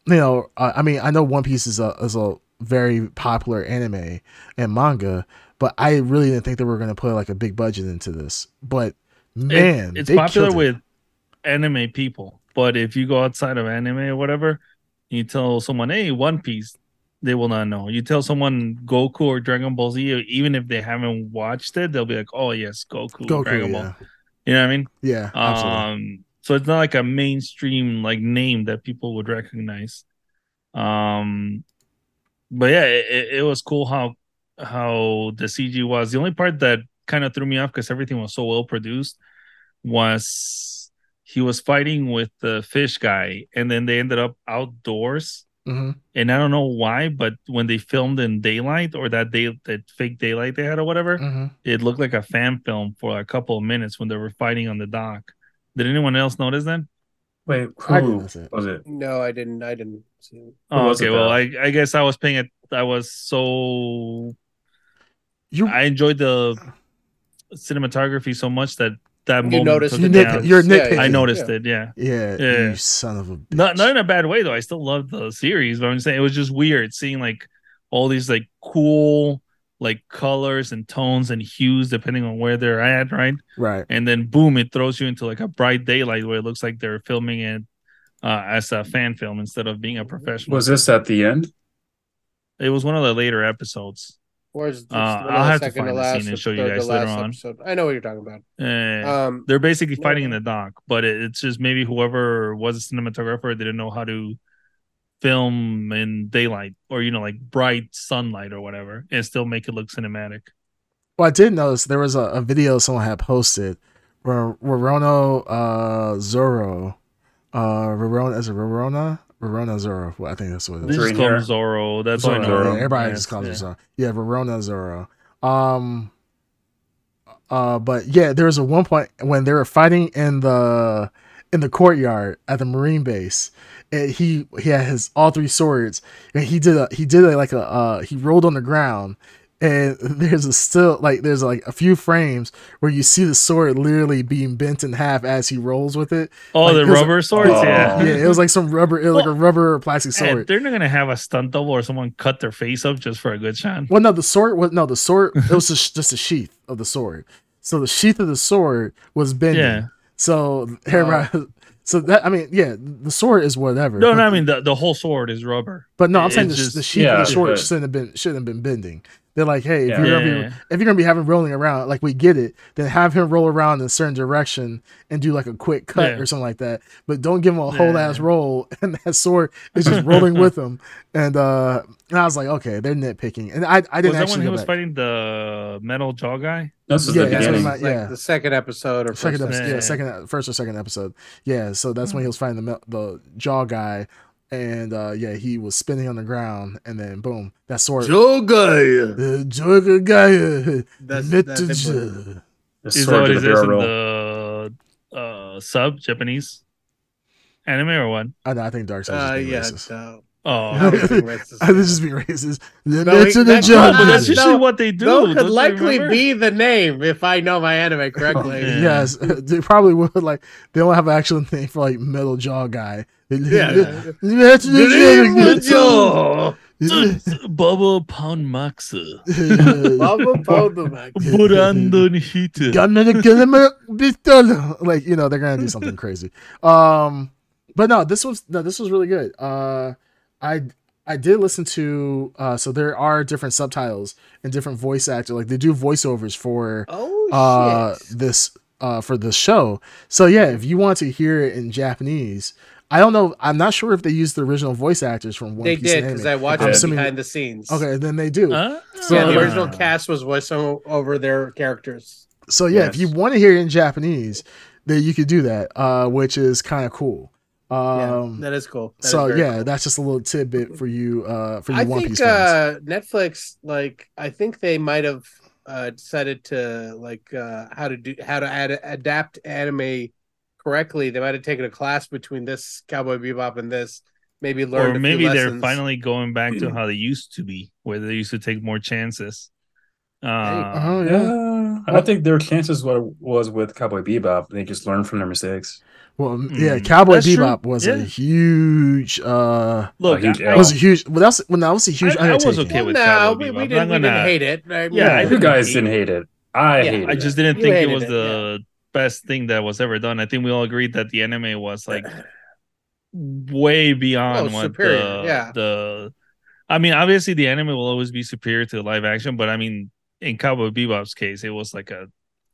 S3: you know, uh, I mean, I know One Piece is a is a very popular anime and manga, but I really didn't think they were going to put like a big budget into this. But
S2: It-
S3: man,
S2: it's
S3: they
S2: popular
S3: killed it.
S2: with anime people, but if you go outside of anime or whatever, you tell someone, "Hey, One Piece," they will not know. You tell someone Goku or Dragon Ball Z, even if they haven't watched it, they'll be like, "Oh yes, Goku,
S3: Goku.
S2: Dragon Ball."
S3: Yeah,
S2: You know what I mean?
S3: yeah, absolutely.
S2: Um, so it's not like a mainstream like name that people would recognize. Um, but yeah, it, it- it was cool how how the CG was. The only part that kind of threw me off because everything was so well produced was he was fighting with the fish guy, and then they ended up outdoors.
S3: hmm
S2: And I don't know why, but when they filmed in daylight or that day that fake daylight they had or whatever,
S3: hmm
S2: it looked like a fan film for a couple of minutes when they were fighting on the dock. Did anyone else notice that?
S1: Wait,
S3: I
S1: who
S3: didn't see it.
S1: was it?
S4: No, I didn't. I didn't. See. it.
S1: Who
S2: Oh,
S1: was
S2: okay.
S1: it,
S2: Well,
S1: though?
S2: I, I guess I was paying it. I was so
S3: You
S2: I enjoyed the cinematography so much that that
S4: You
S2: moment
S4: noticed
S2: took
S3: you
S2: it
S4: it,
S3: nit-
S2: down.
S3: you're
S4: Yeah, yeah,
S3: nitpicking.
S2: I noticed
S4: Yeah.
S2: it. Yeah,
S3: Yeah,
S2: Yeah.
S3: you son of a bitch.
S2: not not in a bad way though. I still loved the series, but I'm saying it was just weird seeing like all these like cool like colors and tones and hues depending on where they're at, right?
S3: right.
S2: and then boom, it throws you into like a bright daylight where it looks like they're filming it uh, as a fan film instead of being a professional.
S1: Was this at the end?
S2: it was one of the later episodes.
S4: Or is this
S2: Uh,
S4: one of
S2: I'll
S4: the
S2: have to
S4: second
S2: find the
S4: last
S2: scene and
S4: or
S2: show you
S4: third to
S2: guys later
S4: last
S2: on.
S4: episode? I know what you're talking about.
S2: Eh,
S4: Um,
S2: they're basically
S4: no.
S2: fighting in the dock, but it, it's just maybe whoever was a cinematographer didn't know how to film in daylight or you know like bright sunlight or whatever and still make it look cinematic.
S3: Well, I did notice there was a, a video someone had posted where, where Rono uh, Zoro, uh, Rorona, is it Rorona? Rorona Zoro. Well, I think that's what it is.
S2: This is
S1: Green
S2: called
S1: hair.
S2: Zorro. That's all I
S3: Zorro.
S2: know.
S1: Zorro.
S3: Yeah, uh, everybody
S2: Yeah,
S3: just calls
S2: yeah.
S3: him Zorro. Yeah, Verona Zorro. Um uh but yeah, there was a one point when they were fighting in the in the courtyard at the Marine base. And he he had his all three swords and he did a he did a, like a uh he rolled on the ground and there's a still like there's like a few frames where you see the sword literally being bent in half as he rolls with it.
S2: Oh,
S3: Like,
S2: the
S3: it was-
S2: rubber swords.
S1: Oh.
S2: yeah.
S3: Yeah, it was like some rubber, it was like a rubber or plastic
S2: Eh,
S3: sword.
S2: they're not gonna have a stunt double or someone cut their face up just for a good shot.
S3: Well, no, the sword was no, the sword. It was just, just the sheath of the sword. So the sheath of the sword was bending.
S2: Yeah.
S3: So
S2: Uh,
S3: everybody- so that I mean, yeah, the sword is whatever.
S2: No,
S3: but,
S2: no, I mean the, the whole sword is rubber.
S3: but no, I'm
S2: it-
S3: saying the,
S2: it's just-
S3: the sheath of
S1: yeah,
S3: the sword
S1: but-
S3: shouldn't have been shouldn't have been bending. They're like, hey, if
S1: Yeah.
S3: you're gonna
S2: Yeah.
S3: be if you're gonna be having rolling around, like we get it, then have him roll around in a certain direction and do like a quick cut
S2: Yeah.
S3: or something like that. But don't give him a whole
S2: Yeah.
S3: ass roll, and that sword is just rolling with him. And uh, and I was like, okay, they're nitpicking, and I I
S2: Was
S3: didn't
S2: that when
S3: actually
S2: he
S3: go
S2: was
S3: back.
S2: fighting the metal jaw guy?
S1: This is
S3: Yeah,
S1: the
S3: that's
S1: beginning.
S3: what my-
S4: It's like
S3: yeah.
S4: the second episode Hmm. or
S3: second
S4: first
S3: episode, yeah,
S2: Yeah.
S3: second first or second episode, yeah. So that's when he was fighting the mel- the jaw guy, and uh yeah, he was spinning on the ground, and then boom, that sword.
S4: Jogai.
S3: the jaw guy, uh,
S4: That's,
S3: met
S4: that's
S3: the
S4: important.
S3: jaw.
S1: The
S2: Is that
S1: sword
S2: what
S1: to
S2: it
S1: the
S2: is in
S1: barrel roll.
S2: the uh, sub Japanese anime or what?
S3: I, know, I think Dark Side
S4: Uh,
S3: is
S4: yeah,
S3: racist.
S4: no.
S2: Oh,
S4: That was being racist.
S3: I was just being racist. The
S4: No,
S3: met
S4: he-
S3: to the
S4: that-
S3: jaw.
S2: No, but that's
S4: No,
S2: usually
S4: no,
S2: what they do.
S4: Though
S2: don't
S4: could
S2: you
S4: likely
S2: remember?
S4: be the name if I know my anime correctly.
S2: Yeah.
S3: Yes, uh, they probably would like. They don't have an actual name for like metal jaw guy.
S4: Yeah.
S3: Met to the jaw.
S4: Jojo.
S2: Bubble Pound Maxa.
S4: Bubble Podomac.
S2: Burandon Hita.
S3: Gunman Gilmer Pistol. Like, you know, they're gonna do something crazy. Um but no, this was no, this was really good. Uh I I did listen to uh so there are different subtitles and different voice actors. Like they do voiceovers for
S4: Oh
S3: uh
S4: shit!
S3: this uh for the show. So yeah, if you want to hear it in Japanese, I don't know. I'm not sure if they used the original voice actors from One
S4: they
S3: Piece.
S4: did
S3: and
S4: because
S3: anime.
S4: I watched
S1: I'm
S4: it
S3: assuming-
S4: behind the scenes.
S3: Okay, then they do.
S2: Ah.
S4: yeah, the
S3: So- uh,
S4: original cast was voiced o- over their characters.
S3: so yeah, if
S1: Yes.
S3: you want to hear it in Japanese, then you could do that, uh, which is kind of cool. Um,
S4: yeah, that is cool. That is
S3: so
S4: very
S3: yeah,
S4: cool.
S3: that's just a little tidbit for you uh, for you
S4: I
S3: One
S4: think
S3: Piece fans.
S4: uh, Netflix, like, I think they might have uh, decided to like uh, how to do how to ad- adapt anime correctly. They might have taken a class between this Cowboy Bebop and this, maybe learned.
S2: or maybe
S4: a few
S2: they're
S4: lessons.
S2: finally going back to how they used to be, where they used to take more chances. Uh,
S3: oh yeah.
S1: Yeah, I think their chances what was with Cowboy Bebop. They just learned from their mistakes.
S3: Well, um, yeah,
S2: Mm.
S3: Cowboy
S2: That's true.
S3: Bebop was a
S2: Yeah.
S3: huge. uh
S4: Oh,
S2: Look,
S1: A huge
S2: I,
S1: L.
S2: I-
S3: Was a huge. Well, that's when that was a huge.
S2: I- I was
S3: undertaking.
S2: okay
S4: Well,
S2: with
S4: no,
S2: Cowboy
S4: we,
S2: Bebop.
S4: we
S2: I'm
S4: didn't
S2: not
S4: we didn't
S2: gonna-
S4: hate it. I mean,
S2: Yeah, I
S4: I-
S1: You guys didn't hate it. I
S4: Yeah,
S1: hated
S2: I
S1: it.
S2: just didn't
S4: You
S2: think it
S4: hated
S2: was
S4: it,
S2: the best thing that was ever done. I think we all agreed that the anime was like way beyond
S4: Oh,
S2: what
S4: superior,
S2: the,
S4: yeah.
S2: the I mean, obviously the anime will always be superior to the live action, but I mean in Cowboy Bebop's case, it was like a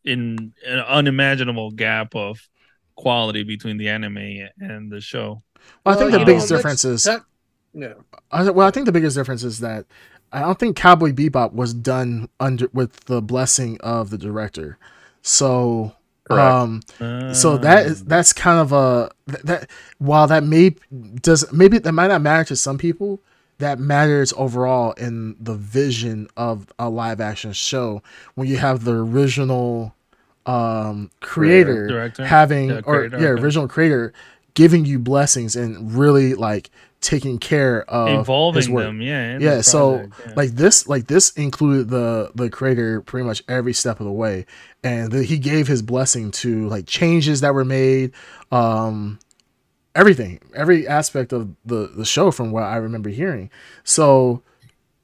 S2: in an unimaginable gap of quality between the anime and the show.
S3: Well, I
S2: Well,
S3: think the
S2: you
S3: biggest
S2: know,
S3: difference is.
S4: let's- yeah.
S3: I, well, I think the biggest difference is that I don't think Cowboy Bebop was done under with the blessing of the director. So,
S1: Correct.
S3: um, so that is
S2: Um,
S3: that's kind of a that, that while that may does maybe that might not matter to some people, that matters overall in the vision of a live action show when you have the original um creator,
S1: Creator.
S2: Director?
S3: having
S2: Yeah,
S3: or
S2: creator,
S3: yeah
S2: okay.
S3: original creator giving you blessings and really like taking care of his
S2: involving
S3: work.
S2: them, yeah. in
S3: Yeah,
S2: the
S3: so,
S2: project, yeah.
S3: like this like this included the the creator pretty much every step of the way and the, he gave his blessing to like changes that were made um everything every aspect of the the show from what i remember hearing so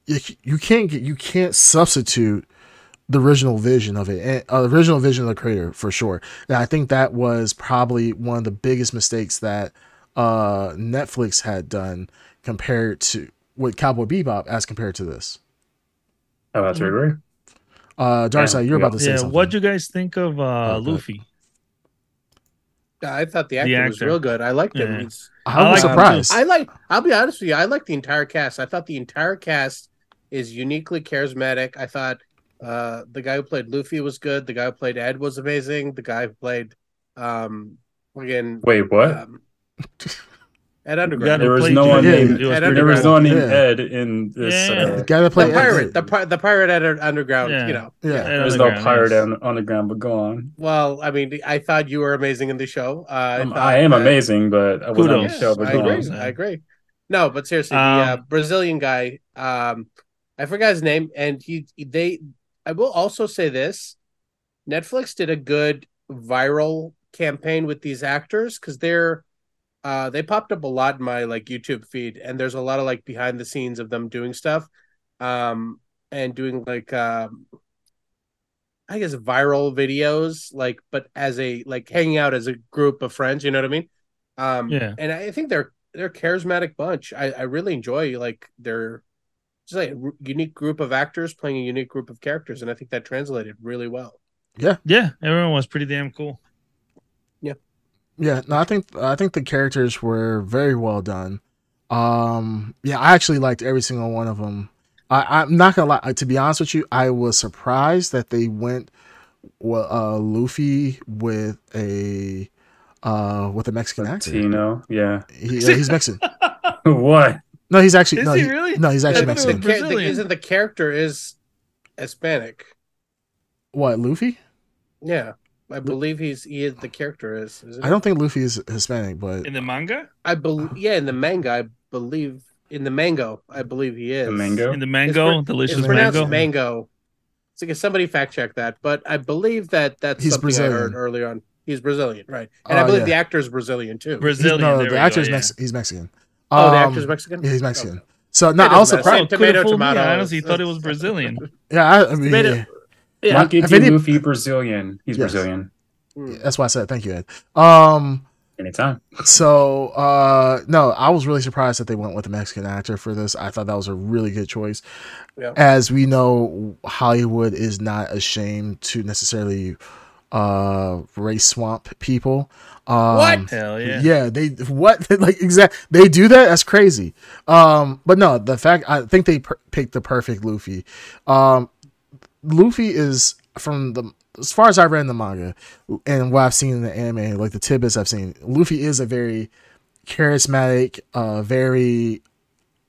S3: you, you can't get you can't substitute the original vision of it and uh, the original vision of the creator for sure and i think that was probably one of the biggest mistakes that uh netflix had done compared to with cowboy bebop as compared to this
S1: How
S2: Mm-hmm.
S1: about you, Avery?
S3: uh Darcy,
S1: Yeah,
S3: you're about
S1: yeah.
S3: to say
S2: yeah,
S3: something.
S2: what'd you guys think of uh,
S3: Oh, go ahead.
S2: Luffy?
S4: I thought the actor, was
S2: actor.
S4: real good. I liked him.
S2: Yeah.
S4: He's-
S3: I,
S1: I
S3: was
S1: like him
S3: surprised.
S4: I like. I'll be honest with you. I like the entire cast. I thought the entire cast is uniquely charismatic. I thought uh, the guy who played Luffy was good. The guy who played Ed was amazing. The guy who played um, again
S1: Wait, what?
S4: um, Ed
S2: Yeah,
S4: Underground,
S1: there was
S2: played
S1: no
S2: Luffy.
S1: one
S3: Yeah.
S1: named
S2: It was
S4: Ed
S2: pretty
S1: there was
S2: cool.
S1: no one named
S3: Yeah.
S1: Ed in this.
S2: Yeah.
S1: Uh,
S3: the guy that
S4: the
S3: played Ed-
S4: pirate, the, pi- the pirate Ed Underground.
S2: Yeah.
S4: You know,
S3: yeah.
S1: there's no pirate on, on the ground, but go on.
S4: well, I mean, I thought you were amazing in the show. Uh, I,
S1: Um,
S4: thought
S1: I am
S4: that-
S1: amazing, but I was on the
S2: Kudos.
S1: show. But
S4: I
S1: go
S4: agree.
S1: on.
S2: on.
S4: I agree. No, but seriously, the uh,
S2: Um,
S4: Brazilian guy, um, I forgot his name, and he they. I will also say this: Netflix did a good viral campaign with these actors because they're uh, they popped up a lot in my like YouTube feed, and there's a lot of like behind the scenes of them doing stuff, um, and doing like um, I guess viral videos, like but as a like hanging out as a group of friends, you know what I mean? Um,
S2: Yeah.
S4: and I think they're they're a charismatic bunch. I I really enjoy like their just like a r- unique group of actors playing a unique group of characters, and I think that translated really well.
S2: Yeah, everyone was pretty damn cool.
S3: Yeah, no, I think I think the characters were very well done. Um, yeah, I actually liked every single one of them. I, I'm not gonna lie. To be honest with you, I was surprised that they went wa- uh, Luffy with a uh, with a Mexican actor.
S1: Tino, yeah.
S3: He- yeah, he's Mexican.
S1: what?
S3: No, he's actually
S2: Is
S3: no,
S2: he
S3: he-
S2: really?
S3: no, he's actually
S4: Yeah, but the
S3: Mexican.
S2: Mexican.
S4: cha- the-
S2: Brazilian.
S4: isn't the character is Hispanic?
S3: What Luffy?
S4: Yeah, I believe he's he is the character is. isn't
S3: I don't think Luffy is Hispanic, but
S2: In the manga?
S4: I believe. Yeah, in the manga, I believe in the mango, I believe he is
S1: The mango?
S2: In the mango,
S4: It's
S2: delicious
S4: it's pronounced
S2: mango.
S4: mango. It's like somebody fact check that, but I believe that that's
S3: He's
S4: something I heard
S3: Brazilian.
S4: earlier on. He's Brazilian, right? And I
S3: Oh,
S4: believe
S3: yeah.
S4: the actor is Brazilian too.
S3: he's-
S2: Brazilian.
S3: no,
S2: there
S3: the
S2: we
S3: actor
S2: go,
S3: is
S2: yeah.
S3: Mexian. He's Mexican.
S4: oh, the
S3: Um,
S4: actor's Mexican.
S3: Yeah, he's
S4: Okay.
S3: Mexican. So no,
S4: That
S3: I was
S4: doesn't matter.
S3: surprised.
S4: Same tomato,
S2: Could've fooled me.
S4: tomato.
S2: I honestly thought it was Brazilian.
S3: Yeah, I, I mean,
S2: Tomato-
S3: yeah.
S1: Yeah,
S3: Like,
S1: Monkey
S3: if
S1: D.
S3: any-
S1: Luffy, Brazilian. He's
S3: Yes.
S1: Brazilian.
S4: Mm.
S3: that's why I said thank you, Ed. Um,
S1: Anytime.
S3: so uh, no, I was really surprised that they went with a Mexican actor for this. I thought that was a really good choice.
S4: Yeah.
S3: As we know, Hollywood is not ashamed to necessarily uh race swamp people. Um, what?
S2: Hell yeah.
S3: yeah. they what like exact they do that that's crazy um but no the fact i think they per- picked the perfect luffy um luffy is from the as far as i read in the manga and what i've seen in the anime like the tidbits i've seen luffy is a very charismatic uh very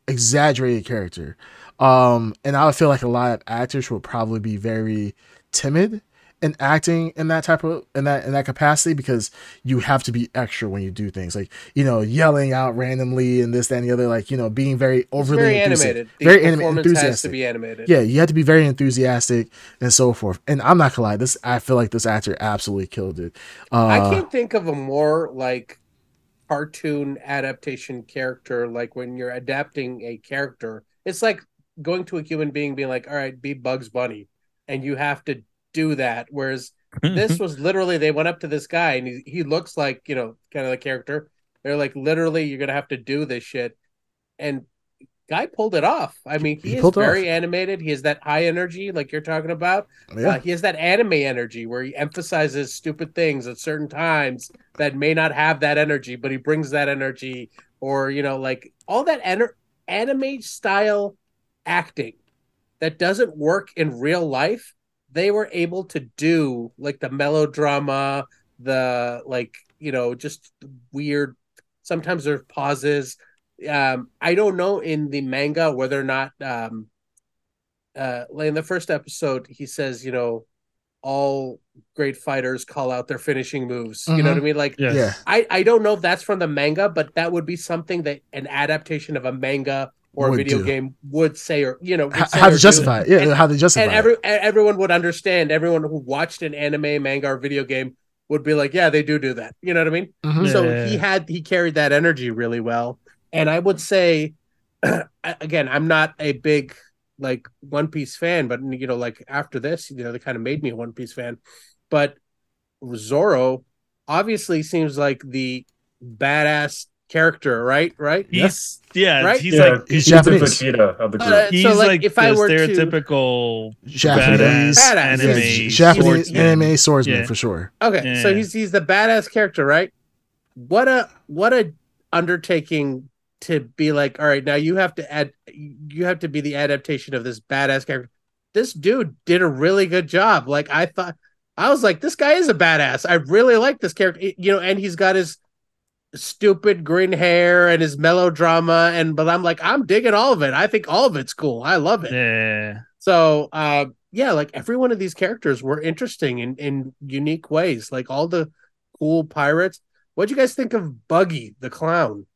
S3: exaggerated character um and i would feel like a lot of actors would probably be very timid in acting in that type of in that in that capacity because you have to be extra when you do things like you know yelling out randomly and this that and the other like you know being very
S4: It's
S3: overly
S4: very
S3: enthusiastic.
S4: animated. The
S3: very anima-
S4: performance has to
S3: enthusiastic
S4: be animated.
S3: yeah you had to be very enthusiastic and so forth and i'm not gonna lie this i feel like this actor absolutely killed it uh
S4: I can't think of a more like cartoon adaptation character. Like when you're adapting a character, it's like going to a human being being like, "All right, be Bugs Bunny," and you have to do that. Whereas
S2: Hmm.
S4: this was literally they went up to this guy and he, he looks like you know kind of the character. They're like, literally, you're gonna have to do this shit, and guy pulled it off. I mean,
S3: He
S4: he, is
S3: pulled it off.
S4: very animated. He has that high energy, like you're talking about. Uh,
S3: yeah
S4: he has that anime energy where he emphasizes stupid things at certain times that may not have that energy, but he brings that energy, or you know, like all that ener- anime style acting that doesn't work in real life. They were able to do like the melodrama, the like you know, just weird. Sometimes there's pauses. Um, I don't know in the manga whether or not um, uh like in the first episode he says you know all great fighters call out their finishing moves you know
S3: Mhm.
S4: what i mean like
S2: Yes.
S3: yeah
S4: i i don't know if that's from the manga but that would be something that an adaptation of a manga or a
S3: Would
S4: video
S3: do.
S4: game would say or you know would
S3: H-
S4: say
S3: how
S4: or
S3: to
S4: do.
S3: justify it yeah
S4: And-
S3: how to justify
S4: and
S3: it.
S4: every e- everyone would understand everyone who watched an anime manga or video game would be like yeah they do do that you know what i mean
S3: Mhm.
S2: Yeah.
S4: so he had he carried that energy really well, and I would say, I- again, I'm not a big like One Piece fan, but you know, like after this, you know, they kind of made me a One Piece fan. But Zoro obviously seems like the badass character, right? Right?
S2: He's yeah,
S4: Right?
S2: he's
S1: yeah,
S2: like
S3: he's
S1: he's,
S3: Japanese.
S1: the Vegeta of the group.
S4: Uh,
S2: he's
S4: So, like,
S2: like
S4: if
S2: the
S4: I were to-
S2: stereotypical
S3: Japanese-
S2: badass
S4: Badass.
S2: anime
S3: Yeah, J- Japanese
S2: swordsman.
S3: anime swordsman
S2: Yeah.
S3: for sure.
S4: Okay, so
S2: Yeah.
S4: he's he's the badass character, right? What a what a undertaking to be like, all right, now you have to add you have to be the adaptation of this badass character. This dude did a really good job. Like I thought I was like, this guy is a badass. I really like this character. You know, and he's got his stupid green hair and his melodrama and but I'm like, I'm digging all of it. I think all of it's cool. I love it.
S2: Yeah.
S4: So uh yeah, like every one of these characters were interesting in, in unique ways. Like all the cool pirates. What'd you guys think of Buggy the clown?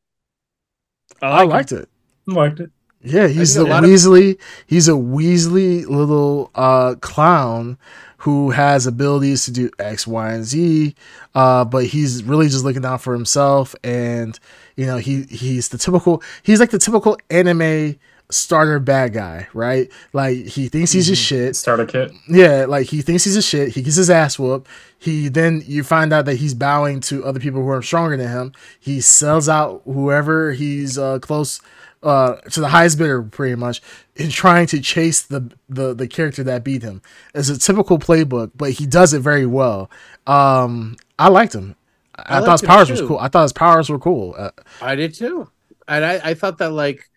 S3: I liked it.
S1: liked it.
S3: Yeah, he's
S4: think
S3: the
S4: a lot of-
S3: Weasley. He's a Weasley little uh, clown who has abilities to do X, Y, and Z. Uh, but he's really just looking out for himself, and you know he he's the typical. He's like the typical anime starter bad guy, right? Like he thinks he's
S4: Mm-hmm.
S3: just shit.
S1: Starter kit.
S3: Yeah, like he thinks he's a shit. He gets his ass whooped. He then you find out that he's bowing to other people who are stronger than him. He sells out whoever he's uh, close uh, to the highest bidder, pretty much, in trying to chase the the the character that beat him. It's a typical playbook, but he does it very well. Um, I liked him. I,
S4: I
S3: I thought his
S4: liked him
S3: powers was
S4: too.
S3: cool. I thought his powers were cool. Uh,
S4: I did too. And I, I thought that like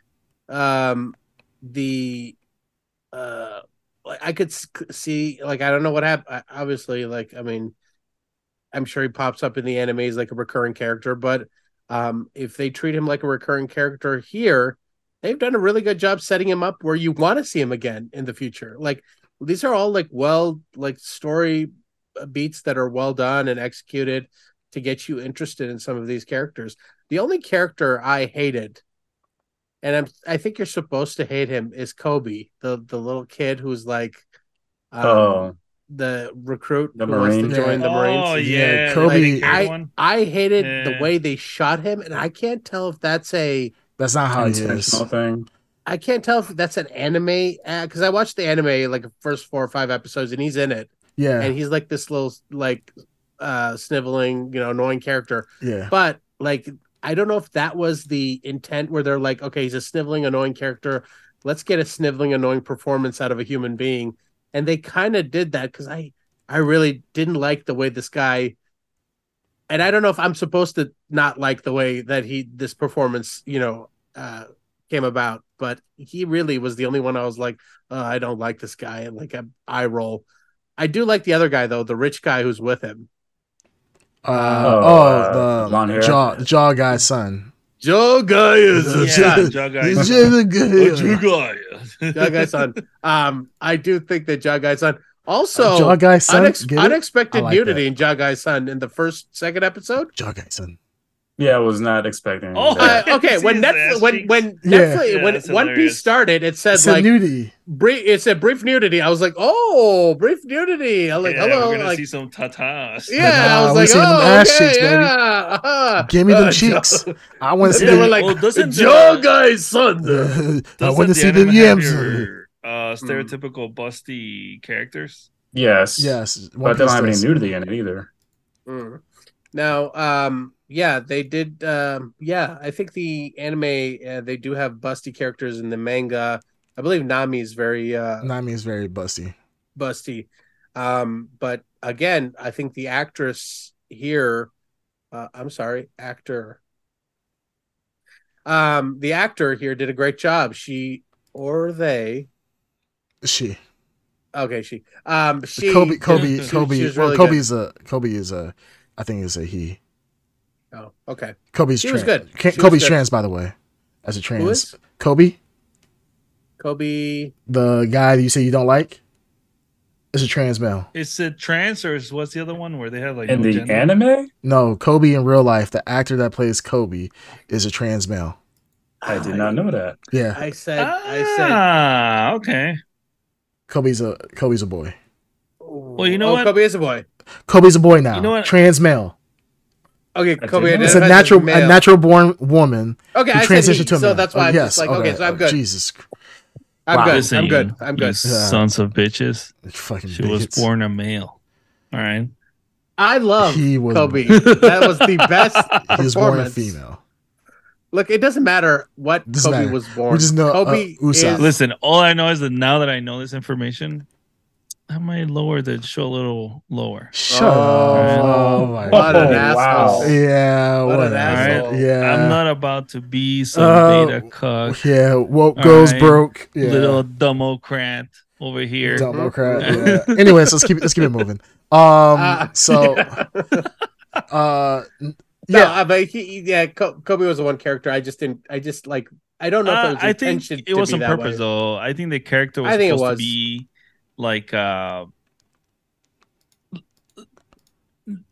S4: um the uh like I could s- see like I don't know what happened. Obviously, like I mean, I'm sure he pops up in the anime as like a recurring character, but um if they treat him like a recurring character here, they've done a really good job setting him up where you want to see him again in the future. Like these are all like well like story beats that are well done and executed to get you interested in some of these characters. The only character I hated, and I'm I think you're supposed to hate him, is Kobe, the the little kid who's like um,
S1: oh,
S4: the recruit
S1: The
S4: who wants to
S1: Marine.
S4: join the
S2: Oh
S4: Marines.
S2: yeah,
S3: Yeah,
S2: the
S3: Kobe-
S2: big
S4: I-
S2: one.
S4: I hated
S2: Yeah.
S4: the way they shot him, and I can't tell if that's a
S3: that's not how he is.
S1: intentional thing.
S4: I can't tell if that's an anime because I watched the anime like the first four or five episodes, and he's in it,
S3: Yeah,
S4: and he's like this little like uh sniveling, you know, annoying character.
S3: yeah.
S4: But like, I don't know if that was the intent where they're like, okay, he's a sniveling, annoying character. Let's get a sniveling, annoying performance out of a human being. And they kind of did that because I, I really didn't like the way this guy and I don't know if I'm supposed to not like the way that he this performance, you know, uh came about, but he really was the only one I was like, uh, I don't like this guy and like a eye roll. I do like the other guy though, the rich guy who's with him.
S3: Uh,
S1: Oh, uh,
S3: oh,
S1: blonde
S3: the
S1: hair.
S3: jaw, the jaw guy's son.
S4: Joe guy is a
S2: Yeah, Oh,
S4: yeah.
S2: Jaw Guy.
S3: He's just a
S2: Oh,
S3: good-
S4: Jaw Guy son. Um, I do think that Jaw Guy son also
S3: jaw guy son.
S4: unex-
S3: Uh, Get it?
S4: unexpected
S3: I like
S4: nudity in Jaw Guy son in the first second episode.
S3: jaw guy son.
S1: Yeah, I was not expecting.
S2: Oh,
S1: that.
S4: Uh,
S2: Yeah.
S4: okay,
S2: See
S4: when
S2: his
S4: Netflix,
S2: ass
S4: when
S2: cheeks.
S4: when
S3: Yeah.
S4: Netflix,
S2: Yeah,
S4: when
S2: that's
S4: One
S2: hilarious.
S4: Piece started, it said
S3: It's a
S4: like
S3: nudity.
S4: brief. It said brief nudity. I was like, oh, brief nudity. I'm like,
S2: yeah,
S4: hello,
S2: we're gonna
S4: like,
S2: see some tatas.
S4: yeah. I
S3: Nah, we
S4: was
S3: seen
S4: like,
S3: them
S4: oh,
S3: ass
S4: okay,
S3: cheeks, baby.
S4: yeah. uh-huh.
S3: Give me
S4: Uh,
S3: them
S4: Joe-
S3: cheeks. I want to see
S4: They were
S3: them.
S4: like,
S2: well, doesn't
S4: Joe
S2: the-
S4: guy's son.
S3: I
S2: Doesn't
S3: want to see
S2: anime have
S3: them yams.
S2: your, Uh, stereotypical busty characters.
S1: yes,
S3: Yes, One
S1: but they don't
S3: Piece
S1: have any
S3: does.
S1: nudity in it either.
S4: Mm. Now, um, yeah, they did. Um, yeah, I think the anime uh, they do have busty characters in the manga. I believe Nami is very uh,
S3: Nami is very busty.
S4: busty. Um, but again, I think the actress here, uh, I'm sorry, actor. Um, the actor here did a great job. She or they,
S3: She,
S4: okay, she, um, she,
S3: Kobe, Kobe,
S2: she-
S3: Kobe.
S4: she's
S3: well,
S4: really
S3: Kobe is a Kobe is a. I think is a he.
S4: oh, okay,
S3: Kobe's
S4: She was
S3: trans.
S4: good.
S3: Ca-
S4: She was
S3: Kobe's
S4: good.
S3: trans, by the way, as a trans.
S4: who is
S3: Kobe,
S4: Kobe?
S3: the guy that you say you don't like, is a trans male.
S2: It's a trans or is- what's the other one where they have like
S1: In
S2: no
S1: the
S2: gender?
S1: anime,
S3: No, Kobe in real life, the actor that plays Kobe is a trans male.
S1: I did not know that.
S3: Yeah,
S4: I said, I said,
S2: Ah, okay.
S3: Kobe's a Kobe's a boy.
S4: well,
S2: you know
S4: oh,
S2: what?
S4: Kobe is a boy.
S3: Kobe's a boy now.
S2: You know what?
S3: Trans male.
S4: Okay,
S1: That's
S4: Kobe.
S1: it.
S3: It's
S4: identifies
S3: a
S4: as
S3: natural, a
S4: male.
S3: natural born woman
S4: Okay,
S3: who
S4: I said he,
S3: transitioned to a man.
S4: so that's why
S3: Oh,
S4: I'm
S3: yes.
S4: just like, okay, so I'm good.
S3: Jesus, Christ.
S4: I'm
S3: Wow.
S4: good.
S2: Listen,
S4: I'm
S2: you-
S4: good. I'm
S2: you
S4: good.
S2: Sons of bitches.
S3: fucking.
S2: She was
S3: bigots.
S2: born a male. All right.
S4: I love
S3: He was.
S4: Kobe. that was the best
S3: He was born a
S4: performance.
S3: female.
S4: Look, it doesn't matter what
S3: Doesn't
S4: Kobe
S3: matter.
S4: was born.
S3: We just know, uh,
S4: Kobe
S3: Usopp.
S4: is
S2: Listen, all I know is that now that I know this information, I might lower the show a little lower.
S3: Shut up.
S4: Oh,
S3: Oh my
S4: what
S1: God.
S4: an
S1: Oh,
S4: asshole.
S1: wow.
S3: Yeah.
S4: What an
S3: whatever.
S4: asshole.
S3: Yeah.
S2: I'm not about to be some
S3: Uh,
S2: beta cuck,
S3: Yeah. Woke
S2: All
S3: girls
S2: right.
S3: broke. Yeah.
S2: little democrat over here.
S3: Democrat. Yeah. Anyways, let's keep let's keep it moving. Um.
S4: Ah,
S3: so.
S4: yeah.
S3: Uh. n-
S4: no,
S3: Yeah.
S4: yeah. but he, he- yeah, Co- Kobe was the one character. I just didn't. I just like. I don't know if
S2: Uh,
S4: it was
S2: I think
S4: intention.
S2: it was
S4: to
S2: on
S4: be
S2: purpose,
S4: That way.
S2: though. I think the character was
S4: I think it
S2: supposed
S4: was.
S2: to be like uh,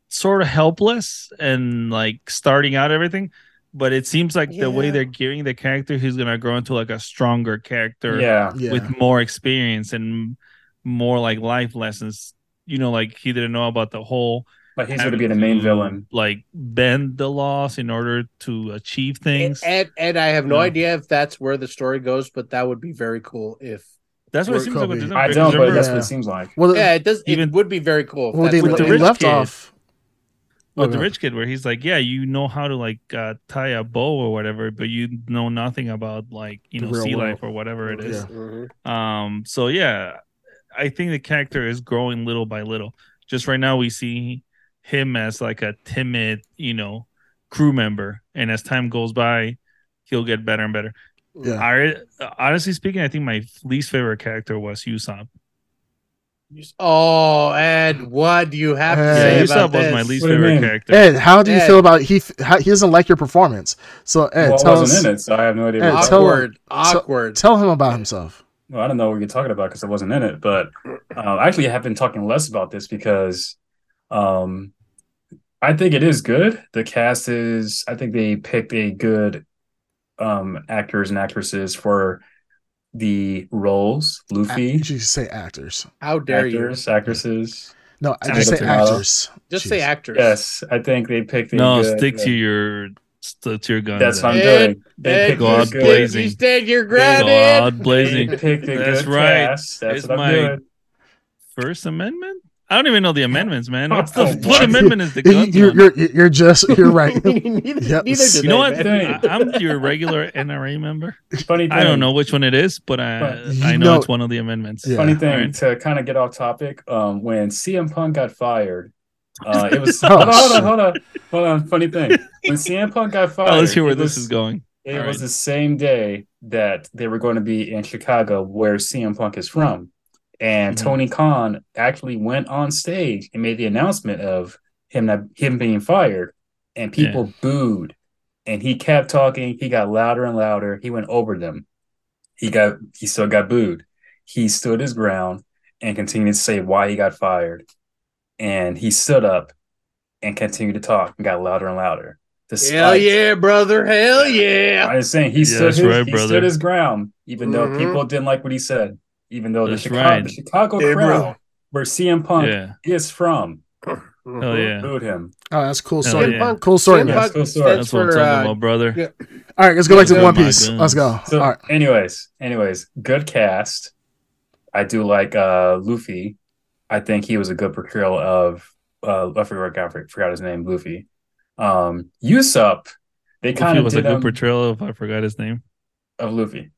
S2: sort of helpless and like starting out everything. But it seems like the way
S4: Yeah.
S2: they're gearing the character, he's gonna grow into like a stronger character
S1: Yeah,
S3: Yeah.
S2: with more experience and more like life lessons. You know, like he didn't know about the whole
S1: but he's going to
S2: having
S1: be the main
S2: to,
S1: villain.
S2: Like bend the laws in order to achieve things.
S4: And, and I have no
S2: No.
S4: idea if that's where the story goes, but that would be very cool if.
S2: That's what
S3: Or
S2: it seems like. with
S3: Kobe.
S2: the
S1: I
S2: Denver,
S1: don't, but
S2: remember-
S1: that's what
S3: Yeah.
S1: it seems like.
S3: Well.
S4: Yeah, it does.
S2: Even-
S4: it would be very cool. if
S3: Well,
S4: that's
S3: they,
S4: where
S2: with
S3: they
S2: the
S4: it
S2: rich
S3: left
S2: kid.
S3: off.
S2: with the
S3: Okay.
S2: rich kid where he's like, yeah, you know how to like uh, tie a bow or whatever, but you know nothing about like you
S3: The
S2: know
S3: real
S2: sea
S3: world.
S2: life or whatever it is.
S3: Yeah.
S1: Mm-hmm.
S4: Mhm.
S2: Um, so yeah, I think the character is growing little by little. Just right now, we see him as like a timid, you know, crew member, and as time goes by, he'll get better and better.
S3: Yeah.
S2: I, honestly speaking, I think my least favorite character was Usopp.
S4: Oh, and what do you have to
S3: Yeah,
S4: say
S2: Yeah,
S4: about
S2: Usopp was
S4: this?
S2: my least
S1: What do you
S2: favorite
S1: mean?
S2: character.
S3: Ed, how do you
S4: Ed.
S3: feel about he? f- How, he doesn't like your performance. So Ed,
S1: well, I
S3: tell
S1: wasn't
S3: us.
S1: in it, so I have no idea.
S3: Hey,
S1: what-
S3: tell-
S4: Awkward, awkward.
S3: Tell him about himself.
S1: well, I don't know what you're talking about because I wasn't in it. But uh, actually, I have been talking less about this because um, I think it is good. The cast is. I think they picked a good um, actors and actresses for the roles.
S3: A-
S1: Luffy,
S3: you should say actors.
S4: How dare you?
S1: actors, actresses.
S3: No, I just
S2: Actors.
S3: say actors.
S4: Just
S3: Jeez.
S4: say actors.
S1: Yes, I think they picked. A
S2: no,
S1: good, uh,
S2: stick to your stick to your guns.
S1: That's what I'm
S2: Ed.
S1: doing.
S4: Ed,
S1: They picked
S2: go
S1: a
S2: out
S1: good-
S2: blazing.
S4: You said you're
S2: Go
S4: grounded.
S2: out
S1: They
S2: blazing.
S1: picked a
S2: That's
S1: good
S2: right.
S1: cast. That's
S2: It's
S1: what I'm
S2: my-
S1: doing.
S2: First Amendment? I don't even know the amendments, man. What's the
S1: Oh,
S2: what
S1: what?
S2: amendment is the guns
S3: You're,
S2: one?
S3: you're you're just you're right.
S4: neither,
S3: Yep.
S4: neither do
S2: You know
S4: they, uh,
S2: what?
S4: man.
S2: I, I'm your regular NRA member.
S1: Funny thing.
S2: I don't know which one it is, but I
S1: But-
S2: I
S3: You
S2: know,
S3: know-
S2: it's one of the amendments.
S3: Yeah.
S1: Funny thing
S2: Alright.
S1: to kind of get off topic. Um, when CM Punk got fired, uh, it was
S3: Oh,
S1: hold on, hold
S3: shit.
S1: on, hold on, hold on. Funny thing. When CM Punk got fired,
S2: Oh, let's hear where
S1: it
S2: this
S1: was-
S2: is going.
S1: It
S2: All
S1: was
S2: right.
S1: the same day that they were going to be in Chicago, where CM Punk is from. And
S2: Mhm.
S1: Tony Khan actually went on stage and made the announcement of him not, him being fired, and people booed. And he kept talking. He got louder and louder. He went over them. He got he still got booed. He stood his ground and continued to say why he got fired. And he stood up and continued to talk and got louder and louder.
S4: Hell
S1: Despite-
S4: yeah, brother. Hell yeah.
S1: I was saying he
S2: Yeah,
S1: stood
S2: that's
S1: his,
S2: right,
S1: he
S2: brother.
S1: stood his ground, even
S4: Mhm.
S3: Mm-hmm.
S1: though people didn't like what he said. Even though the
S2: That's
S1: Chicago,
S2: right.
S1: the Chicago
S4: Yeah, bro.
S1: crowd, where CM Punk
S2: Yeah.
S1: is from, Mm-hmm.
S2: Oh yeah.
S1: booed him.
S3: Oh, that's cool
S2: Hell
S3: story.
S2: yeah.
S3: Cool story,
S4: CM
S3: man.
S4: Punk
S1: Cool story.
S4: stands
S2: That's what I'm
S4: for,
S2: talking
S4: uh,
S2: about, brother.
S4: yeah.
S3: All right, let's go back to
S2: Oh
S3: One
S2: my
S3: Piece.
S2: goodness.
S3: Let's go.
S1: So,
S3: All right.
S1: anyways, anyways, good cast. I do like uh Luffy. I think he was a good portrayal of uh I forgot, I forgot his name, Luffy. Um Usopp, they
S2: If
S1: kind
S2: it
S1: of
S2: was
S1: did um,
S2: a good
S1: him-
S2: portrayal if I forgot his name.
S1: of Luffy.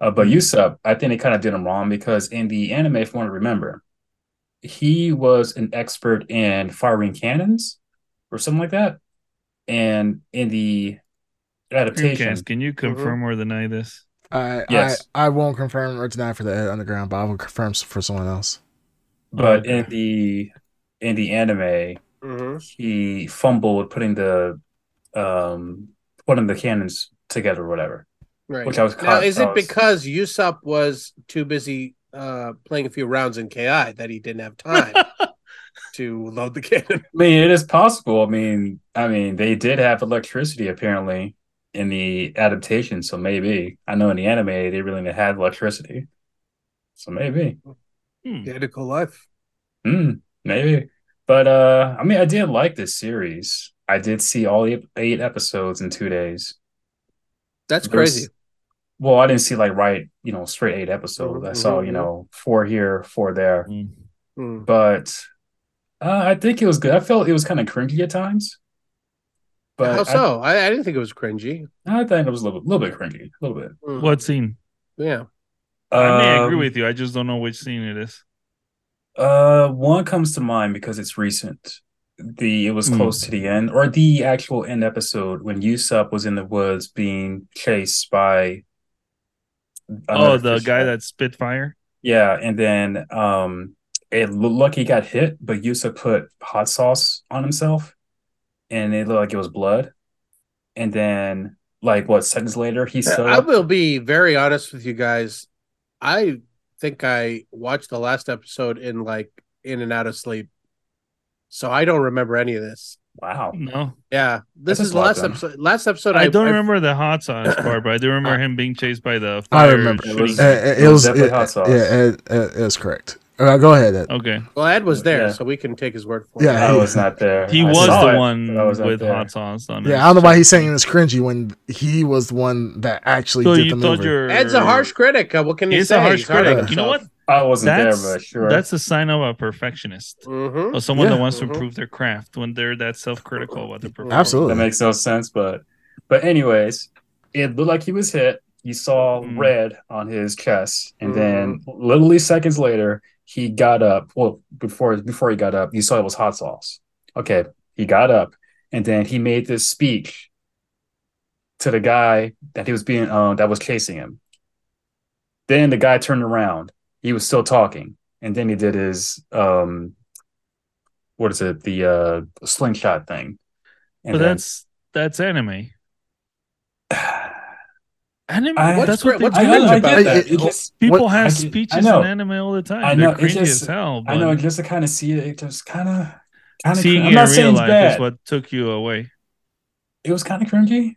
S1: Uh, but Usopp, I think they kind of did him wrong because in the anime, if you want to remember, he was an expert in firing cannons or something like that. And in the adaptation,
S2: Dreamcast, can you confirm or deny this?
S3: I,
S1: Yes.
S3: I I won't confirm or deny for the underground, but I will confirm s- for someone else.
S1: but
S2: Okay.
S1: in the in the anime,
S4: Mhm.
S1: he fumbled putting the um putting the cannons together or whatever.
S4: Right.
S1: Which I was
S4: now,
S1: caught-
S4: is
S1: I
S4: it
S1: was-
S4: because Usopp was too busy uh, playing a few rounds in KI that he didn't have time to load the cannon?
S1: I mean, it is possible. I mean, I mean, they did have electricity apparently in the adaptation, so maybe. I know in the anime they really had electricity, so maybe,
S2: Hmm.
S4: Identical life.
S1: Hmm, maybe. But uh, I mean, I did like this series. I did see all eight, eight episodes in two days.
S4: That's
S1: There's-
S4: crazy.
S1: Well, I didn't see like right, you know, straight eight episodes. I saw,
S4: Mhm.
S1: you know, four here, four there.
S2: Hmm.
S4: Mm.
S1: But uh, I think it was good. I felt it was kind of cringy at times. But
S4: How
S1: I-
S4: so? I, I didn't think it was cringy.
S1: I, think it was a little, little bit cringy, a little bit.
S4: Mm.
S2: What scene?
S4: Yeah.
S2: I may agree
S1: Um,
S2: with you. I just don't know which scene it is.
S1: Uh, one comes to mind because it's recent. The it was
S2: Hmm.
S1: close to the end, or the actual end episode when Usopp was in the woods being chased by.
S2: Oh,
S1: another
S2: the
S1: fish
S2: guy
S1: man.
S2: that spit fire.
S1: Yeah, and then um, it looked like he got hit, but Usopp put hot sauce on himself, and it looked like it was blood. And then, like what seconds later, he
S4: Yeah,
S1: stood
S4: I
S1: up.
S4: will be very honest with you guys. I think I watched the last episode in like in and out of sleep. So I don't remember any of this.
S1: Wow,
S2: No,
S4: Yeah. This
S1: That's
S4: is
S1: a lot,
S4: last
S1: then.
S4: episode. Last episode
S2: I don't remember the hot sauce part, but I do remember
S4: I-
S2: him being chased by the.
S3: I
S2: fire
S3: remember.
S1: It was-
S2: shooting-
S3: Uh, it, it
S1: It was
S3: was
S1: definitely
S3: it-
S1: hot sauce.
S3: Yeah, it, it, it was correct. All right, go ahead. Ed.
S2: Okay,
S4: Well, Ed was there,
S1: Oh, Yeah.
S4: so we can take his word for
S3: Yeah.
S4: it.
S1: I was not there.
S2: he
S1: I
S2: was
S1: saw
S2: the
S1: it,
S2: one
S1: but I was not
S2: with
S1: there.
S2: hot sauce on.
S3: Yeah,
S2: it.
S3: I don't know why he's saying it's cringy when he was the one that actually
S2: So
S3: did
S2: you
S3: the
S2: thought
S3: movie.
S2: your
S4: Ed's a harsh critic. Uh, What can you
S2: He's
S4: say?
S2: a harsh
S4: He's hard on
S2: critic. You know what?
S4: himself.
S1: I wasn't
S2: That's
S1: there, but sure.
S2: that's a sign of a perfectionist
S4: Mhm.
S1: Uh,
S2: or someone
S3: Yeah.
S2: that wants to
S4: Mhm.
S2: improve their craft when they're that self-critical about their performance.
S1: that
S3: Absolutely.
S1: makes no sense, but but anyways, it looked like he was hit. You saw
S2: Mm.
S1: red on his chest, and then literally seconds later, he got up. Well, before before he got up, you saw it was hot sauce. Okay, he got up, and then he made this speech to the guy that he was being um, that was chasing him. Then the guy turned around. He was still talking, and then he did his um, what is it? The uh, slingshot thing. And
S2: But
S1: then-
S2: that's that's anime. Anime.
S1: I-
S4: What's
S2: that's
S4: cri-
S2: what they
S4: what's
S1: I,
S2: do.
S1: I, I
S4: cringe about
S1: get
S3: It-
S1: that.
S3: it- it
S1: just,
S2: People
S3: What-
S1: I
S2: have
S1: get- I
S2: speeches
S1: know.
S2: in anime all the time.
S1: I know,
S2: They're
S1: it
S2: cringy
S1: just-
S2: as hell. But
S1: I know, just to kind of see it, it just kind of, kind of.
S2: seeing
S1: I'm
S2: it
S1: not
S2: in real
S1: saying it's
S2: life is
S1: bad.
S2: what took you away.
S1: It was kind of cringy.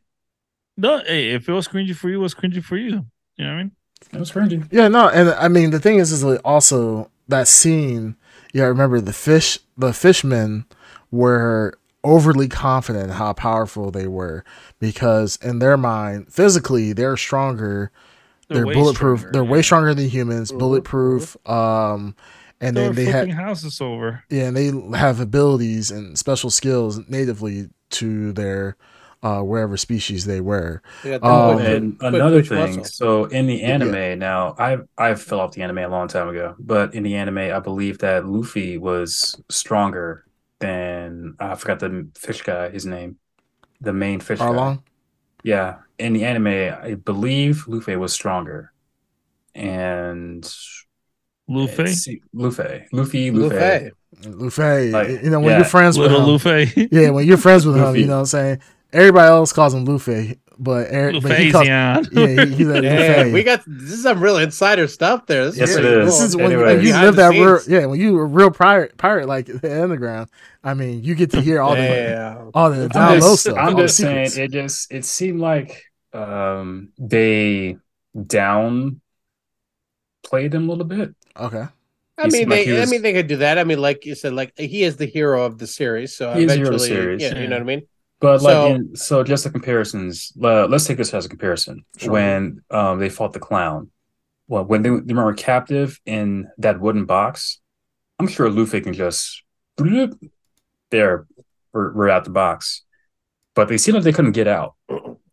S2: No, hey, if it was cringy for you, it was cringy for you. You know what I mean?
S1: It was cringy.
S3: Yeah, no, and I mean the thing is, is like also that scene. Yeah, I remember the fish, the fishmen were overly confident in how powerful they were because in their mind, physically, they're stronger. They're,
S2: way
S3: bulletproof.
S2: stronger,
S3: they're
S2: yeah.
S1: Mm-hmm.
S3: way stronger than humans.
S4: Mhm,
S3: Bulletproof. Um, and
S2: Throw
S3: then they had
S2: flipping houses over.
S3: yeah, and they have abilities and special skills natively to their uh wherever species they were.
S4: They got the
S3: Oh,
S4: quick-
S1: and
S4: quick
S1: um, another
S4: twitch
S1: thing,
S4: muscle.
S1: so in the anime now, I I fell off the anime a long time ago, but in the anime, I believe that Luffy was stronger than I forgot the fish guy, his name, the main fish guy.
S3: Arlong?
S1: Yeah, in the anime, I believe Luffy was stronger, and
S2: Luffy,
S1: it's- Luffy, Luffy, Luffy.
S4: Luffy.
S3: Luffy.
S1: Like,
S3: you know, when
S1: yeah,
S3: you're friends with
S2: little
S3: him,
S2: Luffy,
S3: Yeah, when you're friends with him,
S1: Luffy.
S3: you know what I'm saying? Everybody else calls him Luffy, but Eric but
S2: Luffy's
S3: he calls
S2: on.
S3: Yeah, he, he's a
S4: Yeah,
S3: Luffy.
S4: we got this is some real insider stuff there. This
S1: Yes, it
S4: pretty
S1: is.
S3: This is when
S1: Anyway.
S3: when you
S4: Behind
S3: live
S4: the
S3: that real,
S4: scenes.
S3: yeah. When you a real pirate, pirate like the underground. I mean, you get to hear all the
S4: Damn.
S3: all the down
S1: I'm
S3: low
S1: just,
S3: stuff.
S1: I'm
S3: all the
S1: just saying,
S3: secrets.
S1: it just it seemed like um they down played him a little bit.
S3: okay,
S1: He
S4: I mean,
S1: seemed like
S4: they.
S1: he was-
S4: I mean, they could do that. I mean, like you said, like he is the hero of the series. So
S1: He is the hero of the
S4: eventually,
S1: series,
S4: yeah, you
S2: yeah.
S4: know what I mean.
S1: But like,
S4: So-
S1: in, so just the comparisons. Uh, let's take this as a comparison.
S3: Sure.
S1: When um, they fought the clown, well, when they, they were captive in that wooden box, I'm sure Luffy can just bloop, there, we're, we're out the box. But they seemed like they couldn't get out.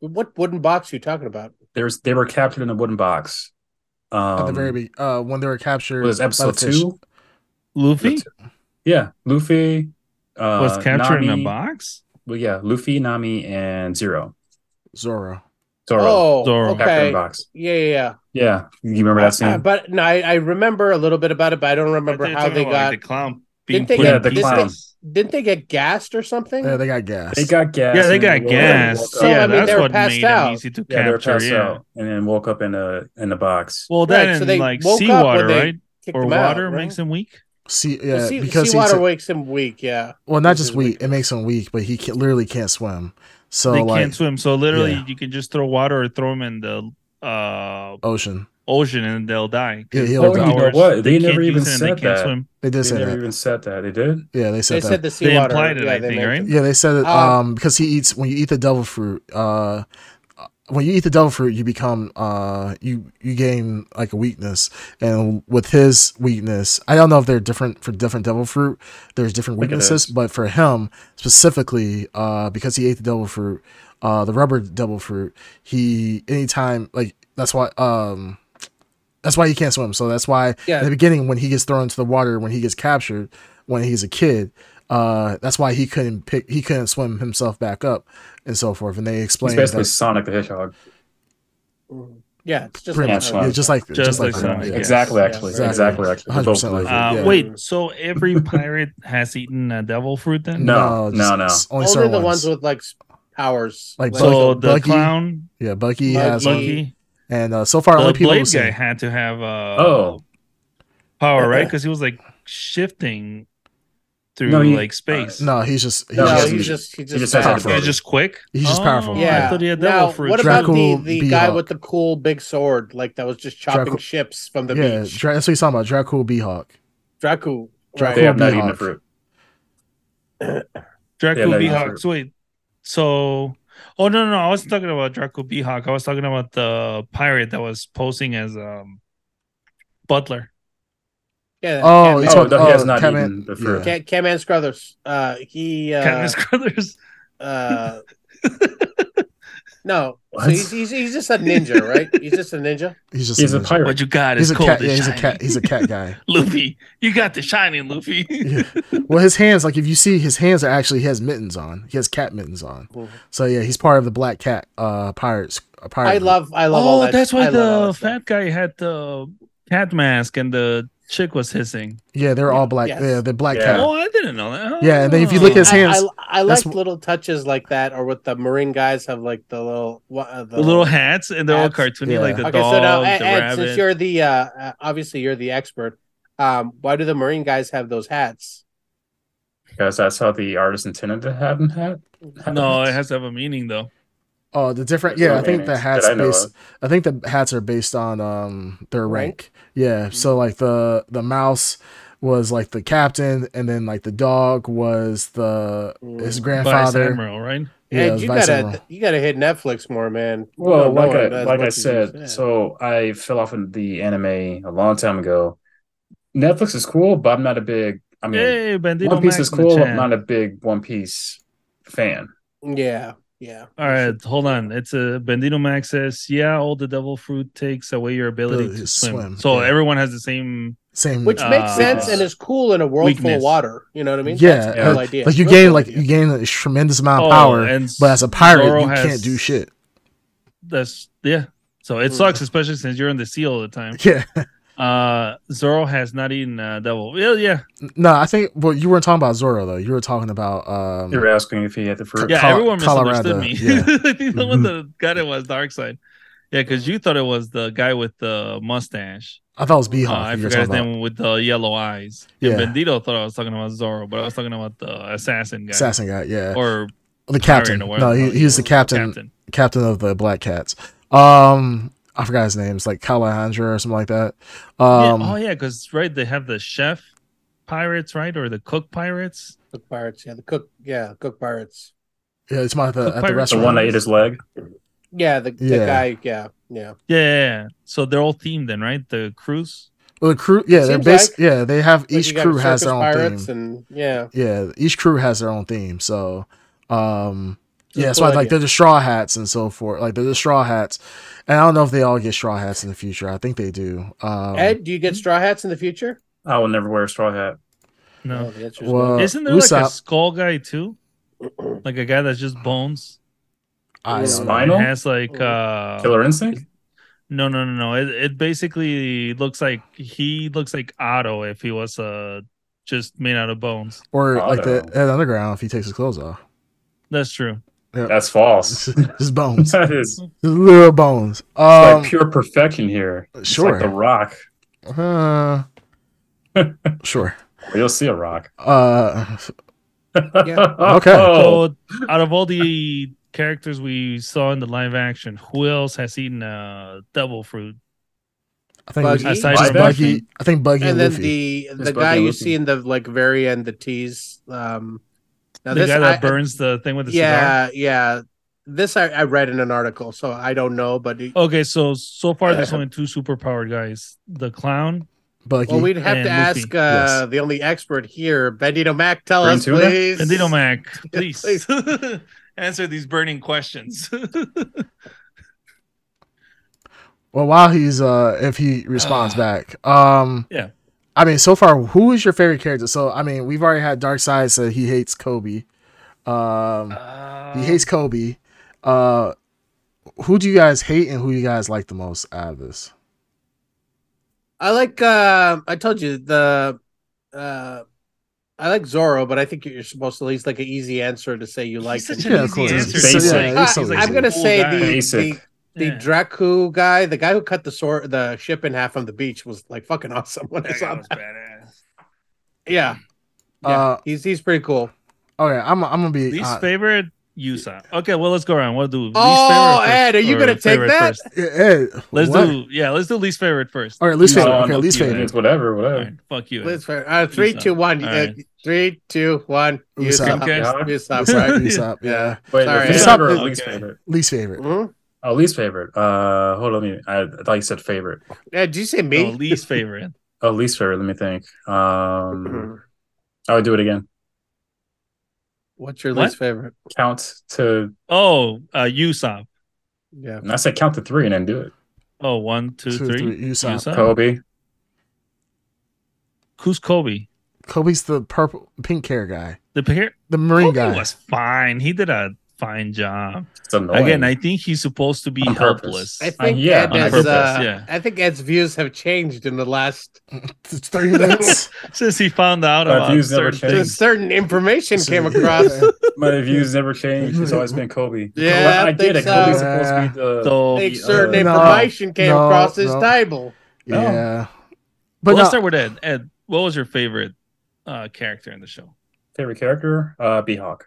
S4: What wooden box are you talking about?
S1: There's they were captured in a wooden box. Um,
S3: at the very be- uh, when they were captured,
S1: was
S3: by the
S1: episode
S3: fish.
S1: two.
S2: Luffy
S1: Yeah, Luffy uh,
S2: was captured in a
S1: Nami-
S2: box.
S1: Well, yeah, Luffy, Nami, and Zero.
S3: Zoro.
S1: Zoro
S4: Oh,
S2: Zoro.
S1: captured in
S4: okay.
S1: a box.
S4: Yeah, yeah, yeah.
S1: Yeah, you remember that scene?
S4: Uh, but no, I, I remember a little bit about it, but I don't remember
S2: I thought
S4: how
S2: were
S4: they
S2: talking
S4: got.
S2: about, like, the clown.
S4: Didn't
S2: being
S4: they
S2: put
S1: Yeah,
S2: in
S1: the
S2: pieces.
S1: clown.
S4: Didn't they get gassed or something?
S3: Yeah, they got gas.
S1: They got gas.
S2: Yeah, they
S1: and
S2: got
S1: then woke up and
S2: gassed.
S1: woke
S4: So,
S1: up.
S4: I
S2: yeah,
S4: mean,
S2: that's
S4: they were
S2: what
S4: passed
S2: made
S4: out.
S2: them easy to
S1: Yeah, they were
S2: capture.
S1: passed
S2: Yeah.
S1: out and then woke up in a in a box.
S2: Well,
S4: Right,
S2: that
S4: so
S2: and
S4: they
S2: like
S4: woke up
S2: seawater,
S4: when they
S2: right?
S4: Kicked
S2: Or
S4: them out,
S2: water
S4: right?
S2: makes them weak.
S3: See,
S4: Well,
S3: yeah,
S4: sea,
S3: because he's
S4: seawater
S3: a-
S4: wakes him weak. Yeah,
S3: well, not
S4: makes
S3: just
S4: him weak.
S3: weak. It makes him weak, but he can, literally can't swim. So
S2: they
S3: like
S2: can't swim, so literally
S3: yeah.
S2: you can just throw water or throw them in the uh,
S3: ocean,
S2: ocean and they'll die.
S3: Yeah, he'll
S1: Oh,
S3: die.
S1: you know
S2: Powers,
S1: what? They,
S2: can't
S1: never
S2: use
S1: even
S2: it and
S1: said
S2: they can't
S1: that.
S2: swim.
S3: They did
S1: They
S3: say
S1: never
S3: that.
S1: even said that. They did.
S3: Yeah, they said
S4: They
S3: that.
S4: said the
S2: They
S4: seawater.
S2: implied it,
S4: yeah,
S2: I
S4: they
S2: think,
S4: mentioned-
S2: right?
S3: Yeah, they said it
S4: Uh,
S3: um, because he eats when you eat the devil fruit. Uh, when you eat the devil fruit, you become uh, you you gain like a weakness, and with his weakness, I don't know if they're different for different devil fruit. There's different
S1: think it
S3: weaknesses,
S1: is.
S3: but for him specifically, uh, because he ate the devil fruit, uh, the rubber devil fruit, he anytime like that's why um. That's why he can't swim. So that's why
S4: Yeah.
S3: in the beginning, when he gets thrown into the water, when he gets captured, when he's a kid, uh, that's why he couldn't pick, he couldn't swim himself back up, and so forth. And they
S1: It's
S3: explained
S1: basically
S3: that
S1: Sonic the Hedgehog.
S4: Yeah, it's just
S3: pretty
S4: like
S3: much,
S1: Sonic.
S3: yeah, just like
S2: Just like
S3: that.
S2: Sonic,
S3: Yeah.
S2: yes.
S1: Exactly, actually.
S4: Yeah,
S1: Exactly, actually.
S3: 100%
S1: Both of
S3: like
S1: them.
S2: Uh,
S3: Yeah.
S2: Wait, so every pirate has eaten a devil fruit then?
S1: No,
S3: just-
S1: no, no.
S3: s- Only,
S4: only
S3: certain
S4: the
S3: ones.
S4: ones with like s- powers.
S3: Like
S2: So
S3: Buggy-
S2: the
S3: Buggy
S2: clown, uh,
S3: yeah, Bucky
S4: Buggy-
S3: has one,
S2: Lucky,
S3: and uh, so far
S2: the
S3: only people who
S2: blade
S3: see-
S2: guy had to have uh,
S1: Oh,
S2: power, right? Because he was like shifting through
S1: No, he-
S2: like space.
S3: No, he's just he's
S4: no,
S1: Yeah,
S3: just,
S4: he's
S1: he's
S4: just he just,
S1: just has
S4: powerful.
S1: that
S2: He's just quick.
S3: He's just
S2: Oh,
S3: powerful.
S4: Yeah.
S2: I thought he had
S4: now,
S2: devil fruit.
S4: what
S3: Draco
S4: about the, the guy
S3: Beehawk.
S4: with the cool big sword, like that was just chopping
S3: Draco-
S4: ships from the
S3: yeah.
S4: beach?
S3: Dra- that's what he's talking about. Draco Beehawk.
S4: Draco.
S3: Draco.
S2: Uh,
S1: they
S4: Right.
S1: have not
S3: Beehawk.
S1: eaten the fruit.
S2: Draco
S1: Yeah, no,
S2: Beehawk. So wait, so oh no, no, no, I wasn't talking about Draco Beehawk. I was talking about the pirate that was posing as um butler.
S4: Yeah,
S3: Oh,
S4: Catman-
S3: it's
S1: Oh,
S3: what-
S1: no, he has
S3: oh,
S1: not
S3: Catman-
S1: eaten the fruit.
S4: Cat- Catman Scrothers. Uh, he uh,
S2: Katniss Crothers.
S4: uh, no,
S1: What?
S4: so he's, he's he's just a ninja, right? He's just a ninja.
S3: He's just
S1: He's a
S3: ninja.
S1: pirate.
S2: What you got is
S3: He's a
S2: cold
S3: cat.
S2: and
S3: Yeah, he's a
S2: shiny.
S3: cat. He's a cat guy.
S2: Luffy, you got the shining Luffy.
S3: Yeah. Well, his hands, like if you see his hands, are actually he has mittens on. He has cat mittens on. So yeah, he's part of the Black Cat uh pirates. Uh, pirate
S4: I
S3: group.
S4: love I love all
S2: oh,
S4: that.
S2: that's
S4: I
S2: why
S4: love all
S2: the
S4: that stuff.
S2: fat guy had the cat mask and the chick was hissing.
S3: Yeah, they're all black.
S4: Yes.
S3: Yeah, the Black
S1: Yeah.
S3: Cat.
S2: Oh, I didn't know that.
S3: Yeah, and then if you
S2: Oh.
S3: look at his
S4: I-
S3: hands.
S4: I, I, like
S3: That's-
S4: little touches like that, or with the marine guys have like the little what uh,
S2: the little hats and they're all
S4: Hats.
S2: cartoony,
S3: Yeah.
S2: like the
S4: Okay,
S2: dog,
S4: so now
S3: eh,
S4: Ed,
S2: the
S4: Ed, since
S2: rabbit.
S4: you're the uh, uh, obviously you're the expert, um, why do the marine guys have those hats?
S1: Because that's how the artist intended to have them had.
S2: No, it has to have a meaning though.
S3: Oh, the different.
S1: There's
S3: Yeah,
S1: no
S3: I think
S1: meanings
S3: the
S1: that
S3: hats
S1: I know
S3: based.
S1: of.
S3: I think the hats are based on um their
S4: Rank?
S3: rank. Yeah.
S2: Mm-hmm.
S3: So like the the mouse was like the captain, and then like the dog was the his
S4: Mm.
S2: Vice
S3: grandfather.
S2: Admiral, right?
S3: Yeah, it
S4: Ed,
S3: was
S4: you
S3: Vice
S4: gotta
S3: Admiral.
S4: you gotta hit Netflix more, man.
S1: Well,
S4: No, no
S1: like
S4: one
S1: I
S4: does
S1: like
S4: what
S1: I
S4: you
S1: said,
S4: just
S1: so I fell off in the anime a long time ago, Netflix is cool, but I'm not a big. I mean,
S2: hey, Bandito
S1: One Piece
S2: Max
S1: is
S2: in the
S1: cool. I'm
S2: chat.
S1: not a big One Piece fan.
S4: Yeah, yeah.
S2: All right, hold on. It's a Bendito Max says, "Yeah, all the devil fruit takes away your ability
S3: Ability
S2: to
S3: to
S2: swim."
S3: swim,
S2: So
S3: yeah.
S2: everyone has the same.
S3: Same.
S4: Which
S2: Uh,
S4: makes sense and is cool in a world full of
S2: weakness.
S4: water. You know what I mean?
S3: Yeah,
S4: That's the whole
S1: uh,
S4: idea.
S3: like you
S4: Real
S3: gain
S4: cool
S3: like
S4: idea.
S3: you gain a tremendous amount of
S2: Oh,
S3: power,
S2: and
S3: but as a pirate,
S2: Zoro
S3: you
S2: has-
S3: can't do shit.
S2: that's yeah. So it
S4: Mm.
S2: sucks, especially since you're in the sea all the time.
S3: Yeah.
S2: Uh, Zoro has not eaten uh, devil. Yeah, yeah,
S3: No, I think. Well, you weren't talking about Zoro though. You were talking about um,
S1: You were asking if he had the fruit.
S2: yeah.
S3: Col-
S2: everyone misunderstood
S3: Colorado,
S2: me.
S3: yeah.
S2: I think the one
S3: Mhm.
S2: that got it was Dark Side. Yeah, because you thought it was the guy with the mustache.
S3: I thought it was
S2: Uh,
S3: Beehawk.
S2: I
S3: you were
S2: forgot his
S3: talking about.
S2: name with the yellow eyes.
S3: Yeah.
S2: And Bendito thought I was talking about Zoro, but I was talking about the assassin guy
S3: Assassin guy, yeah,
S2: or
S3: the
S2: pirate
S3: captain.
S2: in the world.
S3: No, he, he was the captain, captain, of the Black Cats. Um, I forgot his name. It's like Calandra or something like that. Um,
S2: yeah, oh yeah, because right, they have the chef pirates, right, or the cook pirates.
S4: Cook pirates. Yeah, the cook. Yeah, cook pirates.
S3: yeah, it's my at the,
S2: Cook
S3: at the
S2: Pirate-
S1: The
S3: restaurant.
S1: one that ate his leg.
S4: Yeah, the, the
S3: Yeah.
S4: guy. Yeah, yeah.
S2: Yeah, yeah, yeah. so they're all themed then, right? The cruise.
S3: Well, the crew, yeah, they're
S4: Seems
S3: basic.
S4: like-
S3: yeah, they have
S4: Like,
S3: each
S4: you got
S3: crew has their
S4: circus
S3: own
S4: pirates
S3: theme.
S4: and yeah.
S3: yeah, each crew has their own theme. So, um,
S4: It's a
S3: yeah, so
S4: cool
S3: like
S4: idea.
S3: they're the straw hats and so forth. Like they're the straw hats, and I don't know if they all get straw hats in the future. I think they do. Um,
S4: Ed, do you get straw hats in the future? Oh,
S1: I will never wear a straw hat.
S2: No,
S4: the answer's
S3: well,
S2: isn't there like a
S3: Uh, Usopp,
S2: skull guy too? Like a guy that's just bones.
S3: I don't know.
S1: Spinal?
S2: It has like uh,
S1: Killer Instinct.
S2: no, no, no, no. It it basically looks like he looks like Otto if he was uh just made out of bones.
S3: or
S1: I
S3: like the
S1: don't
S3: Ed Underground if he takes his clothes off,
S2: That's true.
S1: That's false.
S3: just bones, just
S1: that is it's
S3: literal bones. Um,
S1: like pure perfection here. It's
S3: sure.
S1: Like the rock.
S3: uh, sure.
S1: You'll see a rock.
S3: Uh,
S4: Yeah.
S3: Okay.
S1: Oh,
S2: So out of all the characters we saw in the live action, who else has eaten uh double fruit?
S3: I think
S4: Buggy?
S3: Buggy.
S2: Aside
S1: from
S3: Buggy.
S1: Buggy.
S3: I think Buggy and,
S4: and then
S3: Luffy.
S4: the the
S1: Bucky
S4: guy you
S1: Luffy.
S4: see in the like very end, the tease. Um, now
S2: the
S4: this
S2: guy
S4: I-
S2: that burns the thing with the cigar.
S4: yeah, yeah. This I, I read in an article, so I don't know, but it-
S2: Okay, so so far there's only two superpowered guys: the clown.
S3: Buggy.
S4: well, we'd have
S2: and
S4: to
S2: Luffy,
S4: ask uh, the only expert here, Bendito Mac. Tell
S1: Green
S4: us,
S1: tuna?
S4: please.
S2: And Dino Mac,
S4: Yeah,
S2: please, answer these burning questions.
S3: Well, while he's uh, if he responds
S2: Ah.
S3: back, um,
S2: Yeah.
S3: I mean, so far, who is your favorite character? So, I mean, we've already had Dark Side said he hates Kobe. Um, he
S2: Uh,
S3: hates Kobe. Uh, who do you guys hate and who you guys like the most out of this?
S4: I like. Uh, I told you the. Uh, I like Zorro, but I think you're supposed to at least like an easy answer to say you like him.
S2: such
S3: an Yeah,
S2: an
S3: of easy course.
S2: easy
S1: answer.
S2: answer.
S1: He's so- yeah,
S4: Uh,
S3: he's so
S2: He's
S3: easy.
S2: like
S4: I'm
S2: a
S4: gonna
S2: cool
S4: say
S2: guy.
S4: the,
S1: Basic.
S4: the the Dracu guy, the guy who cut the sword, the ship in half on the beach was like fucking awesome when I
S2: That
S4: saw
S2: guy
S4: that.
S2: was badass.
S4: Yeah, yeah,
S3: Uh,
S4: he's he's pretty cool.
S3: Okay, I'm I'm gonna be
S2: Least
S3: uh,
S2: favorite Yusa. Okay, well let's go around. We'll do least
S4: Oh,
S2: favorite
S4: Ed, are you
S2: or
S4: gonna take
S2: favorite
S4: that?
S2: first.
S3: eh, eh,
S2: Let's
S3: what?
S2: do yeah, let's do least favorite first.
S3: All right, least
S1: No,
S3: favorite.
S1: I'm
S3: Okay,
S1: not
S3: least
S2: doing
S3: favorite.
S1: It's whatever,
S2: All
S1: whatever.
S2: right, fuck you. Ed.
S4: Let's uh, three,
S2: Usopp.
S4: two, one.
S2: All
S4: Uh,
S2: right.
S4: three, two, one. You
S3: Usopp.
S4: stop.
S2: Okay.
S1: Yeah.
S4: You stop.
S3: Usopp,
S4: Right.
S3: Usopp, yeah,
S1: Wait,
S4: Sorry.
S1: least
S3: Usopp
S1: favorite or
S3: is-
S1: least
S2: Okay.
S1: favorite?
S3: least favorite.
S4: hmm
S1: Oh, least favorite. Uh, hold on a minute. I, I thought you said favorite.
S4: Yeah, did you say
S2: The
S4: me?
S2: least favorite.
S1: Oh, least favorite. Let me think.
S3: Mm-hmm.
S1: Um, I would do it again.
S4: What's your
S2: What?
S4: least favorite?
S1: Count to.
S2: Oh, uh Usopp.
S4: Yeah.
S1: I said count to three and then do it.
S2: Oh, one, two,
S3: Two,
S2: three.
S3: three, Usopp.
S2: Oh.
S1: Kobe.
S2: Who's Kobe?
S3: Kobe's the purple pink hair guy,
S2: The pair
S3: the marine
S2: Kobe
S3: guy.
S2: was fine. He did a fine job.
S1: It's annoying.
S2: Again, I think he's supposed to be
S1: On purpose.
S2: helpless.
S4: I think
S1: yeah,
S4: Ed
S1: on
S4: has,
S2: purpose,
S4: uh,
S2: yeah.
S4: I think Ed's views have changed in the last
S3: It's Thirty minutes.
S2: Since he found out
S1: My
S2: about
S1: views never
S2: certain
S1: change.
S4: since
S2: things.
S4: certain information came
S3: Yeah.
S4: across.
S2: Oh.
S1: my views never changed. It's always been Kobe.
S4: Yeah,
S1: Well, I,
S4: I
S1: did it.
S4: think
S1: Kobe's
S3: so.
S1: supposed to be the.
S2: So,
S4: Like
S2: uh,
S4: certain
S1: no,
S4: information came
S3: no,
S4: across his
S3: no.
S4: table.
S1: No.
S3: Yeah,
S2: But
S3: but
S2: well, let's
S3: no,
S2: start with Ed. Ed, what was your favorite uh, character in the show?
S1: Favorite character? Uh, Beehawk.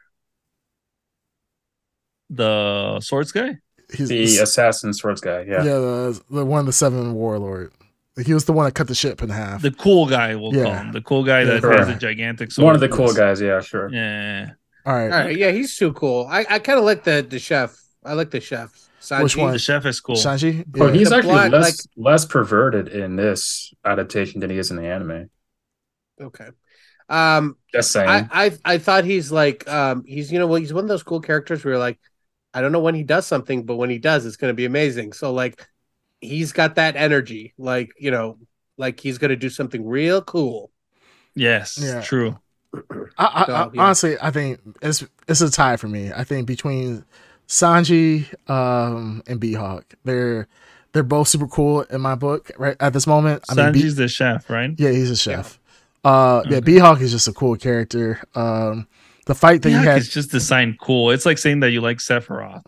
S2: The swords guy?
S3: he's
S1: The assassin swords guy.
S3: yeah,
S1: Yeah.
S3: the, the one of the seven warlord. Like, He was the one that cut the ship in half.
S2: The cool guy, we'll call
S3: Yeah.
S2: him. The cool guy that
S1: Correct.
S2: has a gigantic sword.
S1: One of the cool
S3: Yes.
S1: guys. Yeah, sure.
S2: Yeah.
S3: All right,
S4: All right, yeah, he's too cool. I, I kind of like the the chef. I like the chef. Sanji.
S3: Which one?
S2: The chef is cool. Oh,
S3: Sanji.
S1: But
S3: Yeah.
S1: he's
S4: The
S1: actually
S4: blood,
S1: less less perverted in this adaptation than he is in the anime.
S4: Okay. Um,
S1: Just saying.
S4: I, I I thought he's like um he's you know well, he's one of those cool characters where you're like I don't know when he does something but when he does it's going to be amazing. So like he's got that energy like you know like he's going to do something real cool.
S2: Yes,
S3: Yeah.
S2: true.
S3: I, I, I,
S4: So, yeah.
S3: honestly, I think it's it's a tie for me. I think between Sanji um, and Beehawk, they're they're both super cool in my book. Right at this moment, I mean, Bee-
S2: Sanji's the chef, right?
S3: yeah, he's a chef. Uh, yeah, Beehawk is just a cool character. Um, the fight that
S2: Yuck,
S3: he had,
S2: it's just the sign cool. It's like saying that you like Sephiroth.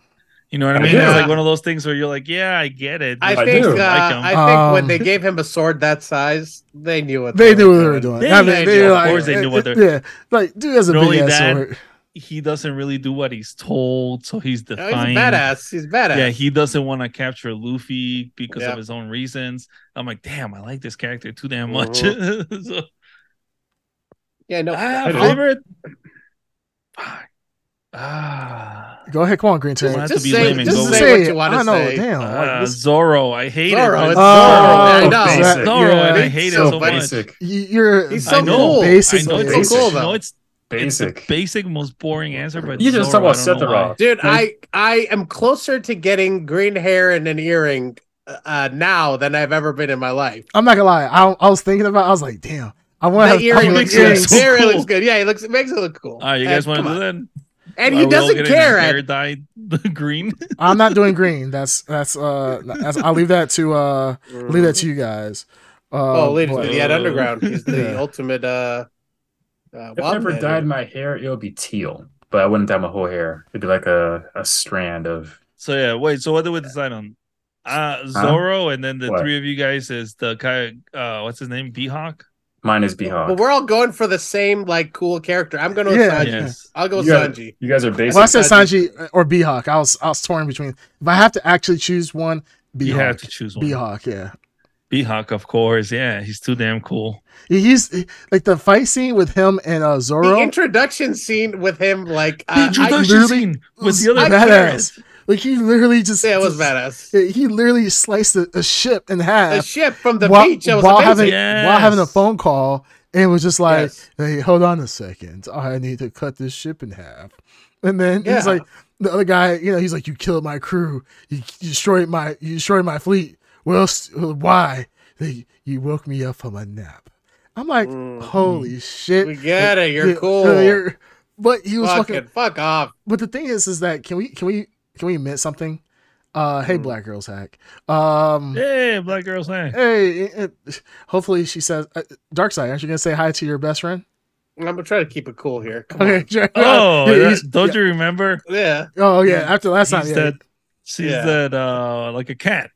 S2: You know what I mean?
S1: Yeah.
S2: It's like one of those things where you're like, yeah, I get it.
S4: I
S1: I
S4: think
S1: do.
S4: uh,
S2: Like him.
S4: I think when
S3: Um,
S4: they gave him a sword that size they knew what
S3: they knew what they were doing.
S2: They
S3: I mean,
S2: knew-
S3: they were
S2: of
S3: like,
S2: course they knew what they're-
S3: yeah, like dude has a
S2: Not only
S3: big ass
S2: that,
S3: sword.
S2: he doesn't really do what he's told, so he's
S4: Oh,
S2: defiant.
S4: he's a badass. He's badass.
S2: Yeah, he doesn't want to capture Luffy because
S4: Yeah.
S2: of his own reasons. I'm like, damn, I like this character too damn much. so,
S4: yeah, no.
S2: ah,
S1: I do.
S2: favorite. Fuck. Ah,
S3: Go ahead, come on, Green
S2: Come
S3: Tank.
S2: on,
S4: just
S2: to be
S4: say,
S2: lame and
S4: just
S2: go
S4: say,
S2: with
S4: what you want
S3: I
S4: to
S3: know,
S4: say.
S3: damn. like,
S2: ah,
S3: this-
S2: Zoro. I hate it.
S4: Zorro, it's
S2: It's
S3: Uh,
S4: Zorro.
S2: Zorro.
S4: I
S1: Oh,
S4: know.
S1: basic.
S2: Zorro, and I
S4: Yeah.
S2: hate
S4: So
S2: it so much.
S1: basic,
S3: you- You're
S4: He's
S2: I
S4: so
S2: know.
S4: cool.
S3: Basic
S2: I know
S4: It's
S2: it's,
S4: so
S2: basic.
S4: cool, though.
S2: I know it's it's the
S1: basic.
S2: basic, most boring answer. But
S1: You just
S2: Zorro,
S1: talk about
S2: I don't know why.
S1: Sephiroth.
S4: Dude, I
S2: Like-
S4: I am closer to getting green hair and an earring uh, now than I've ever been in my life.
S3: I'm not gonna lie. I, I was thinking about. I was like, damn. I want to
S4: The
S3: have
S4: earring
S3: I
S4: looks
S3: want
S4: good.
S3: earrings.
S2: so
S4: The earring
S2: cool.
S4: looks good. Yeah, it looks it makes it look cool.
S2: All right, Ah, you
S4: And
S2: guys want
S4: come
S2: to
S4: on.
S2: do that?
S4: And
S2: While
S4: he
S2: we all
S4: doesn't
S2: get in our
S4: care.
S2: hair
S4: And
S2: dyed green.
S3: I'm not doing green. That's that's uh. That's, I'll leave that to uh. Leave that to you guys. Uh,
S4: oh, ladies,
S3: but-
S4: the Ed
S2: Oh.
S4: Underground. He's the
S3: Yeah.
S4: ultimate. Uh, uh,
S1: If I
S4: wild
S1: ever
S4: man.
S1: dyed my hair, it would be teal, but I wouldn't dye my whole hair. It'd be like a, a strand of.
S2: So yeah, wait. So what do we decide on? Uh Zoro, and then the
S1: What?
S2: three of you guys is the guy. Uh, what's his name? Beehawk.
S1: Mine is
S4: But
S1: Beehawk.
S4: we're all going for the same like cool character. I'm going with
S3: Yeah.
S4: Sanji.
S2: Yes.
S4: I'll go with
S1: You got it.
S4: Sanji.
S1: You guys are
S3: Well,
S1: basic.
S3: I said
S4: Sanji.
S3: Sanji uh, or Beehawk. I was I was torn between. If I have to actually choose one,
S2: You have to
S3: Beehawk.
S2: choose one. Beehawk.
S3: Beehawk, yeah.
S2: of course. Yeah, he's too damn cool.
S3: He- He's like the fight scene with him and uh
S4: The
S3: Zoro.
S4: introduction scene with him, like uh, I,
S3: introduction literally- scene
S2: with the other
S3: I-
S2: badass.
S3: like he literally just
S4: yeah, it was badass.
S3: He he literally sliced a, a ship in
S4: The
S3: half
S4: ship from the
S3: while,
S4: beach. It was
S3: while
S4: amazing.
S3: having while having a
S2: Yes.
S3: phone call and it was just like
S4: Yes.
S3: hey, hold on a second. I need to cut this ship in half. And then
S4: Yeah.
S3: he's like, the other guy, you know, he's like, you killed my crew. You, you destroyed my, you destroyed my fleet. Well, s- why? They, you woke me up from a nap. I'm like,
S4: Mm.
S3: holy shit.
S4: We get it. You're
S3: Yeah,
S4: cool.
S3: uh, you're- but he was
S4: Mm. fucking,
S3: fucking.
S4: fuck off.
S3: But the thing is, is that can we, can we, can we admit something? Uh, hey,
S4: Mm.
S3: black girls hack. Um,
S2: Hey, black girl's
S3: Uh,
S2: name.
S3: hey, it, it- hopefully she says, uh, Dark Side, aren't you gonna say hi to your best friend?
S4: I'm gonna try to keep it cool here. Come
S3: Okay. sure.
S2: Oh,
S3: Yeah,
S2: that-
S3: he's-
S2: don't
S3: yeah.
S2: you remember?
S4: on. Yeah.
S3: Oh yeah, after last time,
S2: He's
S3: yeah.
S2: that. She's
S4: Yeah.
S2: that. Uh, like a cat.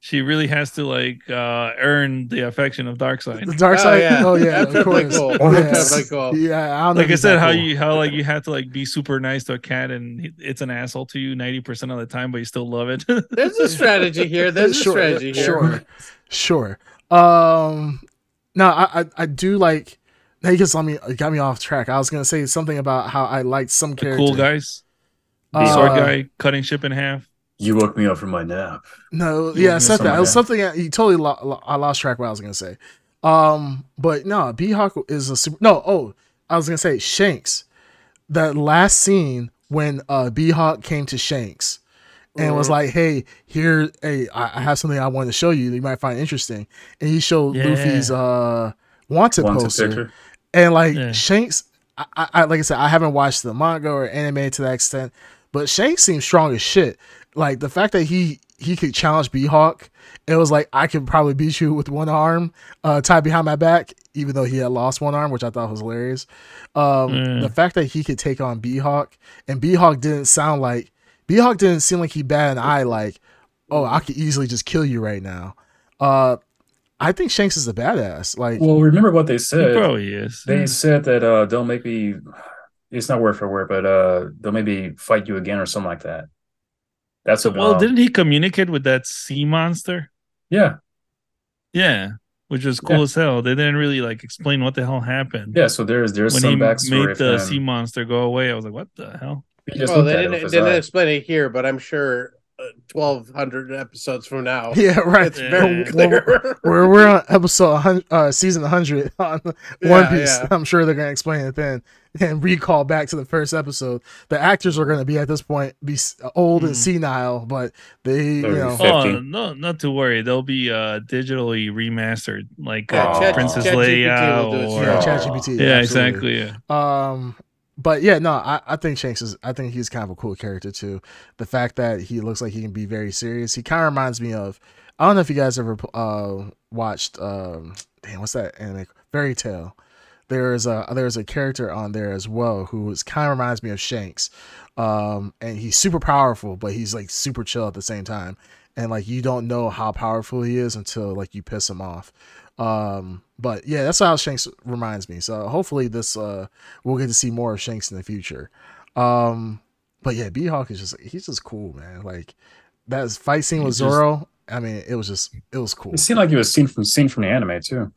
S2: She really has to like uh earn the affection of Darkseid.
S3: The dark
S4: Oh,
S3: side.
S4: yeah.
S3: Oh yeah,
S4: That's
S3: of
S4: pretty
S3: course.
S4: cool.
S3: Yeah.
S4: That's pretty cool.
S3: Yeah, I don't know
S2: like
S3: if
S2: I
S3: he's
S2: said,
S3: that
S2: how
S3: cool.
S2: you how like you have to like be super nice to a cat and he- it's an asshole to you ninety percent of the time, but you still love it.
S4: There's a strategy here. There's
S3: Sure,
S4: a strategy here.
S3: sure. Sure. Um, no, I I, I do like. Now you just let me got me off track. I was gonna say something about how I liked some
S2: The
S3: character.
S2: cool guys, the
S3: Uh,
S2: sword guy cutting ship in half.
S1: You woke me up from my nap.
S3: No,
S1: You
S3: yeah,
S1: missed
S3: something.
S1: something.
S3: It was something that- you totally. Lo- lo- I lost track what I was gonna say. Um, but no, Beehawk is a super. No, oh, I was gonna say Shanks. That last scene when uh Beehawk came to Shanks and was like, "Hey, here, hey, I, I have something I want to show you that you might find interesting," and he showed
S2: Yeah.
S3: Luffy's uh wanted,
S1: Wanted
S3: poster
S1: picture.
S3: and like
S2: Yeah.
S3: Shanks. I, I, I like I said, I haven't watched the manga or anime to that extent, but Shanks seems strong as shit. Like the fact that he he could challenge Beehawk, it was like I could probably beat you with one arm uh, tied behind my back, even though he had lost one arm, which I thought was hilarious. Um,
S2: Mm.
S3: The fact that he could take on Beehawk and Beehawk didn't sound like Beehawk didn't seem like he bat an eye like, oh, I could easily just kill you right now. Uh, I think Shanks is a badass. Like,
S1: Well, remember what they
S2: He
S1: said.
S2: probably is.
S1: They said that uh, they'll make me. It's not word for word, but uh, they'll maybe fight you again or something like that. That's what.
S2: well,
S1: um,
S2: didn't he communicate with that sea monster?
S1: yeah,
S2: Yeah, which was cool
S1: Yeah.
S2: as hell. They didn't really like explain what the hell happened.
S1: yeah. So there's there's
S2: When he
S1: some backstory.
S2: made
S1: if
S2: the
S1: them.
S2: sea monster go away, I was like, "What the hell?"
S1: He just
S4: well,
S1: looked
S4: they
S1: at it
S4: didn't,
S1: with his
S4: they didn't
S1: eye.
S4: explain it here, but I'm sure uh, twelve hundred episodes from now.
S3: Yeah, right.
S4: It's very
S2: Yeah.
S4: clear.
S3: We're we're on episode 100, uh, season 100 on One
S4: Yeah,
S3: Piece.
S4: yeah.
S3: I'm sure they're gonna explain it then and recall back to the first episode. The actors are gonna be at this point be s- old and
S2: Mhm.
S3: senile, but they you
S1: They're
S3: know
S1: fit.
S2: Oh
S1: 15.
S2: no, not to worry. They'll be uh digitally remastered, like
S1: Yeah,
S2: uh,
S1: Chat-
S2: Princess
S4: ChatGPT will do
S2: Leia.
S4: it.
S2: Or...
S3: yeah,
S1: Oh.
S3: ChatGPT.
S2: Yeah,
S3: absolutely.
S2: exactly. Yeah.
S3: Um, but yeah, no, I, I think Shanks is. I think he's kind of a cool character too. The fact that he looks like he can be very serious, he kind of reminds me of. I don't know if you guys ever uh watched um damn what's that anime Fairy Tale. There is a there is a character on there as well who is kind of reminds me of Shanks, um, and he's super powerful, but he's like super chill at the same time, and like you don't know how powerful he is until like you piss him off. Um, but yeah, that's how Shanks reminds me. So hopefully this uh we'll get to see more of Shanks in the future. Um, but yeah, Beehawk is just he's just cool, man. Like that is- fight scene with
S2: He's just-
S3: Zoro. I mean, it was just it was cool.
S1: It seemed like it was seen from seen from the anime too.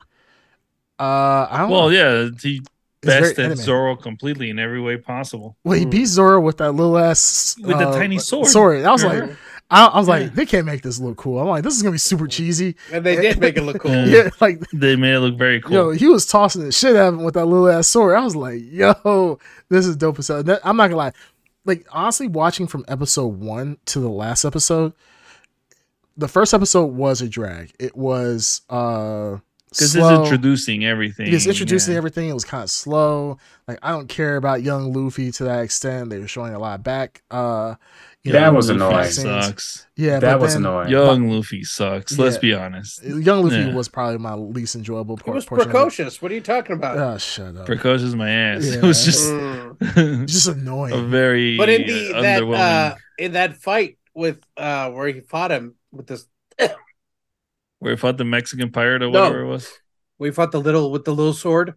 S3: Uh, I don't
S2: Well,
S3: know.
S2: yeah, he
S3: It's very
S2: bested
S3: anime.
S2: Zoro completely in every way possible.
S3: Well, he
S4: Mm.
S3: beats Zoro with that little ass
S2: Hmm. With the
S3: uh,
S2: tiny sword.
S3: Sword. I was like,
S2: Yeah.
S3: I, I was like,
S2: Yeah.
S3: they can't make this look cool. I'm like, this is gonna be super cheesy.
S4: and they did make it look cool.
S2: Yeah.
S3: Yeah, like
S2: They made it look very cool.
S3: Yo, he was tossing the shit at him with that little ass sword. I was like, yo, this is dope as hell. That- I'm not gonna lie. Like, honestly, watching from episode one to the last episode, the first episode was a drag. It was uh
S2: Because
S3: slow.
S2: it's introducing everything.
S3: It's introducing
S2: yeah.
S3: everything. It was kind of slow. Like I don't care about young Luffy to that extent. They were showing a lot back. Uh, you
S1: That
S3: know,
S1: was
S3: Luffy
S1: annoying.
S3: scenes.
S2: Sucks.
S3: Yeah,
S1: that
S3: but
S1: was
S3: then-
S1: annoying.
S2: Young Luffy sucks. Let's
S3: Yeah.
S2: be honest.
S3: Young Luffy
S2: Yeah.
S3: was probably my least enjoyable
S4: It
S3: part.
S4: was
S3: portion of it.
S4: precocious. What are you talking about?
S3: Oh, shut up.
S2: Precocious my ass. It
S3: Yeah.
S2: was just
S4: Mm.
S2: a
S3: Just annoying.
S2: very
S4: But in the
S2: uh,
S4: that
S2: underwhelming.
S4: uh, in that fight with uh where he fought him with this
S2: where he fought the Mexican pirate or
S4: No.
S2: whatever it was.
S4: we fought the little with the little sword.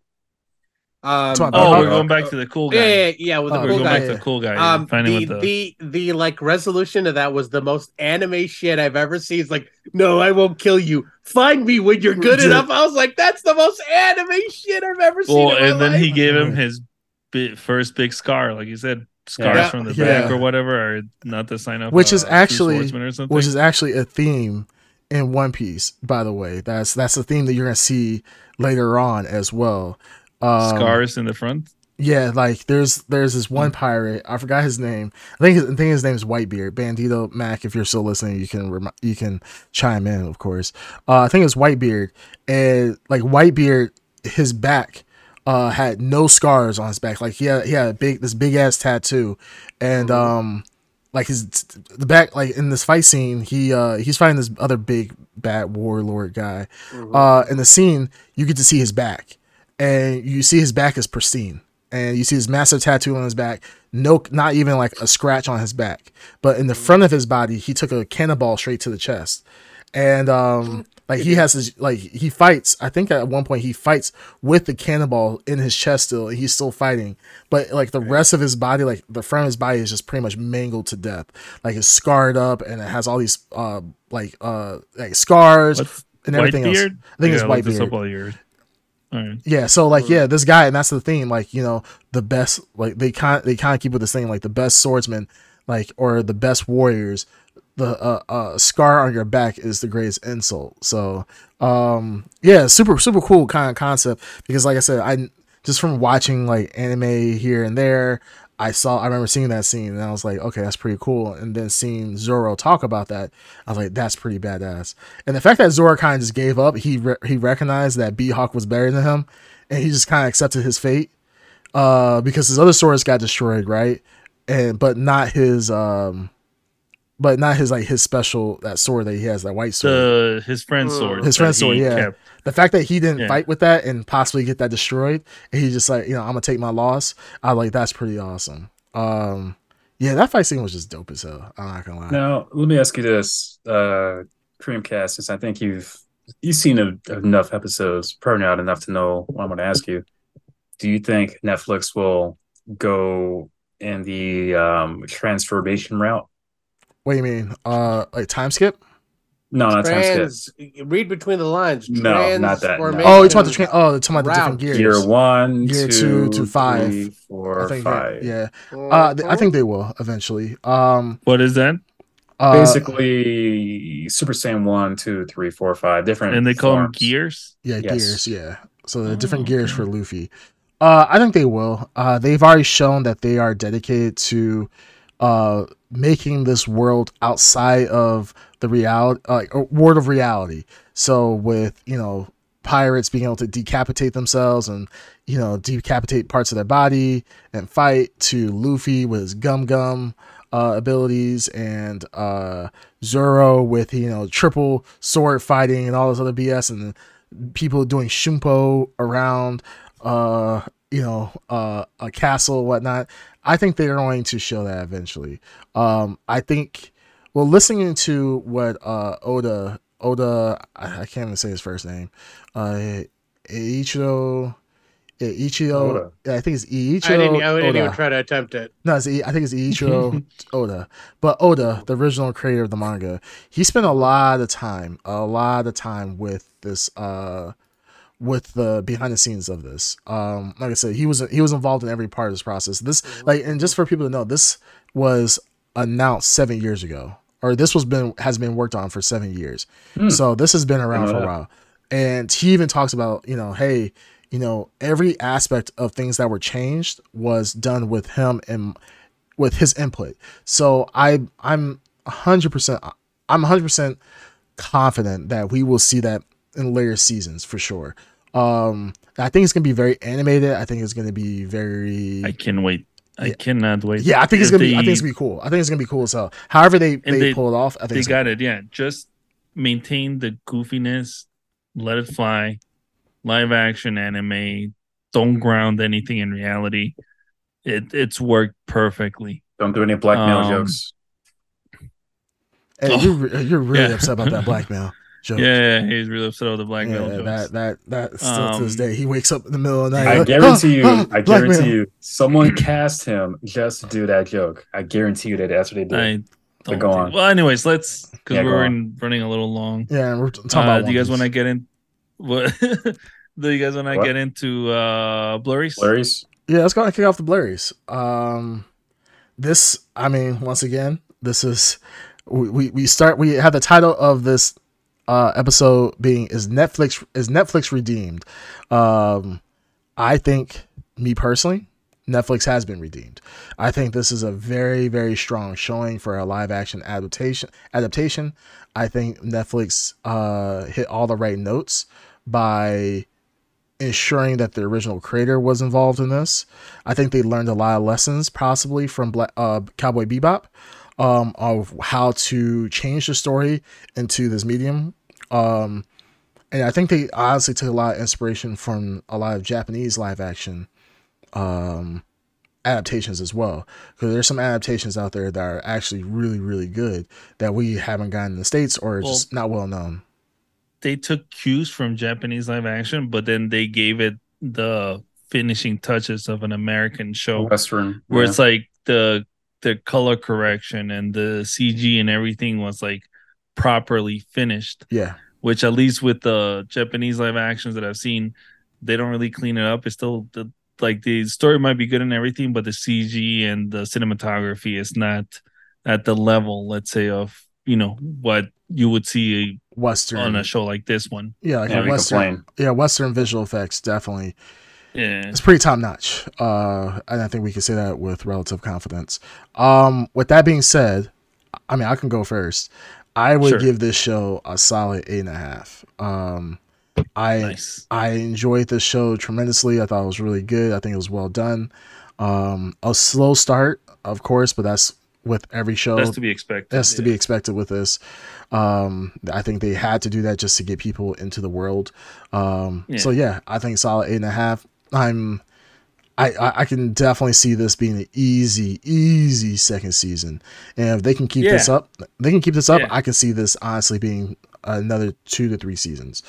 S4: Um,
S3: That's what
S2: Oh,
S3: Oh,
S2: we're
S3: yeah.
S2: going back to the cool guy.
S4: yeah, yeah, yeah, with
S3: Oh,
S4: the
S2: We're
S4: cool
S2: going
S4: guy.
S2: back to the cool guy.
S4: Um,
S2: finding
S4: the,
S2: what the,
S4: the the like resolution of that was the most anime shit I've ever seen. It's like, no, I won't kill you. Find me when you're good
S3: Yeah.
S4: enough. I was like, that's the most anime shit I've ever seen.
S2: well,
S4: in my
S2: and then
S4: life.
S2: he gave him his bi first big scar, like you said, scars
S4: Yeah.
S2: from the
S3: Yeah.
S2: back or whatever, or not the sign up,
S3: Which is
S2: uh, True
S3: actually-
S2: Swordsman or something.
S3: which is actually a theme in One Piece, by the way. That's that's a theme that you're gonna see later on as well. Um,
S2: scars in the front.
S3: Yeah, like there's there's this one pirate. I forgot his name. I think his, I think his name is Whitebeard. Bandito Mac. If you're still listening, you can remi- you can chime in, of course. Uh, I think it's Whitebeard, and like Whitebeard, his back uh, had no scars on his back. Like he had he had a big this big ass tattoo, and um like his the back like in this fight scene he uh he's fighting this other big bad warlord guy uh in the scene you get to see his back and you see his back is pristine and you see his massive tattoo on his back no not even like a scratch on his back but in the front of his body he took a cannonball straight to the chest and um like he has his like he fights i think at one point he fights with the cannonball in his chest still and he's still fighting but like the rest of his body like the front of his body is just pretty much mangled to death like it's scarred up and it has all these uh like uh like scars
S2: What's
S3: and everything else.
S2: Whitebeard?
S3: I think
S2: Yeah,
S3: it's
S2: look this
S3: Whitebeard.
S2: up while you're- All right.
S3: Yeah, so like yeah, this guy, and that's the theme. Like you know, the best like they kind they kind of keep with this thing like the best swordsman, like or the best warriors. The uh, uh, scar on your back is the greatest insult. So um, yeah, super super cool kind of concept because like I said, I just from watching like anime here and there, I saw I remember seeing that scene and I was like, okay, that's pretty cool. And then seeing Zoro talk about that, I was like, that's pretty badass. And the fact that Zoro kind of just gave up, he re- he recognized that Beehawk was better than him, and he just kind of accepted his fate. Uh, because his other swords got destroyed, right? And but not his um, but not his like his special that sword that he has that white sword.
S2: The his friend's sword.
S3: His
S2: that
S3: friend's sword,
S2: he
S3: yeah.
S2: kept.
S3: The fact that he didn't
S2: Yeah.
S3: fight with that and possibly get that destroyed, and he just like, you know, I'm gonna take my loss. I like that's pretty awesome. Um, yeah, that fight scene was just dope as hell. I'm not gonna lie.
S1: Now, let me ask you this, uh, Creamcast, since I think you've you've seen a, enough episodes, probably not enough to know what I'm going to ask you. Do you think Netflix will go in the um, transformation route?
S3: What do you mean? Uh, like time skip?
S1: No, not time skip.
S4: Trans, read between the lines.
S1: No, not that, no.
S4: Transformation.
S3: Oh, you're talking about the train. Oh, you're talking about the different
S4: Round.
S3: gears.
S1: Year one,
S3: Year
S1: two,
S3: two to five.
S1: three,
S3: I
S1: four,
S3: think Uh, they-
S1: five.
S3: yeah. Uh, th- I think they will eventually. Um,
S2: What is that?
S3: Uh,
S1: Basically, Super Saiyan 1, 2, 3, 4, 5, different.
S2: and they call them
S1: forms.
S2: gears.
S3: Yeah,
S1: Yes.
S3: gears. Yeah. So the different
S2: Oh,
S3: gears
S2: okay.
S3: for Luffy. Uh, I think they will. Uh, they've already shown that they are dedicated to uh, making this world outside of the reality, like a world of reality. So with you know pirates being able to decapitate themselves and you know decapitate parts of their body and fight to Luffy with his gum gum uh, abilities and uh, Zoro with you know triple sword fighting and all this other BS and people doing shumpo around uh you know uh a castle and whatnot i think they're going to show that eventually um i think well listening to what uh oda oda i, I can't even say his first name uh ichiro ichiro
S1: Oda.
S3: i think it's
S4: I didn't,
S3: ichiro
S4: I didn't even
S3: oda
S4: try to attempt it.
S3: no it's, I think it's ichiro oda but oda the original creator of the manga he spent a lot of time a lot of time with this uh with the behind the scenes of this. Um, like I said, he was he was involved in every part of this process. This like and just for people to know, this was announced seven years ago, or this was been has been worked on for seven years.
S1: Hmm.
S3: So this has been around
S1: know
S3: for a
S1: that.
S3: while, and he even talks about you know, hey, you know, every aspect of things that were changed was done with him and with his input. So I I'm hundred percent I'm hundred percent confident that we will see that in later seasons for sure. Um, I think it's gonna be very animated. I think it's gonna be very.
S2: I can wait. I
S3: Yeah.
S2: cannot wait.
S3: yeah, I think
S2: If
S3: it's gonna be. I
S2: they-
S3: think it's gonna be cool. I think it's gonna be cool as hell. However they they,
S2: they-
S3: pull it off, I think
S2: They
S3: it's gonna-
S2: got it. Yeah, just maintain the goofiness, let it fly, live action anime. Don't ground anything in reality. It it's worked perfectly.
S1: Don't do any blackmail
S2: Um,
S1: jokes.
S3: Hey,
S2: Oh.
S3: you're re- you're really
S2: Yeah.
S3: upset about that blackmail joke.
S2: Yeah, he's really upset over the black
S3: Yeah,
S2: male jokes.
S3: that that that still to this
S2: Um,
S3: day he wakes up in the middle of the night.
S1: I
S3: like,
S1: guarantee you,
S3: "Huh, huh,
S1: I guarantee
S3: blackmail."
S1: you, someone cast him just to do that joke. I guarantee you that that's what they did.
S2: I
S1: But
S2: don't
S1: go
S2: think-
S1: on.
S2: Well, anyways, let's because
S1: Yeah, go
S2: we're
S1: on.
S2: in, running a little long.
S3: Yeah, we're talking
S2: Uh,
S3: about.
S2: do you guys want
S3: to?
S2: to get in? What do you guys want to
S1: What?
S2: get into? Uh, blurries.
S1: Larry's?
S3: Yeah, let's go ahead and kick off the blurries. Um, this, I mean, once again, this is we, we, we start we have the title of this uh episode being is Netflix is Netflix redeemed. Um, I think me personally, Netflix has been redeemed. I think this is a very very strong showing for a live action adaptation. Adaptation. I think Netflix uh hit all the right notes by ensuring that the original creator was involved in this. I think they learned a lot of lessons, possibly from Bla uh, Cowboy Bebop, um, of how to change the story into this medium. Um, and I think they honestly took a lot of inspiration from a lot of Japanese live action um, adaptations as well. Because there's some adaptations out there that are actually really, really good that we haven't gotten in the States or
S2: Well-
S3: just not well known.
S2: They took cues from Japanese live action, but then they gave it the finishing touches of an American show,
S1: Western.
S2: where
S1: yeah.
S2: it's like the the color correction and the CG and everything was like properly finished.
S3: Yeah.
S2: Which at least with the Japanese live actions that I've seen, they don't really clean it up. It's still the like the story might be good and everything, but the CG and the cinematography is not at the level, let's say, of you know what you would see
S3: Western.
S2: on a show like this one.
S3: yeah, like
S1: yeah,
S3: a
S1: we
S3: Western.
S1: complain.
S3: yeah western visual effects definitely
S2: Yeah.
S3: it's pretty top notch uh and i think we can say that with relative confidence um with that being said i mean i can go first i would
S2: Sure.
S3: give this show a solid eight and a half um i
S2: Nice.
S3: I enjoyed this show tremendously. I thought it was really good. I think it was well done. Um, a slow start, of course, but that's with every show.
S2: That's to be expected.
S3: That's to be
S2: yeah.
S3: expected with this. Um, I think they had to do that just to get people into the world. Um,
S2: Yeah.
S3: So yeah, I think solid eight and a half. I'm, I, I I can definitely see this being an easy, easy second season. And if they can keep this
S2: Yeah.
S3: up, they can keep this up.
S2: Yeah.
S3: I can see this honestly being another two to three seasons.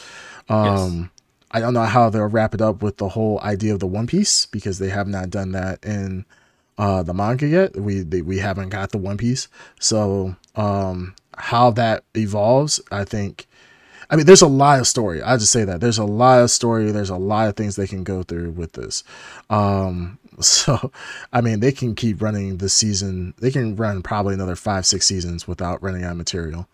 S3: Um, I don't know how they'll wrap it up with the whole idea of the One Piece because they have not done that in uh, the manga yet. We they, we haven't got the One Piece, so um, how that evolves, I think. I mean, there's a lot of story. I just say that there's a lot of story. There's a lot of things they can go through with this. Um, so, I mean, they can keep running the season. They can run probably another five, six seasons without running out of material.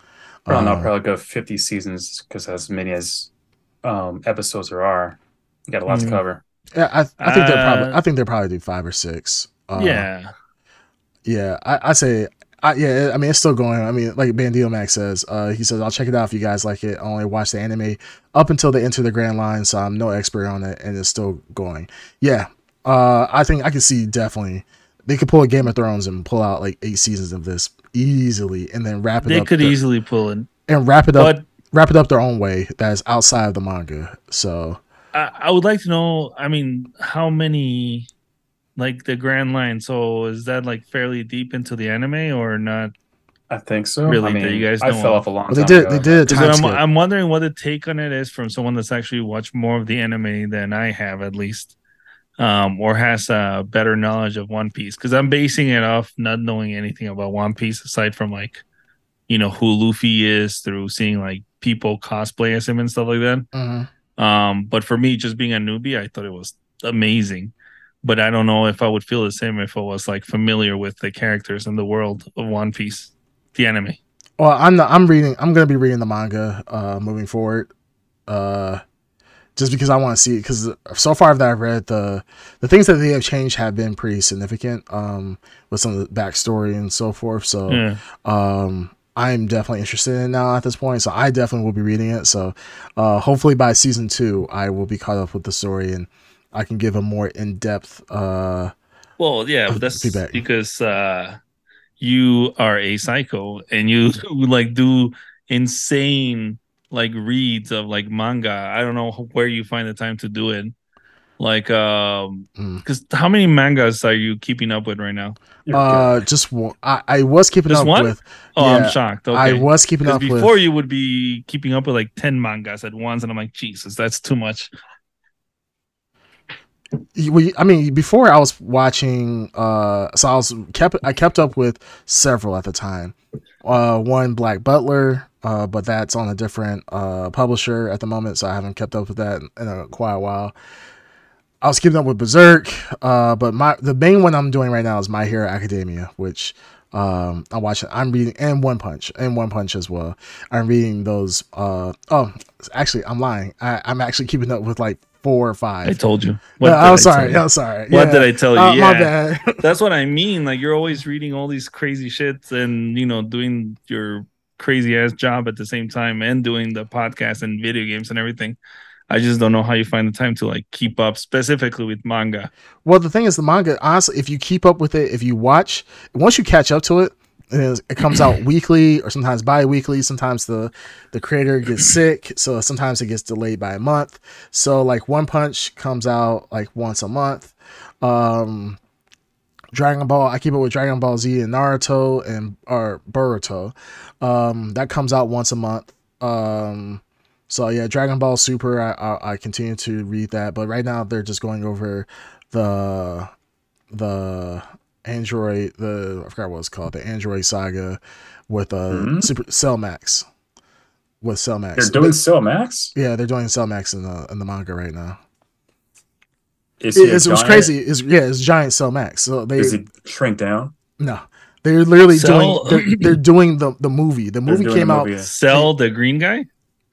S1: Probably
S3: Uh,
S1: not probably go 50 seasons because as many as um, episodes there are, you got a lot
S2: Mhm.
S3: Mm-hmm.
S1: to cover.
S3: Yeah, I, I think they'll probably.
S2: Uh,
S3: I think they'll probably do five or six. Uh,
S2: yeah,
S3: yeah. I, I say, I, yeah. I mean, it's still going. I mean, like Bandito Max says, uh, he says, "I'll check it out if you guys like it. I only watch the anime up until they enter the Grand Line, so I'm no expert on it, and it's still going." Yeah, uh, I think I can see definitely they could pull a Game of Thrones and pull out like eight seasons of this easily, and then wrap it
S2: they
S3: up
S2: could
S3: their-
S2: easily pull it,
S3: and wrap it up
S2: but
S3: wrap it up their own way that is outside of the manga. So
S2: I, I would like to know. I mean, how many, like the Grand Line? So is that like fairly deep into the anime or not?
S1: I think so.
S2: Really,
S1: I
S2: that you guys
S1: I
S2: don't
S1: fell
S2: want.
S1: off a long
S3: but
S1: time
S3: they did
S1: ago.
S3: they did a time
S2: Because I'm,
S3: skip.
S2: I'm wondering what the take on it is from someone that's actually watched more of the anime than I have, at least, um, or has a better knowledge of One Piece. Because I'm basing it off not knowing anything about One Piece aside from like, you know, who Luffy is through seeing like people cosplay as him and stuff like that.
S3: Mhm.
S2: Um, but for me, just being a newbie, I thought it was amazing. But I don't know if I would feel the same if I was like familiar with the characters and the world of One Piece, the anime.
S3: Well, I'm not, I'm reading. I'm gonna be reading the manga uh, moving forward, uh, just because I want to see it. Because so far that I've read, the the things that they have changed have been pretty significant. Um, with some of the backstory and so forth. So,
S2: Yeah.
S3: um, I'm definitely interested in it now at this point. So I definitely will be reading it. So, uh, hopefully by season two, I will be caught up with the story and I can give a more in depth. Uh,
S2: Well, yeah,
S3: of
S2: but that's
S3: feedback.
S2: because uh, you are a psycho and you like do insane like reads of like manga. I don't know where you find the time to do it. Like, um,
S3: Mm.
S2: because how many mangas are you keeping up with right now?
S1: You're
S3: uh, just wa- I, I was keeping
S2: Just
S3: up
S2: one?
S3: with.
S2: Oh,
S3: Yeah,
S2: I'm shocked. Okay.
S3: I was keeping
S2: because
S3: up with.
S2: before you would be keeping up with like 10 mangas at once, and I'm like, Jesus, that's too much.
S3: You- well, you- I mean, before I was watching, uh, so I was kept I kept up with several at the time. Uh, one Black Butler, uh, but that's on a different uh, publisher at the moment, so I haven't kept up with that in a quite a while. I was keeping up with Berserk, uh, but my the main one I'm doing right now is My Hero Academia, which um, I'm watching. I'm reading and One Punch and One Punch as well. I'm reading those. Uh, oh, actually, I'm lying. I, I'm actually keeping up with like four or five.
S2: I told you.
S3: No,
S2: did I
S3: I'm
S2: tell
S3: Uh, oh, sorry.
S2: you?
S3: I'm sorry.
S2: What
S3: Yeah.
S2: did I tell you?
S3: Uh,
S2: yeah.
S3: My bad.
S2: That's what I mean. Like you're always reading all these crazy shits and you know doing your crazy ass job at the same time and doing the podcast and video games and everything. I just don't know how you find the time to like keep up specifically with manga.
S3: well, the thing is, the manga, honestly, if you keep up with it, if you watch, once you catch up to it, it, is, it comes out weekly or sometimes bi weekly. Sometimes the, the creator gets sick. So sometimes it gets delayed by a month. So, like, One Punch comes out like once a month. Um, Dragon Ball, I keep up with Dragon Ball Z and Naruto and or Boruto. Um, that comes out once a month. Um, so yeah, Dragon Ball Super, I, I I continue to read that, but right now they're just going over the the Android the I forgot what it's called the Android Saga with uh
S1: Hmm?
S3: Super Cell Max with Cell
S1: They're
S3: Max.
S1: doing so, Max.
S3: yeah, they're doing Cell Max in the in the manga right now.
S1: Is
S3: It,
S1: he a
S3: it's- it was
S1: giant?
S3: crazy. It's, yeah, it's giant Cell Max. So they
S1: Does he shrink down?
S3: No, they're literally
S2: Cell-
S3: doing. They're, they're doing the the movie. The
S1: They're
S3: movie
S1: doing
S3: came
S1: a
S3: out.
S1: movie.
S2: Sell the green guy?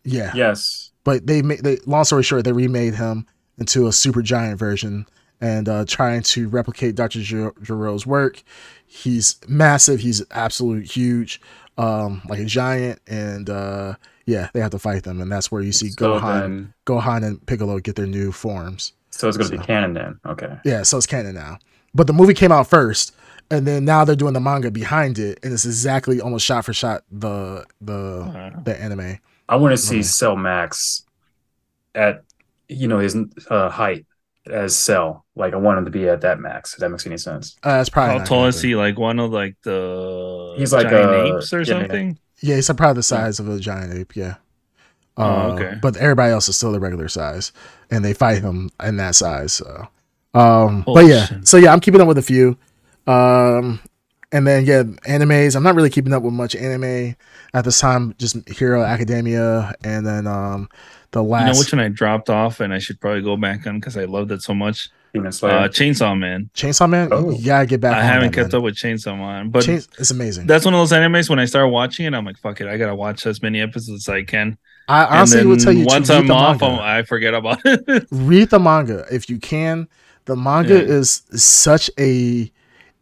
S3: Yeah,
S1: Yes.
S3: but they made. They, long story short, they remade him into a super giant version and uh, trying to replicate Doctor Giro's work. He's massive. He's absolute huge, um, like a giant. And uh, yeah, they have to fight them, and that's where you see
S1: so,
S3: Gohan,
S1: then,
S3: Gohan and Piccolo get their new forms.
S1: so it's going to
S3: So-
S1: be canon then. Okay.
S3: Yeah, so it's canon now. But the movie came out first, and then now they're doing the manga behind it, and it's exactly almost shot for shot the
S1: Oh.
S3: the
S2: Uh,
S3: the anime.
S1: I want to see
S3: Okay.
S1: Cell Max at you know his uh, height as Cell. Like I want him to be at that max. If that makes any sense.
S3: Uh, it's probably
S2: how
S3: not
S2: tall
S3: gonna
S2: is
S3: be-
S2: he? Like one of like the
S1: He's like,
S2: giant
S1: uh,
S2: apes or
S1: yeah, yeah.
S2: something?
S3: Yeah, he's probably the size of a giant ape. Yeah.
S2: Oh,
S3: Uh,
S2: okay.
S3: But everybody else is still the regular size, and they fight him in that size. So, um, but
S2: Holy
S3: yeah,
S2: shit.
S3: so yeah, I'm keeping up with a few. Um, And then yeah, animes. I'm not really keeping up with much anime at this time. Just Hero Academia, and then um, the
S2: You know which
S3: last
S2: one I dropped off, and I should probably go back on because I loved it so much.
S1: Demon Slayer.
S2: Uh, Chainsaw Man.
S3: Chainsaw Man.
S1: Oh.
S3: You gotta get back.
S2: I haven't kept up with Chainsaw Man, but
S3: Chains- it's amazing.
S2: that's one of those animes when I start watching it, I'm like, fuck it, I gotta watch as many episodes as I can.
S3: I honestly
S2: and then
S3: would tell you to
S2: once
S3: read
S2: I'm
S3: the
S2: off,
S3: manga.
S2: I'm, I forget about it.
S3: read the manga if you can. The manga
S2: Yeah.
S3: is such a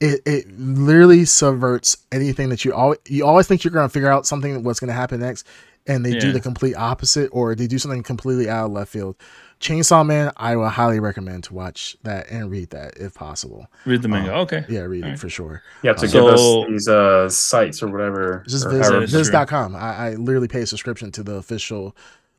S3: it, it literally subverts anything that you always you always think you're going to figure out something what's going to happen next, and they do
S2: Yeah.
S3: the complete opposite or they do something completely out of left field. Chainsaw Man, I will highly recommend to watch that and read that if possible.
S2: Read the manga. okay.
S3: Yeah, read it
S2: Alright.
S3: for sure.
S1: you have to
S2: so-
S1: give us these uh, sites or whatever.
S3: Just
S1: or
S3: visit
S1: however-
S2: That is true.
S3: viz.com. I, I literally pay a subscription to the official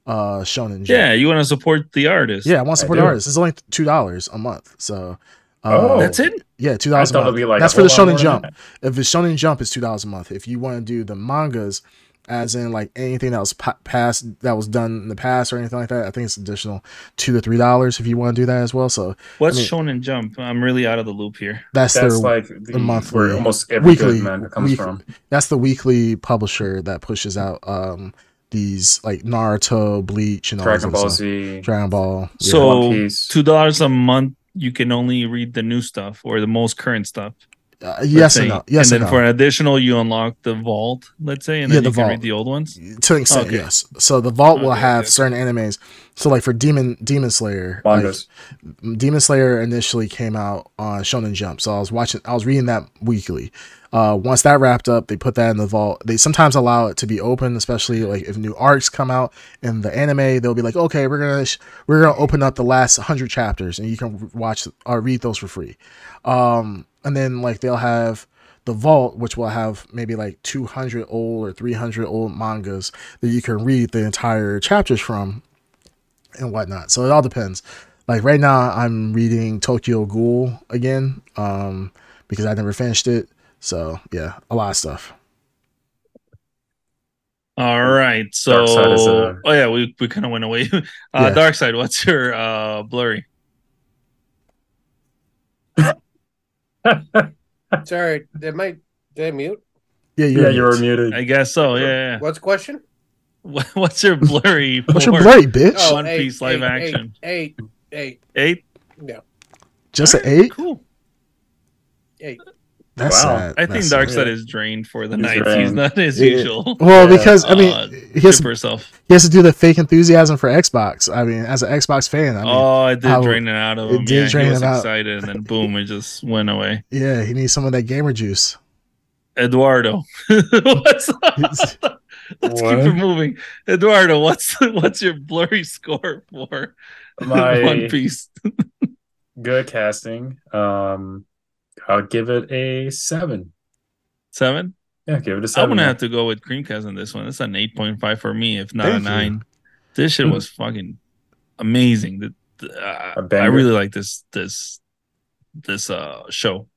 S3: uh Shonen. Jump.
S2: Yeah, you want to support the artist.
S3: yeah, I want
S1: I
S3: to support
S1: do.
S3: artists. It's only two dollars a month, so. uh,
S1: Oh.
S2: That's it?
S3: Yeah, two
S1: I
S3: dollars a
S1: thought
S3: month.
S1: it'd be like
S3: That's
S1: a
S3: for the
S1: whole lot
S3: Shonen
S1: more
S3: Jump.
S1: than
S3: If the Shonen Jump is two dollars a month, if you want to do the mangas, as in like anything that was pa- past that was done in the past or anything like that, I think it's additional two to three dollars if you want to do that as well. So
S2: What's
S3: I
S2: Shonen Jump? I'm really out of the loop here.
S3: that's,
S1: That's
S3: their
S1: like the,
S3: monthly-
S1: where almost every
S3: weekly-
S1: good manga comes
S3: week-
S1: from.
S3: that's the weekly publisher that pushes out um these like Naruto, Bleach, and all
S1: Dragon
S3: those other
S1: Ball
S3: stuff.
S1: Z.
S3: Dragon Ball. yeah.
S2: So
S1: One Piece.
S2: Oh, Two dollars a month. You can only read the new stuff or the most current stuff.
S3: Uh,
S2: let's
S3: yes
S2: say.
S3: and no.
S2: and
S3: Yes
S2: then
S3: and, no.
S2: for an additional, you unlock the vault, let's say, and
S3: Yeah,
S2: then
S3: the
S2: you can
S3: vault.
S2: read the old ones.
S3: to an extent,
S2: Okay.
S3: yes. So the vault will
S2: Okay,
S3: have
S2: okay.
S3: certain animes. So like for Demon Demon Slayer, like,
S1: Mangas.
S3: Demon Slayer initially came out on Shonen Jump, so I was watching, I was reading that weekly. Uh, once that wrapped up, they put that in the vault. They sometimes allow it to be open, especially like if new arcs come out in the anime. They'll be like, okay, we're gonna sh- we're gonna open up the last hundred chapters, and you can watch or read those for free. Um, and then like they'll have the vault, which will have maybe like two hundred old or three hundred old mangas that you can read the entire chapters from and whatnot. So it all depends. Like right now, I'm reading Tokyo Ghoul again um, because I never finished it. So yeah, a lot of stuff.
S2: All right. So,
S1: Dark Side is uh, a-
S2: oh yeah, we, we kind of went away. uh,
S3: Yeah.
S2: Dark Side, what's your uh, blurry?
S4: Sorry, did my did I mute?
S3: Yeah, you're
S1: Yeah, you were
S3: muted.
S1: muted.
S2: I guess so. Yeah. yeah.
S4: What's the question?
S2: What- What's your blurry?
S3: What's your
S2: for
S3: blurry, bitch?
S2: Oh. One Piece live
S4: eight,
S2: action.
S4: Eight, eight,
S2: Eight.
S3: Just an
S2: All right,
S3: eight?
S2: Cool.
S4: eight.
S3: That's
S1: Wow.
S3: sad.
S2: I
S3: That's
S2: think
S3: sad.
S2: Dark Side
S1: Yeah.
S2: is drained for the
S1: He's
S2: night. He's
S1: drained.
S2: not as
S3: Yeah.
S2: usual.
S3: Well,
S1: Yeah.
S3: because I mean,
S2: Uh,
S3: he has
S2: Chip herself.
S3: he has to do the fake enthusiasm for Xbox. I mean, as an Xbox fan, I mean,
S2: oh, it did
S3: I-
S2: drain it out of
S3: it
S2: him.
S3: did
S2: yeah,
S3: drain
S2: he was
S3: it out.
S2: excited, and then boom, it just went away.
S3: yeah, he needs some of that gamer juice.
S2: Eduardo, what's
S3: It's-
S2: Let's
S1: What?
S2: keep it moving. Eduardo, what's what's your blurry score for One
S1: My
S2: Piece?
S1: good casting. Um, I'll give it a seven.
S2: Seven.
S1: Yeah, give it a
S2: I'm
S1: seven.
S2: gonna have to go with Creamcast on this one. It's an eight point five for me, if not
S3: Thank
S2: a
S3: you.
S2: nine. This shit was fucking amazing. The, the-
S1: A
S2: uh, I
S1: banger.
S2: really like this this this uh show.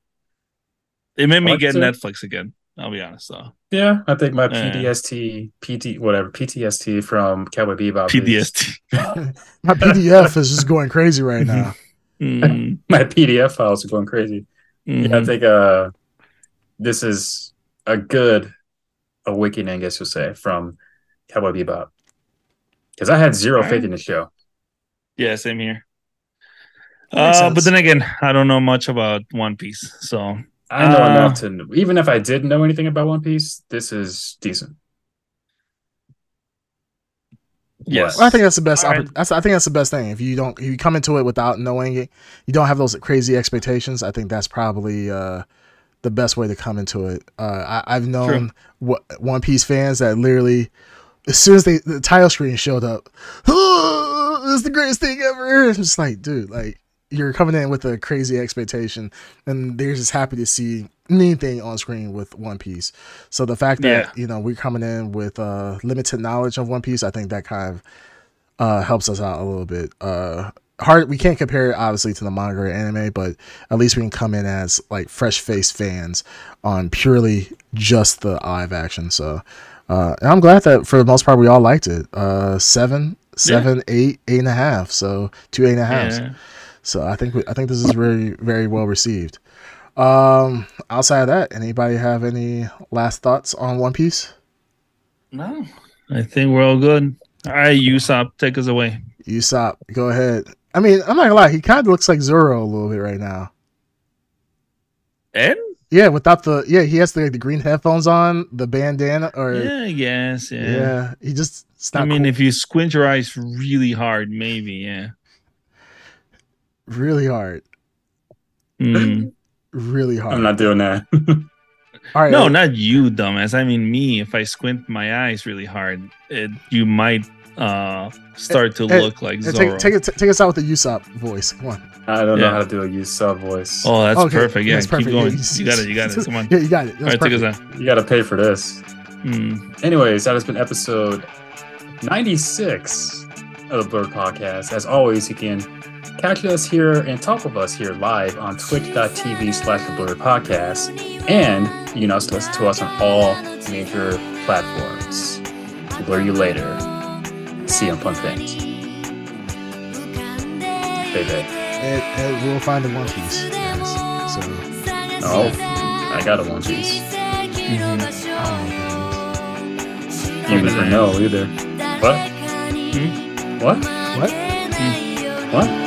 S2: It made me
S1: Part
S2: get
S1: two?
S2: Netflix again. I'll be honest though.
S1: Yeah, I think my
S2: Yeah.
S1: PTSD, PT, whatever PTST from Cowboy Bebop. is-
S2: PDST.
S3: My PDF is just going crazy right now.
S2: Mm,
S1: my PDF files are going crazy. Yeah, I
S2: mhm.
S1: think uh, this is a good awakening, I guess you'll say, from Cowboy Bebop. Because I had zero faith in the show.
S2: Yeah, same here.
S3: Makes
S2: Uh, but
S3: sense.
S2: then again, I don't know much about One Piece, so
S1: I know
S2: Uh,
S1: enough to, kn- even if I didn't know anything about One Piece, this is decent.
S2: yes.
S3: Well, I think that's the best.
S2: All
S3: oppor-
S2: right.
S3: that's, I think that's the best thing. If you don't, if you come into it without knowing it, you don't have those crazy expectations. I think that's probably uh, the best way to come into it. Uh, I, I've known what One Piece fans that literally, as soon as they the title screen showed up, oh, this is the greatest thing ever. It's just like, dude, like you're coming in with a crazy expectation, and they're just happy to see anything on screen with One Piece. So the fact that
S2: Yeah.
S3: you know we're coming in with uh, limited knowledge of One Piece, I think that kind of uh, helps us out a little bit. Uh, hard we can't compare it obviously to the manga or anime, but at least we can come in as like fresh faced fans on purely just the live action. So uh, and I'm glad that for the most part we all liked it. Uh, seven, seven, eight, eight and a half. So two eight and a half.
S2: Yeah.
S3: So I think we, I think this is very very well received. Um, outside of that, anybody have any last thoughts on One Piece?
S2: No, I think we're all good. All right, Usopp, take us away.
S3: Usopp, go ahead. I mean, I'm not gonna lie, he kind of looks like Zoro a little bit right now.
S2: And
S3: Yeah, without the yeah, he has the the green headphones on, the bandana, or yeah,
S2: yeah, I guess. Yeah.
S3: he just it's not
S2: I mean,
S3: cool.
S2: if you squint your eyes really hard, maybe. Yeah.
S3: really hard,
S2: Mm.
S3: really hard.
S1: I'm not doing that.
S3: All right,
S2: No, not you, dumbass. I mean me. If I squint my eyes really hard, it, you might uh start to
S3: Hey,
S2: look like
S3: hey,
S2: Zoro.
S3: take take, it- take us out with the Usopp voice. Come on.
S1: I don't know
S2: Yeah.
S1: how to do a Usopp voice.
S2: Oh, that's
S3: Okay,
S2: perfect. Yeah,
S3: that's
S2: keep going.
S3: Yeah,
S2: You got it. You got it. Come on.
S3: Yeah, you got it.
S2: All right,
S3: That's perfect.
S2: take us out.
S1: You got to pay for this.
S2: Mm.
S1: Anyways, that has been episode 96 of the Blurred Podcast. As always, you can catch us here and talk with us here live on twitch.tv slash the Blurred Podcast. And you can also listen to us on all major platforms. We'll blur you later. See you on Punk Things. Baby.
S3: And, and we'll find the One Piece, guys. So,
S1: Oh, I got a One Piece.
S2: Mhm.
S3: I
S1: You Oh, never know either. What?
S2: Hmm?
S1: What?
S3: don't know. What?
S1: What?